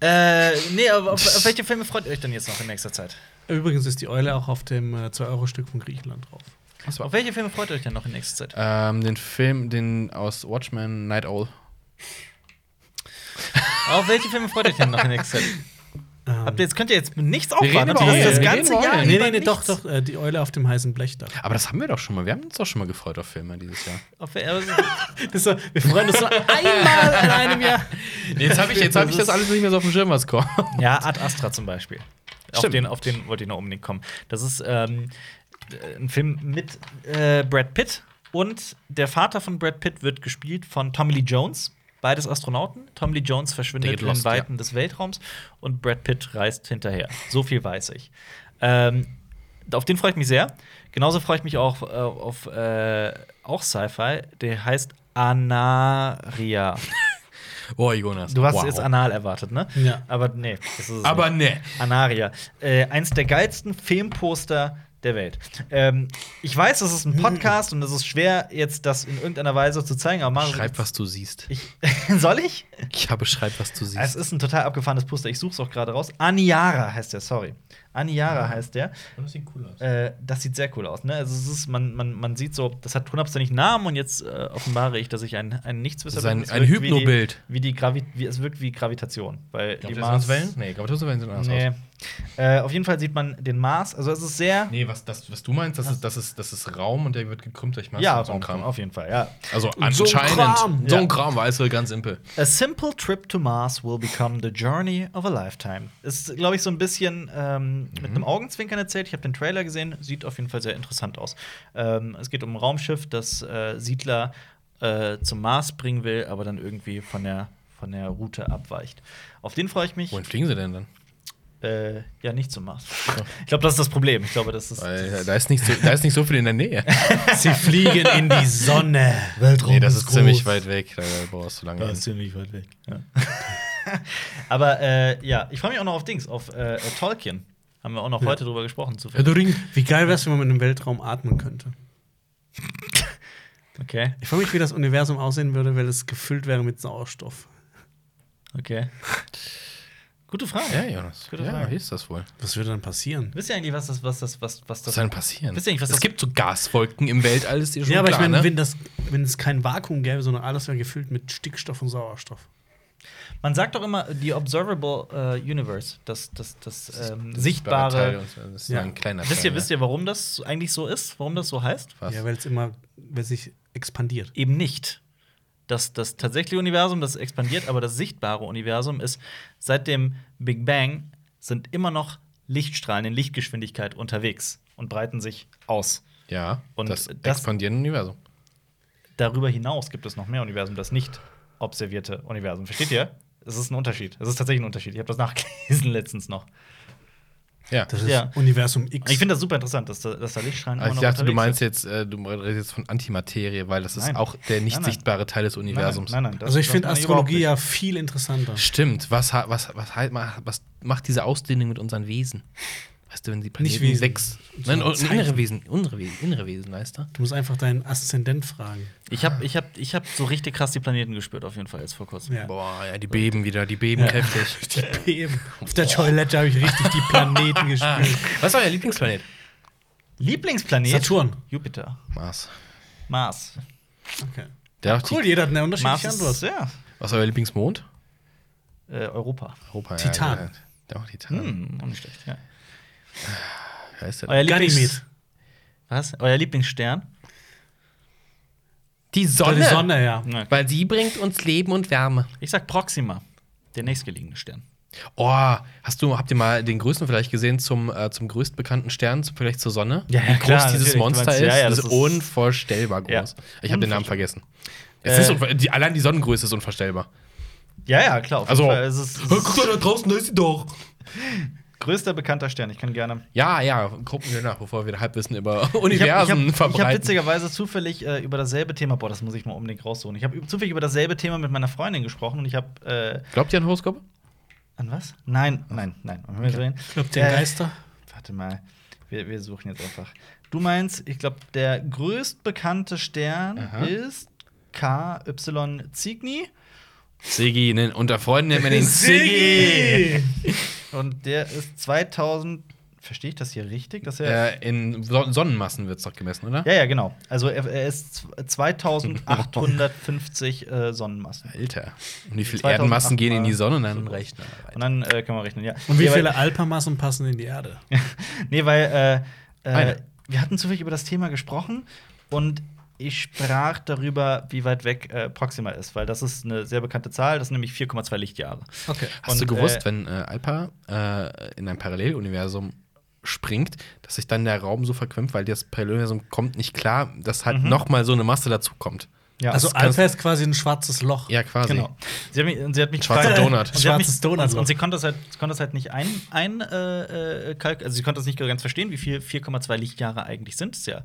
Speaker 1: Äh, nee, aber auf, auf welche Filme freut ihr euch denn jetzt noch in nächster Zeit?
Speaker 3: Übrigens ist die Eule auch auf dem äh, 2-Euro-Stück von Griechenland drauf.
Speaker 2: Das war-
Speaker 1: Ah, Auf welche Filme freut ihr euch denn noch in nächster Zeit?
Speaker 2: Ähm, den Film, den aus Watchmen Night Owl.
Speaker 1: auf welche Filme freut ihr euch denn noch in nächster Zeit? Habt ihr jetzt, könnt ihr jetzt mit nichts
Speaker 2: reden
Speaker 1: aufwarten?
Speaker 2: über
Speaker 1: Habt ihr
Speaker 2: Eulen.
Speaker 1: das
Speaker 2: Wir
Speaker 1: ganze
Speaker 2: reden über
Speaker 1: Jahr
Speaker 2: Eulen.
Speaker 3: Nee,
Speaker 1: über
Speaker 3: nee, nee, doch,
Speaker 1: Ah, nichts?
Speaker 3: doch, äh, die Eule auf dem heißen Blechdach.
Speaker 2: Aber das haben wir doch schon mal. Wir haben uns doch schon mal gefreut auf Filme dieses Jahr.
Speaker 1: Auf, äh,
Speaker 3: wir freuen uns so einmal in einem Jahr.
Speaker 2: Jetzt habe ich, jetzt hab ich das alles nicht mehr so auf dem Schirm, was kommt.
Speaker 1: Ja, Ad Astra zum Beispiel. Auf
Speaker 2: Stimmt.
Speaker 1: den, auf den wollte ich noch unbedingt kommen. Das ist ähm, äh, ein Film mit äh, Brad Pitt und der Vater von Brad Pitt wird gespielt von Tommy Lee Jones. Beides Astronauten. Tommy Lee Jones
Speaker 2: Der
Speaker 1: verschwindet
Speaker 2: geht
Speaker 1: in den
Speaker 2: lost,
Speaker 1: Weiten des Weltraums und Brad Pitt reist hinterher. So viel weiß ich. Ähm, auf den freue ich mich sehr. Genauso freue ich mich auch äh, auf äh, auch Sci-Fi. Der heißt Anaria.
Speaker 2: Boah, Jonas.
Speaker 1: Du hast
Speaker 2: wow.
Speaker 1: jetzt Anal erwartet, ne?
Speaker 3: Ja.
Speaker 1: Aber nee, das ist es
Speaker 2: Aber ne.
Speaker 1: Anaria. Äh, eins der geilsten Filmposter der Welt. Ähm, ich weiß, es ist ein Podcast und es ist schwer, jetzt das in irgendeiner Weise zu zeigen, aber Mario,
Speaker 2: Schreib, was du siehst.
Speaker 1: Ich, soll ich?
Speaker 2: Ich habe schreib, was du
Speaker 1: Es
Speaker 2: siehst.
Speaker 1: ist ein total abgefahrenes Poster. Ich such's auch gerade raus. Aniara heißt der, sorry. Aniara
Speaker 2: Mhm.
Speaker 1: heißt der.
Speaker 2: Das sieht cool aus.
Speaker 1: Äh, das sieht sehr cool aus. Ne? Also, es ist, man, man, man sieht so, das hat hundertprozentig Namen und jetzt äh, offenbare ich, dass ich ein, ein Nichtswisser
Speaker 2: Das ist ein-
Speaker 1: Es
Speaker 2: ein
Speaker 1: wirkt wie die-
Speaker 2: Hypnobild.
Speaker 1: Wie die, Gravi wie, es wirkt wie Gravitation. Weil die
Speaker 2: Gravitationswellen?
Speaker 1: Mars
Speaker 2: Nee, Gravitationswellen sind anders
Speaker 1: Nee,
Speaker 2: aus.
Speaker 1: Äh, auf jeden Fall sieht man den Mars. Also es ist sehr.
Speaker 2: Nee, was, das, was du meinst, das ist, das, ist, das ist Raum und der wird gekrümmt durch Massen.
Speaker 1: ja,
Speaker 2: und so ein Kram.
Speaker 1: auf jeden Fall, ja.
Speaker 2: Also
Speaker 3: so ein
Speaker 2: anscheinend. So ein
Speaker 3: Kram.
Speaker 2: Kram, weißt du, ganz simpel.
Speaker 1: A simple trip to Mars will become the journey of a lifetime. Ist, glaube ich, so ein bisschen ähm, mit
Speaker 2: Mhm.
Speaker 1: einem Augenzwinkern erzählt. Ich habe den Trailer gesehen, sieht auf jeden Fall sehr interessant aus. Ähm, es geht um ein Raumschiff, das äh, Siedler äh, zum Mars bringen will, aber dann irgendwie von der, von der Route abweicht. Auf den freue ich mich.
Speaker 2: Wohin fliegen sie denn dann?
Speaker 1: Äh, ja, nicht zum Mars. Ich glaube, das ist das Problem. Ich glaube, das ist.
Speaker 2: Weil äh, da ist nicht so, da ist nicht so viel in der Nähe.
Speaker 3: Sie fliegen in die Sonne.
Speaker 1: Weltraum
Speaker 2: nee, das ist ziemlich weit weg. Da brauchst du lange
Speaker 1: Das
Speaker 2: hin.
Speaker 1: ist ziemlich weit weg. Ja. Aber äh, ja, ich freue mich auch noch auf Dings, auf äh, äh, Tolkien. Haben wir auch noch heute drüber gesprochen, zufällig.
Speaker 3: Wie geil wär's, wenn man mit dem Weltraum atmen könnte?
Speaker 2: Äh.
Speaker 1: Okay,
Speaker 3: Ich frage mich, wie das Universum aussehen würde, wenn es gefüllt wäre mit Sauerstoff.
Speaker 1: okay. Gute Frage.
Speaker 2: Ja, Jonas.
Speaker 1: Gute
Speaker 2: ja,
Speaker 1: Frage.
Speaker 2: wie ist das wohl?
Speaker 3: Was würde dann passieren?
Speaker 1: Wisst ihr eigentlich, was das, was das, was, was
Speaker 2: Was
Speaker 1: das.
Speaker 2: soll denn passieren?
Speaker 1: Wisst ihr nicht, was
Speaker 2: es
Speaker 1: das-
Speaker 2: gibt so Gaswolken im Weltall, ist dir schon
Speaker 3: Ja, aber
Speaker 2: klar,
Speaker 3: ich meine,
Speaker 2: ne?
Speaker 3: wenn, das- wenn es kein Vakuum gäbe, sondern alles wäre gefüllt mit Stickstoff und Sauerstoff.
Speaker 1: Man sagt doch immer, die Observable äh, Universe, das, das, das ähm,
Speaker 2: Sichtbare
Speaker 1: sichtbare.
Speaker 2: Teil und so, Das ist
Speaker 3: Ja.
Speaker 2: ja. ein kleiner
Speaker 1: Wisst ihr,
Speaker 2: Teil, ne?
Speaker 1: wisst ihr, warum das eigentlich so ist? Warum das so heißt?
Speaker 2: Was?
Speaker 3: Ja, weil es immer, weil es sich expandiert.
Speaker 1: eben nicht. Das, das tatsächliche Universum, das expandiert, aber das sichtbare Universum ist seit dem Big Bang sind immer noch Lichtstrahlen in Lichtgeschwindigkeit unterwegs und breiten sich aus.
Speaker 2: Ja,
Speaker 1: Und
Speaker 2: das,
Speaker 1: das-
Speaker 2: expandierende Universum.
Speaker 1: Darüber hinaus gibt es noch mehr Universum, das nicht observierte Universum. Versteht ihr? Es ist ein Unterschied. Es ist tatsächlich ein Unterschied. Ich habe das nachgelesen letztens noch.
Speaker 2: Ja.
Speaker 3: Das ist
Speaker 1: Ja.
Speaker 3: Universum
Speaker 1: Und
Speaker 3: X.
Speaker 1: Ich finde das super interessant, dass da, dass da Lichtstrahlen
Speaker 2: Also ich
Speaker 1: immer noch
Speaker 2: dachte, du
Speaker 1: unterwegs
Speaker 2: meinst jetzt, äh, du redest jetzt von Antimaterie, weil das ist
Speaker 1: Nein.
Speaker 2: auch der nicht
Speaker 1: Nein, nein.
Speaker 2: sichtbare Teil des
Speaker 1: sind. Nein, nein,
Speaker 2: Universums.
Speaker 1: nein, nein, das-
Speaker 3: also ich
Speaker 1: das
Speaker 3: finde
Speaker 1: meine überhaupt
Speaker 3: Astrologie ja viel interessanter.
Speaker 2: Stimmt, was, ha- was, was, halt ma- was macht diese Ausdehnung mit unseren Wesen? Weißt du, wenn die Planeten
Speaker 3: Nicht Wesen.
Speaker 2: sechs. Nein,
Speaker 3: Sondern Zeichen.
Speaker 2: innere Wesen, innere Wesen, innere Wesen, weißt du?
Speaker 3: Du musst einfach deinen Aszendent fragen.
Speaker 1: Ich habe ich hab, ich hab so richtig krass die Planeten gespürt, auf jeden Fall, jetzt vor kurzem.
Speaker 3: Ja.
Speaker 2: Boah, ja, die beben wieder, die beben kräftig.
Speaker 3: Die Beben. Auf der Toilette habe ich richtig die Planeten gespürt.
Speaker 2: Was ist euer Lieblingsplanet?
Speaker 1: Lieblingsplanet?
Speaker 3: Saturn.
Speaker 1: Jupiter.
Speaker 2: Mars.
Speaker 1: Mars.
Speaker 3: Okay.
Speaker 2: Der auch
Speaker 3: Cool,
Speaker 2: die,
Speaker 3: jeder hat eine
Speaker 1: Mars
Speaker 3: unterschiedliche Antwort.
Speaker 1: ist, ja.
Speaker 2: was ist euer Lieblingsmond?
Speaker 1: Äh, Europa.
Speaker 2: Europa,
Speaker 3: Titan.
Speaker 2: Ja, der auch Titan.
Speaker 1: Hm, Ah, auch nicht schlecht, ja.
Speaker 2: Wie heißt der?
Speaker 1: Euer
Speaker 3: Ganymed.
Speaker 1: Was? Euer Lieblingsstern?
Speaker 2: Die
Speaker 3: Sonne.
Speaker 2: Sonne.
Speaker 3: Die Sonne, ja.
Speaker 2: Weil sie bringt uns Leben und Wärme.
Speaker 1: Ich sag Proxima. Der nächstgelegene Stern.
Speaker 2: Oh, hast du, habt ihr mal den größten vielleicht gesehen zum, äh, zum größtbekannten Stern, zum, vielleicht zur Sonne?
Speaker 1: Ja, ja,
Speaker 2: Wie
Speaker 1: klar,
Speaker 2: groß dieses
Speaker 1: natürlich. Du
Speaker 2: Monster ist,
Speaker 1: meinst, ja, ja,
Speaker 2: das
Speaker 1: das
Speaker 2: ist
Speaker 1: ist-
Speaker 2: unvorstellbar groß.
Speaker 1: Ja.
Speaker 2: Ich habe den Namen vergessen. Es
Speaker 1: Äh,
Speaker 2: ist unver- die, allein die Sonnengröße ist unvorstellbar.
Speaker 1: Ja, ja, klar. Auf
Speaker 2: Also,
Speaker 1: jeden Fall. Äh, Es ist, es
Speaker 2: Hör,
Speaker 1: ist
Speaker 2: da draußen, da ist sie doch.
Speaker 1: größter bekannter Stern. Ich kann gerne.
Speaker 2: Ja, ja, gucken wir nach, bevor wir Halbwissen über
Speaker 1: Ich habe hab,
Speaker 2: Universen
Speaker 1: ich hab
Speaker 2: verbreiten.
Speaker 1: witzigerweise zufällig äh, über dasselbe Thema, boah, das muss ich mal unbedingt raussuchen. Ich habe zufällig über dasselbe Thema mit meiner Freundin gesprochen und ich habe äh,
Speaker 2: Glaubt ihr an Horoskope?
Speaker 1: an was? Nein, nein, nein. Um Himmels Willen.
Speaker 3: Glaubt der
Speaker 1: Äh,
Speaker 3: Geister?
Speaker 1: Warte mal, wir, wir suchen jetzt einfach. Du meinst, ich glaube, der größtbekannte Stern
Speaker 2: Aha.
Speaker 1: ist KY Cygni
Speaker 2: Siggi, ne, unter Freunden nennen wir den Siggi.
Speaker 3: Siggi!
Speaker 1: und der ist 2000. Verstehe ich das hier richtig? Dass er,
Speaker 2: Äh, in Son Sonnenmassen wird es doch gemessen, oder?
Speaker 1: ja, ja, genau. Also er, er ist zw- 2850 äh, Sonnenmassen.
Speaker 2: Alter. Und wie viele
Speaker 1: 2008
Speaker 2: Erdenmassen gehen in die
Speaker 1: mal
Speaker 2: Sonne? ne? Dann
Speaker 1: so.
Speaker 2: rechnen wir weiter.
Speaker 1: Und dann äh, kann man rechnen, ja.
Speaker 3: Und wie
Speaker 1: nee,
Speaker 3: viele Alpamassen passen in die Erde?
Speaker 1: Weil, nee, weil äh, äh,
Speaker 2: Eine.
Speaker 1: wir hatten zufällig über das Thema gesprochen und ich sprach darüber, wie weit weg äh, Proxima ist, weil das ist eine sehr bekannte Zahl, das sind nämlich 4,2 Lichtjahre.
Speaker 3: Okay.
Speaker 2: Hast
Speaker 1: Und,
Speaker 2: du gewusst,
Speaker 1: äh,
Speaker 2: wenn äh, Alpa äh, in ein Paralleluniversum springt, dass sich dann der Raum so verquimmt, weil das Paralleluniversum kommt nicht klar, dass halt
Speaker 1: Mhm.
Speaker 2: noch mal so eine Masse dazukommt.
Speaker 1: Ja.
Speaker 3: also
Speaker 2: das kannst-
Speaker 3: Alpha ist quasi ein schwarzes Loch.
Speaker 2: Ja, quasi.
Speaker 1: Genau. Sie hat mich, und sie hat mich
Speaker 2: Schwarzer
Speaker 1: gefragt-
Speaker 2: Donut.
Speaker 1: Und sie hat mich-
Speaker 3: Schwarzes Donut.
Speaker 1: Und, und sie konnte das halt, sie konnte das halt nicht ein, ein äh, äh, kalk also sie konnte das nicht ganz verstehen, wie viel 4,2 Lichtjahre eigentlich sind. Das ist ja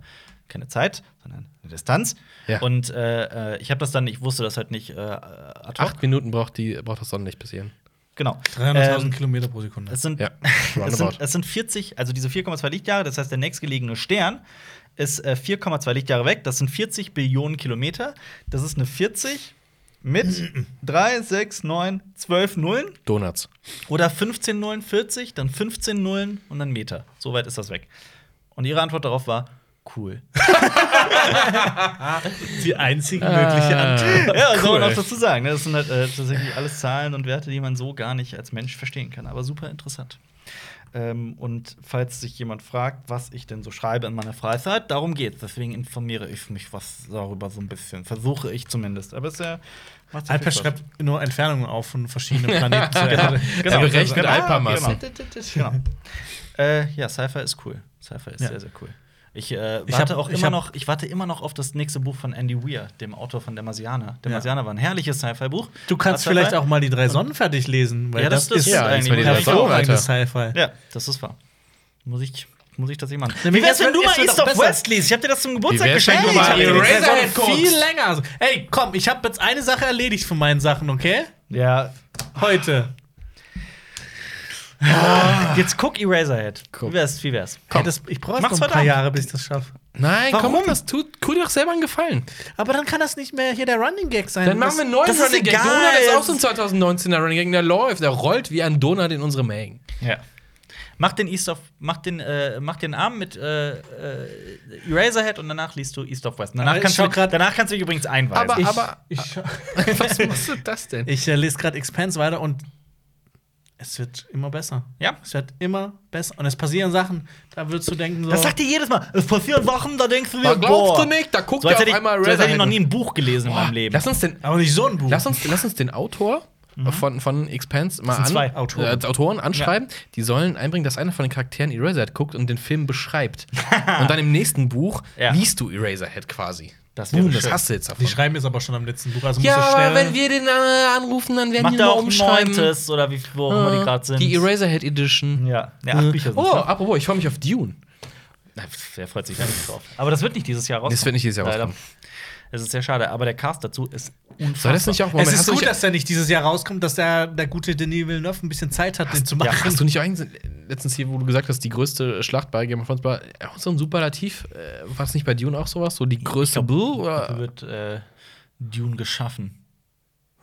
Speaker 1: keine Zeit, sondern eine Distanz.
Speaker 2: Ja.
Speaker 1: Und äh, äh, ich habe das dann, ich wusste das halt nicht äh, ad hoc.
Speaker 2: Acht Minuten braucht, die, braucht das Sonnenlicht bis hierhin.
Speaker 1: Genau.
Speaker 3: 300.000
Speaker 1: Ähm,
Speaker 3: Kilometer pro Sekunde.
Speaker 1: Es sind,
Speaker 2: Ja,
Speaker 1: es,
Speaker 2: roundabout.
Speaker 1: sind, es sind 40, also diese 4,2 Lichtjahre, das heißt, der nächstgelegene Stern ist äh, 4,2 Lichtjahre weg. Das sind 40 Billionen Kilometer. Das ist eine 40 mit 3, 6, 9, 12 Nullen.
Speaker 2: Donuts.
Speaker 1: Oder 15 Nullen 40, dann 15 Nullen und dann Meter. So weit ist das weg. Und ihre Antwort darauf war cool.
Speaker 3: die einzige
Speaker 1: Äh.
Speaker 3: mögliche Antwort.
Speaker 1: ja, was soll man
Speaker 2: cool.
Speaker 1: auch dazu sagen? ne? Das sind halt äh, tatsächlich alles Zahlen und Werte, die man so gar nicht als Mensch verstehen kann. Aber super interessant. Ähm, und falls sich jemand fragt, was ich denn so schreibe in meiner Freizeit, darum geht's. Deswegen informiere ich mich was darüber so ein bisschen. Versuche ich zumindest. Aber es ist ja. macht ja
Speaker 3: Alper
Speaker 1: viel Genau. Spaß.
Speaker 3: schreibt nur Entfernungen auf von verschiedenen Planeten zur Erde.
Speaker 2: Er berechnet Alpermassen.
Speaker 1: Ah, Genau. äh, ja, Sci-Fi ist cool. Sci-Fi ist
Speaker 3: Ja.
Speaker 1: sehr, sehr cool. Ich, äh,
Speaker 3: Ich
Speaker 1: warte
Speaker 3: hab-
Speaker 1: auch
Speaker 3: ich
Speaker 1: immer
Speaker 3: hab-
Speaker 1: noch, ich warte immer noch auf das nächste Buch von Andy Weir, dem Autor von Der Marsianer. Der
Speaker 3: Ja.
Speaker 1: Marsianer war ein herrliches Sci-Fi-Buch.
Speaker 3: Du kannst
Speaker 1: War Sci-Fi.
Speaker 3: vielleicht auch mal die drei Sonnen fertig lesen, weil
Speaker 1: Ja, das-
Speaker 3: das,
Speaker 1: das
Speaker 3: ist
Speaker 1: ist
Speaker 3: ja,
Speaker 1: eigentlich-
Speaker 3: ein
Speaker 1: Ja, das ist auch
Speaker 3: hervorragendes Sci-Fi.
Speaker 1: Ja, das ist wahr. Muss ich, muss ich das jemand.
Speaker 3: Wie wär's, wenn du mal East of West
Speaker 1: liest? Ich hab dir das zum
Speaker 2: Geburtstag geschenkt. Guck
Speaker 3: Ey, ich
Speaker 2: mal,
Speaker 3: hab die
Speaker 2: Eraserhead
Speaker 3: Eraserhead
Speaker 2: guckst.
Speaker 3: viel länger. Also, Ey, komm, ich habe jetzt eine Sache erledigt von meinen Sachen, okay?
Speaker 1: Ja.
Speaker 3: Heute.
Speaker 1: Jetzt guck Eraserhead. Wie wär's? Wie wär's?
Speaker 3: Ey, das, ich brauche
Speaker 1: Mach's
Speaker 3: noch ein
Speaker 1: heute
Speaker 3: paar
Speaker 1: Abend.
Speaker 3: Jahre, bis ich das schaffe.
Speaker 2: Nein,
Speaker 1: Warum? Äh,
Speaker 2: komm, das tut, tut dir doch selber einen Gefallen.
Speaker 3: Aber dann kann das nicht mehr hier der Running Gag sein.
Speaker 2: Dann machen wir einen neuen
Speaker 1: das ist
Speaker 2: Running Gag.
Speaker 1: egal.
Speaker 2: Donut ist auch so ein 2019er Running Gag. Der läuft, der rollt wie ein Donut in unsere Mägen.
Speaker 1: Ja. Mach den East of, mach den, äh, mach den Arm mit äh, äh, Eraserhead und danach liest du East of West. Danach,
Speaker 3: Aber ich
Speaker 1: kannst
Speaker 3: schau
Speaker 1: du,
Speaker 3: grad-
Speaker 1: danach kannst du dich übrigens einweisen.
Speaker 2: Aber-
Speaker 1: ich,
Speaker 2: Aber-
Speaker 3: ich,
Speaker 2: Was machst du das denn?
Speaker 3: ich äh, lese gerade Expanse weiter und es wird immer besser.
Speaker 1: ja.
Speaker 3: Es wird immer besser. Und es passieren Sachen, da würdest du denken so.
Speaker 1: Das sagt dir jedes Mal. Es passieren Sachen, da denkst du dir,
Speaker 2: Da glaubst
Speaker 1: boah.
Speaker 2: du nicht, da guckt
Speaker 1: So
Speaker 2: er
Speaker 1: als
Speaker 2: auf
Speaker 1: hätte ich, so
Speaker 2: einmal
Speaker 1: als hätte ich noch
Speaker 2: Eraserhead.
Speaker 1: nie ein Buch gelesen in meinem Leben. Mhm.
Speaker 2: Lass uns den
Speaker 3: aber nicht so ein Buch.
Speaker 2: Lass uns, lass uns den Autor von, von Expanse mal
Speaker 3: sind
Speaker 2: an,
Speaker 3: zwei Autoren.
Speaker 2: Äh, als Autoren anschreiben. Die sollen einbringen, dass einer von den Charakteren Eraserhead guckt und den Film beschreibt. und dann im nächsten Buch
Speaker 1: Ja.
Speaker 2: liest du Eraserhead quasi.
Speaker 1: Das wäre
Speaker 2: Boom, das
Speaker 1: schön.
Speaker 2: hast du jetzt davon.
Speaker 3: die schreiben jetzt aber schon am letzten Buch. Also
Speaker 2: Ja,
Speaker 3: musst du schnell
Speaker 2: aber wenn wir den äh, anrufen, dann werden
Speaker 1: Mach
Speaker 2: die
Speaker 1: da
Speaker 2: mal
Speaker 1: auch
Speaker 2: umschreiben. Äh,
Speaker 1: Neuntes oder wie, wo auch immer die gerade sind.
Speaker 2: Die Eraserhead Edition.
Speaker 1: ja. ja, acht Bücher
Speaker 2: Oh,
Speaker 1: sind's, ne?
Speaker 2: apropos, ich freue mich auf Dune.
Speaker 1: Na, pf, Wer freut sich da nicht drauf? Aber das wird nicht dieses Jahr rauskommen.
Speaker 2: Das wird nicht dieses Jahr
Speaker 1: Leider.
Speaker 2: rauskommen.
Speaker 1: Es ist sehr schade, aber der Cast dazu ist unfassbar.
Speaker 2: Soll das nicht auch
Speaker 3: es
Speaker 2: hast
Speaker 3: ist
Speaker 2: du
Speaker 3: gut,
Speaker 2: nicht-
Speaker 3: dass der nicht dieses Jahr rauskommt, dass der, der gute Denis Villeneuve ein bisschen Zeit hat, den zu machen.
Speaker 2: Ja, hast du nicht eigentlich letztens hier, wo du gesagt hast, die größte Schlacht bei Game of Thrones war äh, auch so ein Superlativ? Äh, war es nicht bei Dune auch sowas? So die größte Buh?
Speaker 1: Dafür
Speaker 2: Oder?
Speaker 1: wird äh, Dune geschaffen.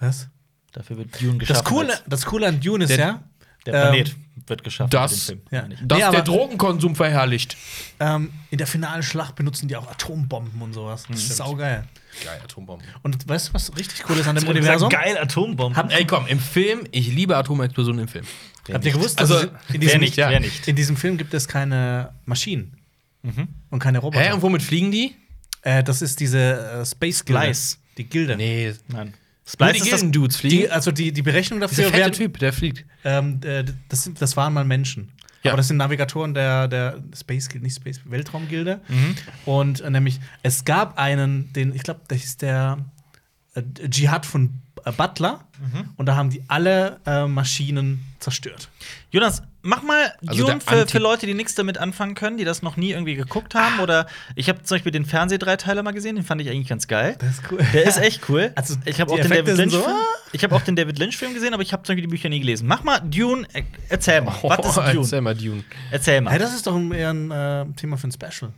Speaker 3: Was?
Speaker 1: Dafür wird Dune geschaffen.
Speaker 3: Das Coole,
Speaker 1: als
Speaker 3: das Coole an Dune ist
Speaker 2: Der-
Speaker 3: ja,
Speaker 1: der
Speaker 3: ähm,
Speaker 1: Planet wird geschaffen.
Speaker 2: das-
Speaker 1: mit dem
Speaker 3: ja.
Speaker 1: meine ich.
Speaker 2: Dass
Speaker 3: Nee, aber-
Speaker 2: der Drogenkonsum verherrlicht.
Speaker 3: ähm, in der finalen Schlacht benutzen die auch Atombomben und sowas.
Speaker 1: Hm,
Speaker 3: Das ist saugeil.
Speaker 2: Geil, Atombomben.
Speaker 3: Und weißt du, was richtig cool ist an
Speaker 1: Das
Speaker 3: dem
Speaker 1: ist gesagt,
Speaker 3: Universum?
Speaker 1: Geil, Atombomben.
Speaker 3: Hab-
Speaker 2: Ey, komm, im Film, ich liebe Atomexplosionen im Film.
Speaker 3: Habt ihr gewusst, dass
Speaker 2: Also,
Speaker 3: es in,
Speaker 1: wer
Speaker 3: diesem,
Speaker 1: nicht,
Speaker 2: ja.
Speaker 1: wer nicht.
Speaker 3: in diesem Film gibt es keine Maschinen
Speaker 1: Mhm.
Speaker 3: und keine Roboter?
Speaker 2: Hä, und womit fliegen die?
Speaker 3: Äh, das ist diese äh, Space Gilde.
Speaker 1: Splice.
Speaker 3: Die Gilde.
Speaker 2: Nee,
Speaker 1: Nein.
Speaker 2: nur
Speaker 1: Splice
Speaker 2: die
Speaker 1: ist das,
Speaker 2: Gilden-Dudes
Speaker 3: Die,
Speaker 2: fliegen.
Speaker 3: also die, die Berechnung
Speaker 2: Dieser
Speaker 3: dafür
Speaker 2: fette
Speaker 3: wären,
Speaker 2: Typ, der fliegt.
Speaker 3: ähm, äh, das, sind, das waren mal Menschen.
Speaker 2: Ja.
Speaker 3: Aber das sind Navigatoren der, der Space Gilde, nicht Space, Weltraumgilde. Und äh, nämlich, es gab einen, den, ich glaube, das ist der äh, Dschihad von äh, Butler. Und da haben die alle äh, Maschinen zerstört.
Speaker 1: Jonas, mach mal
Speaker 2: Also
Speaker 1: Dune
Speaker 2: der
Speaker 1: für,
Speaker 2: Anti-
Speaker 1: für Leute, die nichts damit anfangen können, die das noch nie irgendwie geguckt haben. Oder ich habe zum Beispiel den Fernsehdreiteiler mal gesehen, den fand ich eigentlich ganz geil.
Speaker 3: Das ist cool.
Speaker 1: Der ist echt cool.
Speaker 3: Also,
Speaker 1: ich habe
Speaker 3: die
Speaker 1: auch, den
Speaker 3: Effekte
Speaker 1: David Lynch
Speaker 3: sind so,
Speaker 1: Film- ich hab auch den David Lynch-Film gesehen, aber ich habe zum Beispiel die Bücher nie gelesen. Mach mal Dune, er- erzähl mal. was ist Dune?
Speaker 2: Oh, Erzähl mal Dune.
Speaker 1: Erzähl
Speaker 3: Hey,
Speaker 1: mal.
Speaker 3: das ist doch ein- eher ein äh, Thema für ein Special.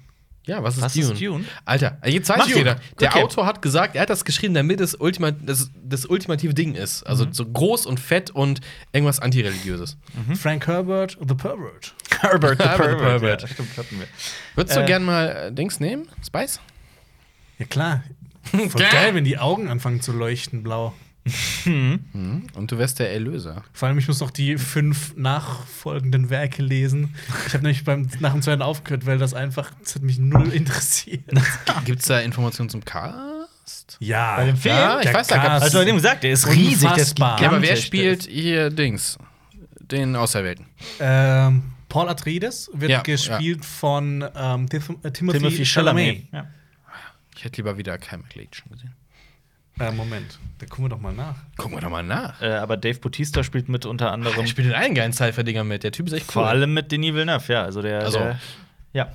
Speaker 2: Ja, was ist
Speaker 1: Was ist
Speaker 2: Dune?
Speaker 1: Dune?
Speaker 2: Alter, jetzt weiß
Speaker 1: Mach
Speaker 2: ich
Speaker 1: Dune.
Speaker 2: wieder. Der
Speaker 1: Okay.
Speaker 2: Autor hat gesagt, er hat das geschrieben, damit es ultima das, das ultimative Ding ist. Also so groß und fett und irgendwas antireligiöses.
Speaker 3: Frank Herbert, The Pervert.
Speaker 1: Herbert the
Speaker 2: Herbert the Pervert.
Speaker 1: Ja, stimmt, hatten wir.
Speaker 2: Würdest du
Speaker 1: Äh,
Speaker 2: gern mal äh, Dings nehmen? Spice?
Speaker 3: Ja, klar. Voll
Speaker 2: Klar.
Speaker 3: geil, wenn die Augen anfangen zu leuchten blau.
Speaker 2: Und du wärst der Erlöser.
Speaker 3: Vor allem, ich muss noch die fünf nachfolgenden Werke lesen. Ich habe nämlich beim, nach dem zweiten aufgehört, weil das einfach, das hat mich null interessiert.
Speaker 2: Gibt's da Informationen zum Cast?
Speaker 3: ja,
Speaker 1: Bei dem Film?
Speaker 2: Ja, ich
Speaker 3: der
Speaker 2: weiß, da gab's-
Speaker 3: Cast-
Speaker 1: Also, bei dem gesagt, der ist riesig. Der ist
Speaker 3: Unfassbar.
Speaker 2: Ja, aber wer
Speaker 1: gigantisch, der
Speaker 2: spielt hier Dings? Den Auserwählten.
Speaker 3: ähm, Paul Atreides wird
Speaker 2: Ja,
Speaker 3: gespielt von ähm, Tith- äh, Timothy,
Speaker 1: ist Timothy Chalamet. Ja.
Speaker 2: Ich hätte lieber wieder Kai McLean gesehen.
Speaker 3: Äh, Moment, da gucken wir doch mal nach.
Speaker 2: Gucken wir doch mal nach.
Speaker 1: Äh, aber Dave Bautista spielt mit unter anderem.
Speaker 2: Er spielt in allen geilen Cypher-Dinger mit. Der Typ ist echt cool.
Speaker 1: Vor allem mit Denis Villeneuve, ja. Also der.
Speaker 2: Also-
Speaker 1: der ja.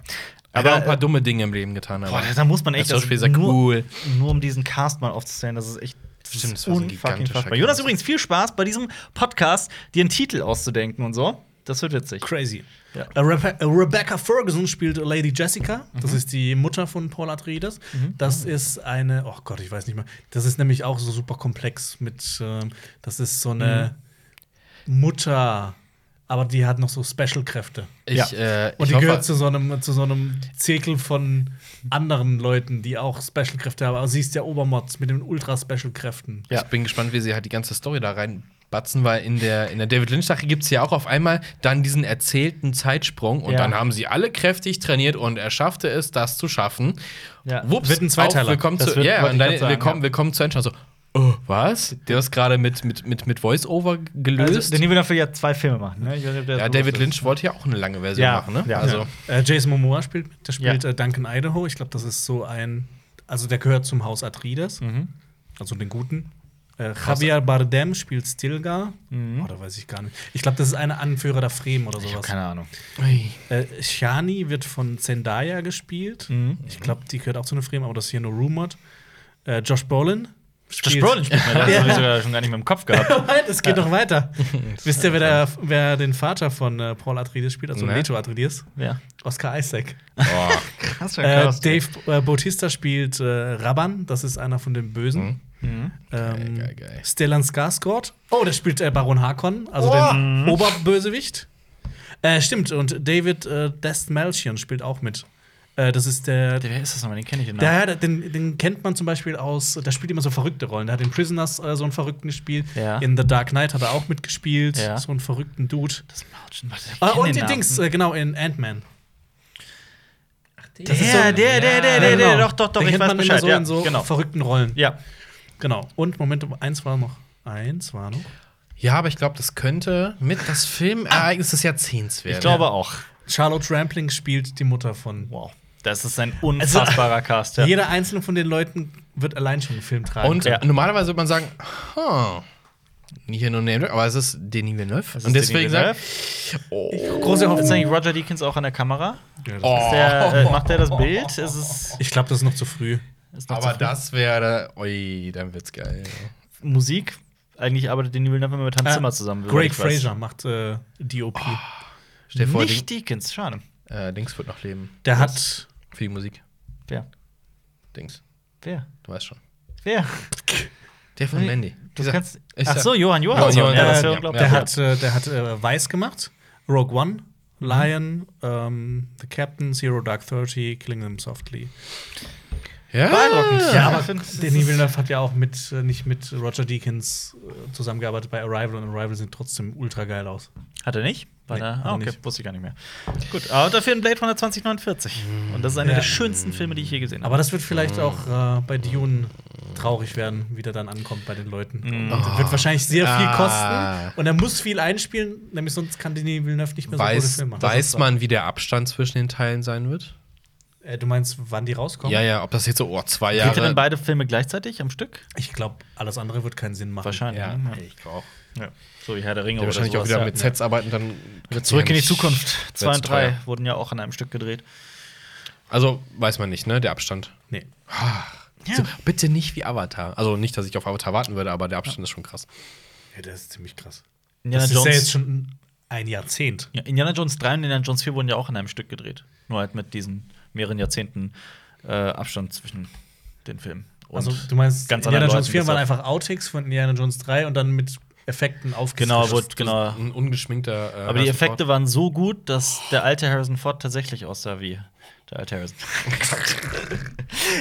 Speaker 2: Aber ein paar
Speaker 1: äh,
Speaker 2: dumme Dinge im Leben getan. Aber
Speaker 1: boah, da- da muss man echt. also
Speaker 2: das Schauspiel ist ja
Speaker 1: nur,
Speaker 2: cool.
Speaker 1: nur um diesen Cast mal aufzustellen, das ist echt. das
Speaker 2: Stimmt,
Speaker 1: ist
Speaker 2: das war so ein
Speaker 1: unfucking
Speaker 2: gigantischer
Speaker 1: fassbar. Jonas
Speaker 2: Cast.
Speaker 1: übrigens viel Spaß bei diesem Podcast, dir einen Titel auszudenken und so. Das wird witzig.
Speaker 3: Crazy.
Speaker 1: Ja.
Speaker 3: Äh, Rebe- äh, Rebecca Ferguson spielt Lady Jessica. Das
Speaker 2: Mhm.
Speaker 3: ist die Mutter von Paul Atreides. Das ist eine, oh Gott, ich weiß nicht mehr. Das ist nämlich auch so super komplex mit, ähm, das ist so eine
Speaker 2: Mhm.
Speaker 3: Mutter, aber die hat noch so Special-Kräfte.
Speaker 2: Ich, äh,
Speaker 3: Und
Speaker 2: ich
Speaker 3: die
Speaker 2: hoffe-
Speaker 3: gehört zu so, einem, zu so einem Zirkel von anderen Leuten, die auch Special-Kräfte haben. Aber sie ist der Obermod mit den Ultra-Special-Kräften.
Speaker 1: Ja.
Speaker 2: Ich bin gespannt, wie sie halt die ganze Story da reinballern Batzen, weil in der, in der David Lynch-Sache gibt es ja auch auf einmal dann diesen erzählten Zeitsprung und
Speaker 1: Ja.
Speaker 2: dann haben sie alle kräftig trainiert und er schaffte es, das zu schaffen.
Speaker 1: Ja.
Speaker 2: Wups,
Speaker 3: Wird ein Zweiteiler.
Speaker 2: auf, Willkommen
Speaker 1: Das
Speaker 2: zu,
Speaker 1: wird-
Speaker 2: ja,
Speaker 1: wollte
Speaker 2: und
Speaker 1: ich
Speaker 2: dann
Speaker 1: grad sagen,
Speaker 2: willkommen,
Speaker 1: ja.
Speaker 2: willkommen zu Endschau. So, oh, was? Der ist gerade mit, mit, mit, mit Voice-Over gelöst.
Speaker 1: Also, Denis Villeneuve will ja zwei Filme machen. Ne? Ich weiß nicht, ob der
Speaker 2: ja,
Speaker 1: bewusst
Speaker 2: David
Speaker 1: ist.
Speaker 2: Lynch wollte ja auch eine lange Version
Speaker 1: Ja,
Speaker 2: machen, ne?
Speaker 1: ja.
Speaker 2: also,
Speaker 3: Äh, Jason Momoa spielt mit, der spielt
Speaker 1: Ja.
Speaker 3: äh, Duncan Idaho. Ich glaube, das ist so ein, also der gehört zum Haus Atreides,
Speaker 1: Mhm.
Speaker 3: also den Guten. Äh, Javier Bardem spielt Stilgar. Oder weiß ich gar nicht. Ich glaube, das ist eine Anführer der Fremen oder
Speaker 1: Mhm. Ich hab
Speaker 3: sowas.
Speaker 1: keine Ahnung.
Speaker 2: Ui.
Speaker 3: Äh, Shani wird von Zendaya gespielt.
Speaker 1: Mhm.
Speaker 3: Ich glaube, die gehört auch zu einer Fremen, aber das ist hier nur rumored. Äh, Josh Brolin.
Speaker 1: Josh Brolin spielt mir das. Das hab ich sogar schon gar nicht mehr im Kopf gehabt.
Speaker 3: Nein, es geht noch weiter. Wisst ihr, wer, der, wer den Vater von äh, Paul Atreides spielt, also
Speaker 1: Ne.
Speaker 2: Nee.
Speaker 3: Leto Atreides?
Speaker 1: ja.
Speaker 3: Oscar Isaac.
Speaker 2: Boah.
Speaker 1: Krass,
Speaker 3: Äh, Dave äh, Bautista spielt äh, Rabban, das ist einer von den Bösen.
Speaker 1: Mhm.
Speaker 3: Ähm,
Speaker 2: Mhm. Geil, geil, geil. Oh!
Speaker 3: Stellan Skarsgård. Oh, der spielt äh, Baron Harkonnen, also
Speaker 1: Mhm.
Speaker 3: den Oberbösewicht. Äh, stimmt, und David äh, Destmalchian spielt auch mit. Äh, das ist der.
Speaker 1: Wer ist das nochmal? Den kenne ich den Namen.
Speaker 3: Der, der, den, den kennt man zum Beispiel aus, der spielt immer so verrückte Rollen. Der hat in Prisoners äh, so einen Verrückten gespielt.
Speaker 1: Ja.
Speaker 3: In The Dark Knight hat er auch mitgespielt.
Speaker 1: Ja.
Speaker 3: So einen verrückten Dude.
Speaker 1: Das ist Martin. Warte, ich
Speaker 3: Ah,
Speaker 1: kenn
Speaker 3: und
Speaker 1: den
Speaker 3: in
Speaker 1: Namen.
Speaker 3: Dings, äh, genau, in Ant-Man.
Speaker 1: Der, der, der, der, der, der, doch, doch, doch,
Speaker 3: Genau. Den
Speaker 1: ich
Speaker 3: kennt
Speaker 1: weiß
Speaker 3: man
Speaker 1: Bescheid.
Speaker 3: immer so
Speaker 1: ja,
Speaker 3: in so
Speaker 1: genau.
Speaker 3: verrückten Rollen.
Speaker 1: Ja.
Speaker 3: Genau. Und Moment, eins war noch. Eins war noch.
Speaker 2: Ja, aber ich glaube, das könnte mit das Filmereignis des Jahrzehnts werden.
Speaker 1: Ich glaube auch.
Speaker 3: Charlotte Rampling spielt die Mutter von.
Speaker 1: Wow. Das ist ein unfassbarer Cast. Ja.
Speaker 3: Jeder einzelne von den Leuten wird allein schon einen Film tragen.
Speaker 2: Und
Speaker 1: Ja.
Speaker 2: normalerweise würde man sagen, huh, nicht hier nur Name, aber es ist Denis Villeneuve. Und deswegen sagt, oh,
Speaker 1: große Hoffnung. Ist eigentlich Roger Deakins auch an der Kamera?
Speaker 3: Ja, das-
Speaker 2: oh.
Speaker 1: Der, äh, macht er das Bild? Ist es
Speaker 3: Ich glaube, das ist noch zu früh.
Speaker 1: ist noch
Speaker 2: aber
Speaker 1: zu früh?
Speaker 2: das wäre, ui, dann wird's geil.
Speaker 1: Musik? Eigentlich arbeitet Denis Villeneuve immer mit Hans
Speaker 3: Äh,
Speaker 1: Zimmer zusammen. soweit
Speaker 3: Greg
Speaker 1: ich weiß. Ah,
Speaker 3: Fraser macht äh, DOP.
Speaker 2: Stell dir vor,
Speaker 1: Nicht Deakins, schade.
Speaker 2: Ding, äh, Dings wird noch leben.
Speaker 3: Der hat.
Speaker 2: Für die Musik.
Speaker 1: Wer?
Speaker 2: Dings,
Speaker 1: Wer?
Speaker 2: du weißt schon.
Speaker 1: Wer?
Speaker 2: Der von Mandy.
Speaker 1: Du kannst.
Speaker 2: ich
Speaker 1: Ach
Speaker 2: sag-
Speaker 1: so, Johann Johansson.
Speaker 2: Johann
Speaker 1: ja, das
Speaker 2: Johansson,
Speaker 1: ist ja
Speaker 2: ja.
Speaker 1: unglaublich.
Speaker 3: äh, Der hat, äh, der hat äh, Weiß gemacht. Rogue One, Lion, ähm, The Captain, Zero Dark Thirty, Killing Them Softly.
Speaker 2: Ja.
Speaker 1: Beeindruckend.
Speaker 3: Ja,
Speaker 1: ich
Speaker 3: aber
Speaker 1: find, das
Speaker 3: Denis
Speaker 1: ist-
Speaker 3: Villeneuve hat ja auch mit, äh, nicht mit Roger Deakins äh, zusammengearbeitet bei Arrival und Arrival sieht trotzdem ultra geil aus.
Speaker 1: Hat er nicht? War
Speaker 3: Nee,
Speaker 1: da-
Speaker 3: hat
Speaker 1: ah,
Speaker 3: er
Speaker 1: okay,
Speaker 3: nicht.
Speaker 1: wusste ich gar nicht mehr. Gut, aber dafür ein Blade Runner 2049.
Speaker 2: Mhm.
Speaker 1: Und das ist einer
Speaker 3: Ja.
Speaker 1: der schönsten Filme, die ich je gesehen habe.
Speaker 3: Aber das wird vielleicht auch äh, bei Dune traurig werden, wie der dann ankommt bei den Leuten. Und wird wahrscheinlich sehr viel
Speaker 2: Mhm. Ah.
Speaker 3: kosten und er muss viel einspielen, nämlich sonst kann Denis Villeneuve nicht mehr so gute
Speaker 2: Weiß,
Speaker 3: Filme machen.
Speaker 2: weiß man, wie der Abstand zwischen den Teilen sein wird?
Speaker 3: Äh, du meinst, wann die rauskommen?
Speaker 2: Ja, ja, ob das jetzt so, oh, zwei
Speaker 1: Kriegt er denn
Speaker 2: Jahre.
Speaker 1: beide Filme gleichzeitig am Stück?
Speaker 3: Ich glaube, alles andere wird keinen Sinn machen.
Speaker 1: Wahrscheinlich.
Speaker 2: Ja,
Speaker 1: ne?
Speaker 2: ich glaube.
Speaker 1: Ja. So wie Herr der Ringe
Speaker 2: Der
Speaker 1: oder
Speaker 2: wahrscheinlich auch
Speaker 1: sowas,
Speaker 2: wieder
Speaker 1: ja.
Speaker 2: mit Sets arbeiten, dann.
Speaker 1: Oder Zurück in die Zukunft.
Speaker 2: Wird's
Speaker 1: Zwei und drei
Speaker 2: teuer.
Speaker 1: wurden ja auch an einem Stück gedreht.
Speaker 2: Also weiß man nicht, ne? Der Abstand.
Speaker 3: Nee.
Speaker 1: Ja.
Speaker 2: So, bitte nicht wie Avatar. Also nicht, dass ich auf Avatar warten würde, aber der Abstand ist schon krass.
Speaker 3: Ja, das ist ziemlich krass.
Speaker 1: Indiana
Speaker 3: das
Speaker 1: Jones,
Speaker 3: ist ja jetzt schon ein Jahrzehnt.
Speaker 1: ja, Indiana Jones 3 und Indiana Jones 4 wurden ja auch an einem Stück gedreht. Nur halt mit diesen mehreren Jahrzehnten äh, Abstand zwischen den Filmen. Und
Speaker 3: Also du meinst,
Speaker 1: ganz
Speaker 3: Indiana
Speaker 1: anderen
Speaker 3: Jones
Speaker 1: Leuten
Speaker 3: 4 waren
Speaker 1: das
Speaker 3: einfach Outtakes von Indiana Jones 3 und dann mit Effekten
Speaker 1: Genau,
Speaker 3: aufgesetzt.
Speaker 1: wurde, genau.
Speaker 2: Ein ungeschminkter. äh,
Speaker 1: Aber die
Speaker 2: Harrison
Speaker 1: Effekte waren so gut, dass der alte Harrison Ford tatsächlich aussah wie der alte Harrison.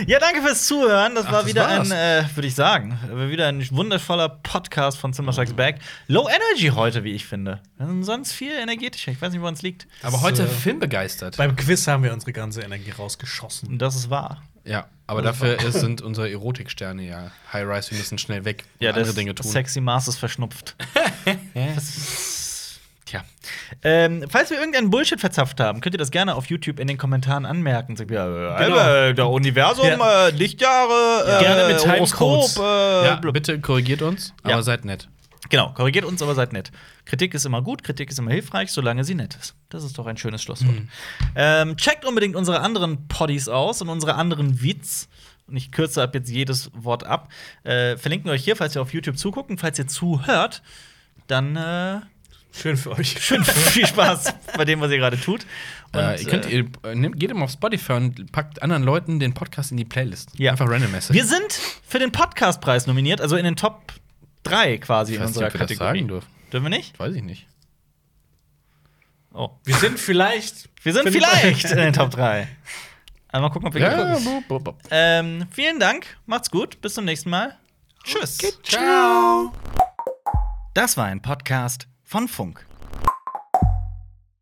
Speaker 1: ja, danke fürs Zuhören. Das
Speaker 2: Ach,
Speaker 1: war
Speaker 2: das
Speaker 1: wieder
Speaker 2: war's.
Speaker 1: ein, äh, würde ich sagen, äh, wieder ein wundervoller Podcast von Zimmer Strikes Back. Low Energy heute, wie ich finde. Sonst viel energetischer. Ich weiß nicht, woran es liegt.
Speaker 2: Ford. Aber heute
Speaker 3: äh,
Speaker 2: filmbegeistert.
Speaker 3: Beim Quiz haben wir unsere ganze Energie rausgeschossen.
Speaker 1: Und das ist wahr.
Speaker 2: Ja,
Speaker 1: Oh,
Speaker 2: aber dafür ist, sind unsere Erotiksterne ja High Rise. Wir müssen schnell weg und
Speaker 1: Ja,
Speaker 2: andere
Speaker 1: das
Speaker 2: Dinge tun.
Speaker 1: Sexy Mars ist verschnupft. das ist, tja. Ähm, falls wir irgendeinen Bullshit verzapft haben, könnt ihr das gerne auf YouTube in den Kommentaren anmerken. Sagt, ja, äh,
Speaker 3: Genau.
Speaker 1: äh, der Universum,
Speaker 3: Ja.
Speaker 1: äh, Lichtjahre, äh,
Speaker 3: Gerne mit Timecodes.
Speaker 1: Horoskop. Äh,
Speaker 2: ja,
Speaker 1: blub.
Speaker 2: bitte korrigiert uns,
Speaker 1: Ja.
Speaker 2: aber seid nett.
Speaker 1: Genau, korrigiert uns, aber seid nett. Kritik ist immer gut, Kritik ist immer hilfreich, solange sie nett ist. Das ist doch ein schönes Schlusswort.
Speaker 3: Mhm.
Speaker 1: Ähm, checkt unbedingt unsere anderen Poddies aus und unsere anderen Wits. Und ich kürze ab jetzt jedes Wort ab. Äh, verlinken wir euch hier, falls ihr auf YouTube zugucken, falls ihr zuhört, dann äh,
Speaker 3: Schön für euch.
Speaker 1: schön viel Spaß bei dem, was ihr gerade tut. Und,
Speaker 2: äh, ihr könnt, ihr, äh, nehmt, geht immer auf Spotify und packt anderen Leuten den Podcast in die Playlist.
Speaker 1: Ja.
Speaker 2: Einfach random Message.
Speaker 1: wir sind für den Podcastpreis nominiert, also in den Top 3 quasi
Speaker 2: Ich
Speaker 1: in
Speaker 2: weiß nicht,
Speaker 1: unserer
Speaker 2: ob wir das
Speaker 1: Kategorie.
Speaker 2: sagen dürfen.
Speaker 1: Dürfen wir nicht?
Speaker 2: Weiß ich nicht.
Speaker 1: Oh.
Speaker 3: Wir sind vielleicht.
Speaker 1: Wir sind vielleicht in den Top 3. Aber mal gucken, ob wir
Speaker 2: Ja,
Speaker 1: gucken.
Speaker 2: bup, bup, bup.
Speaker 1: Ähm, vielen Dank, macht's gut, bis zum nächsten Mal. Tschüss.
Speaker 2: Ciao.
Speaker 1: Das war ein Podcast von Funk.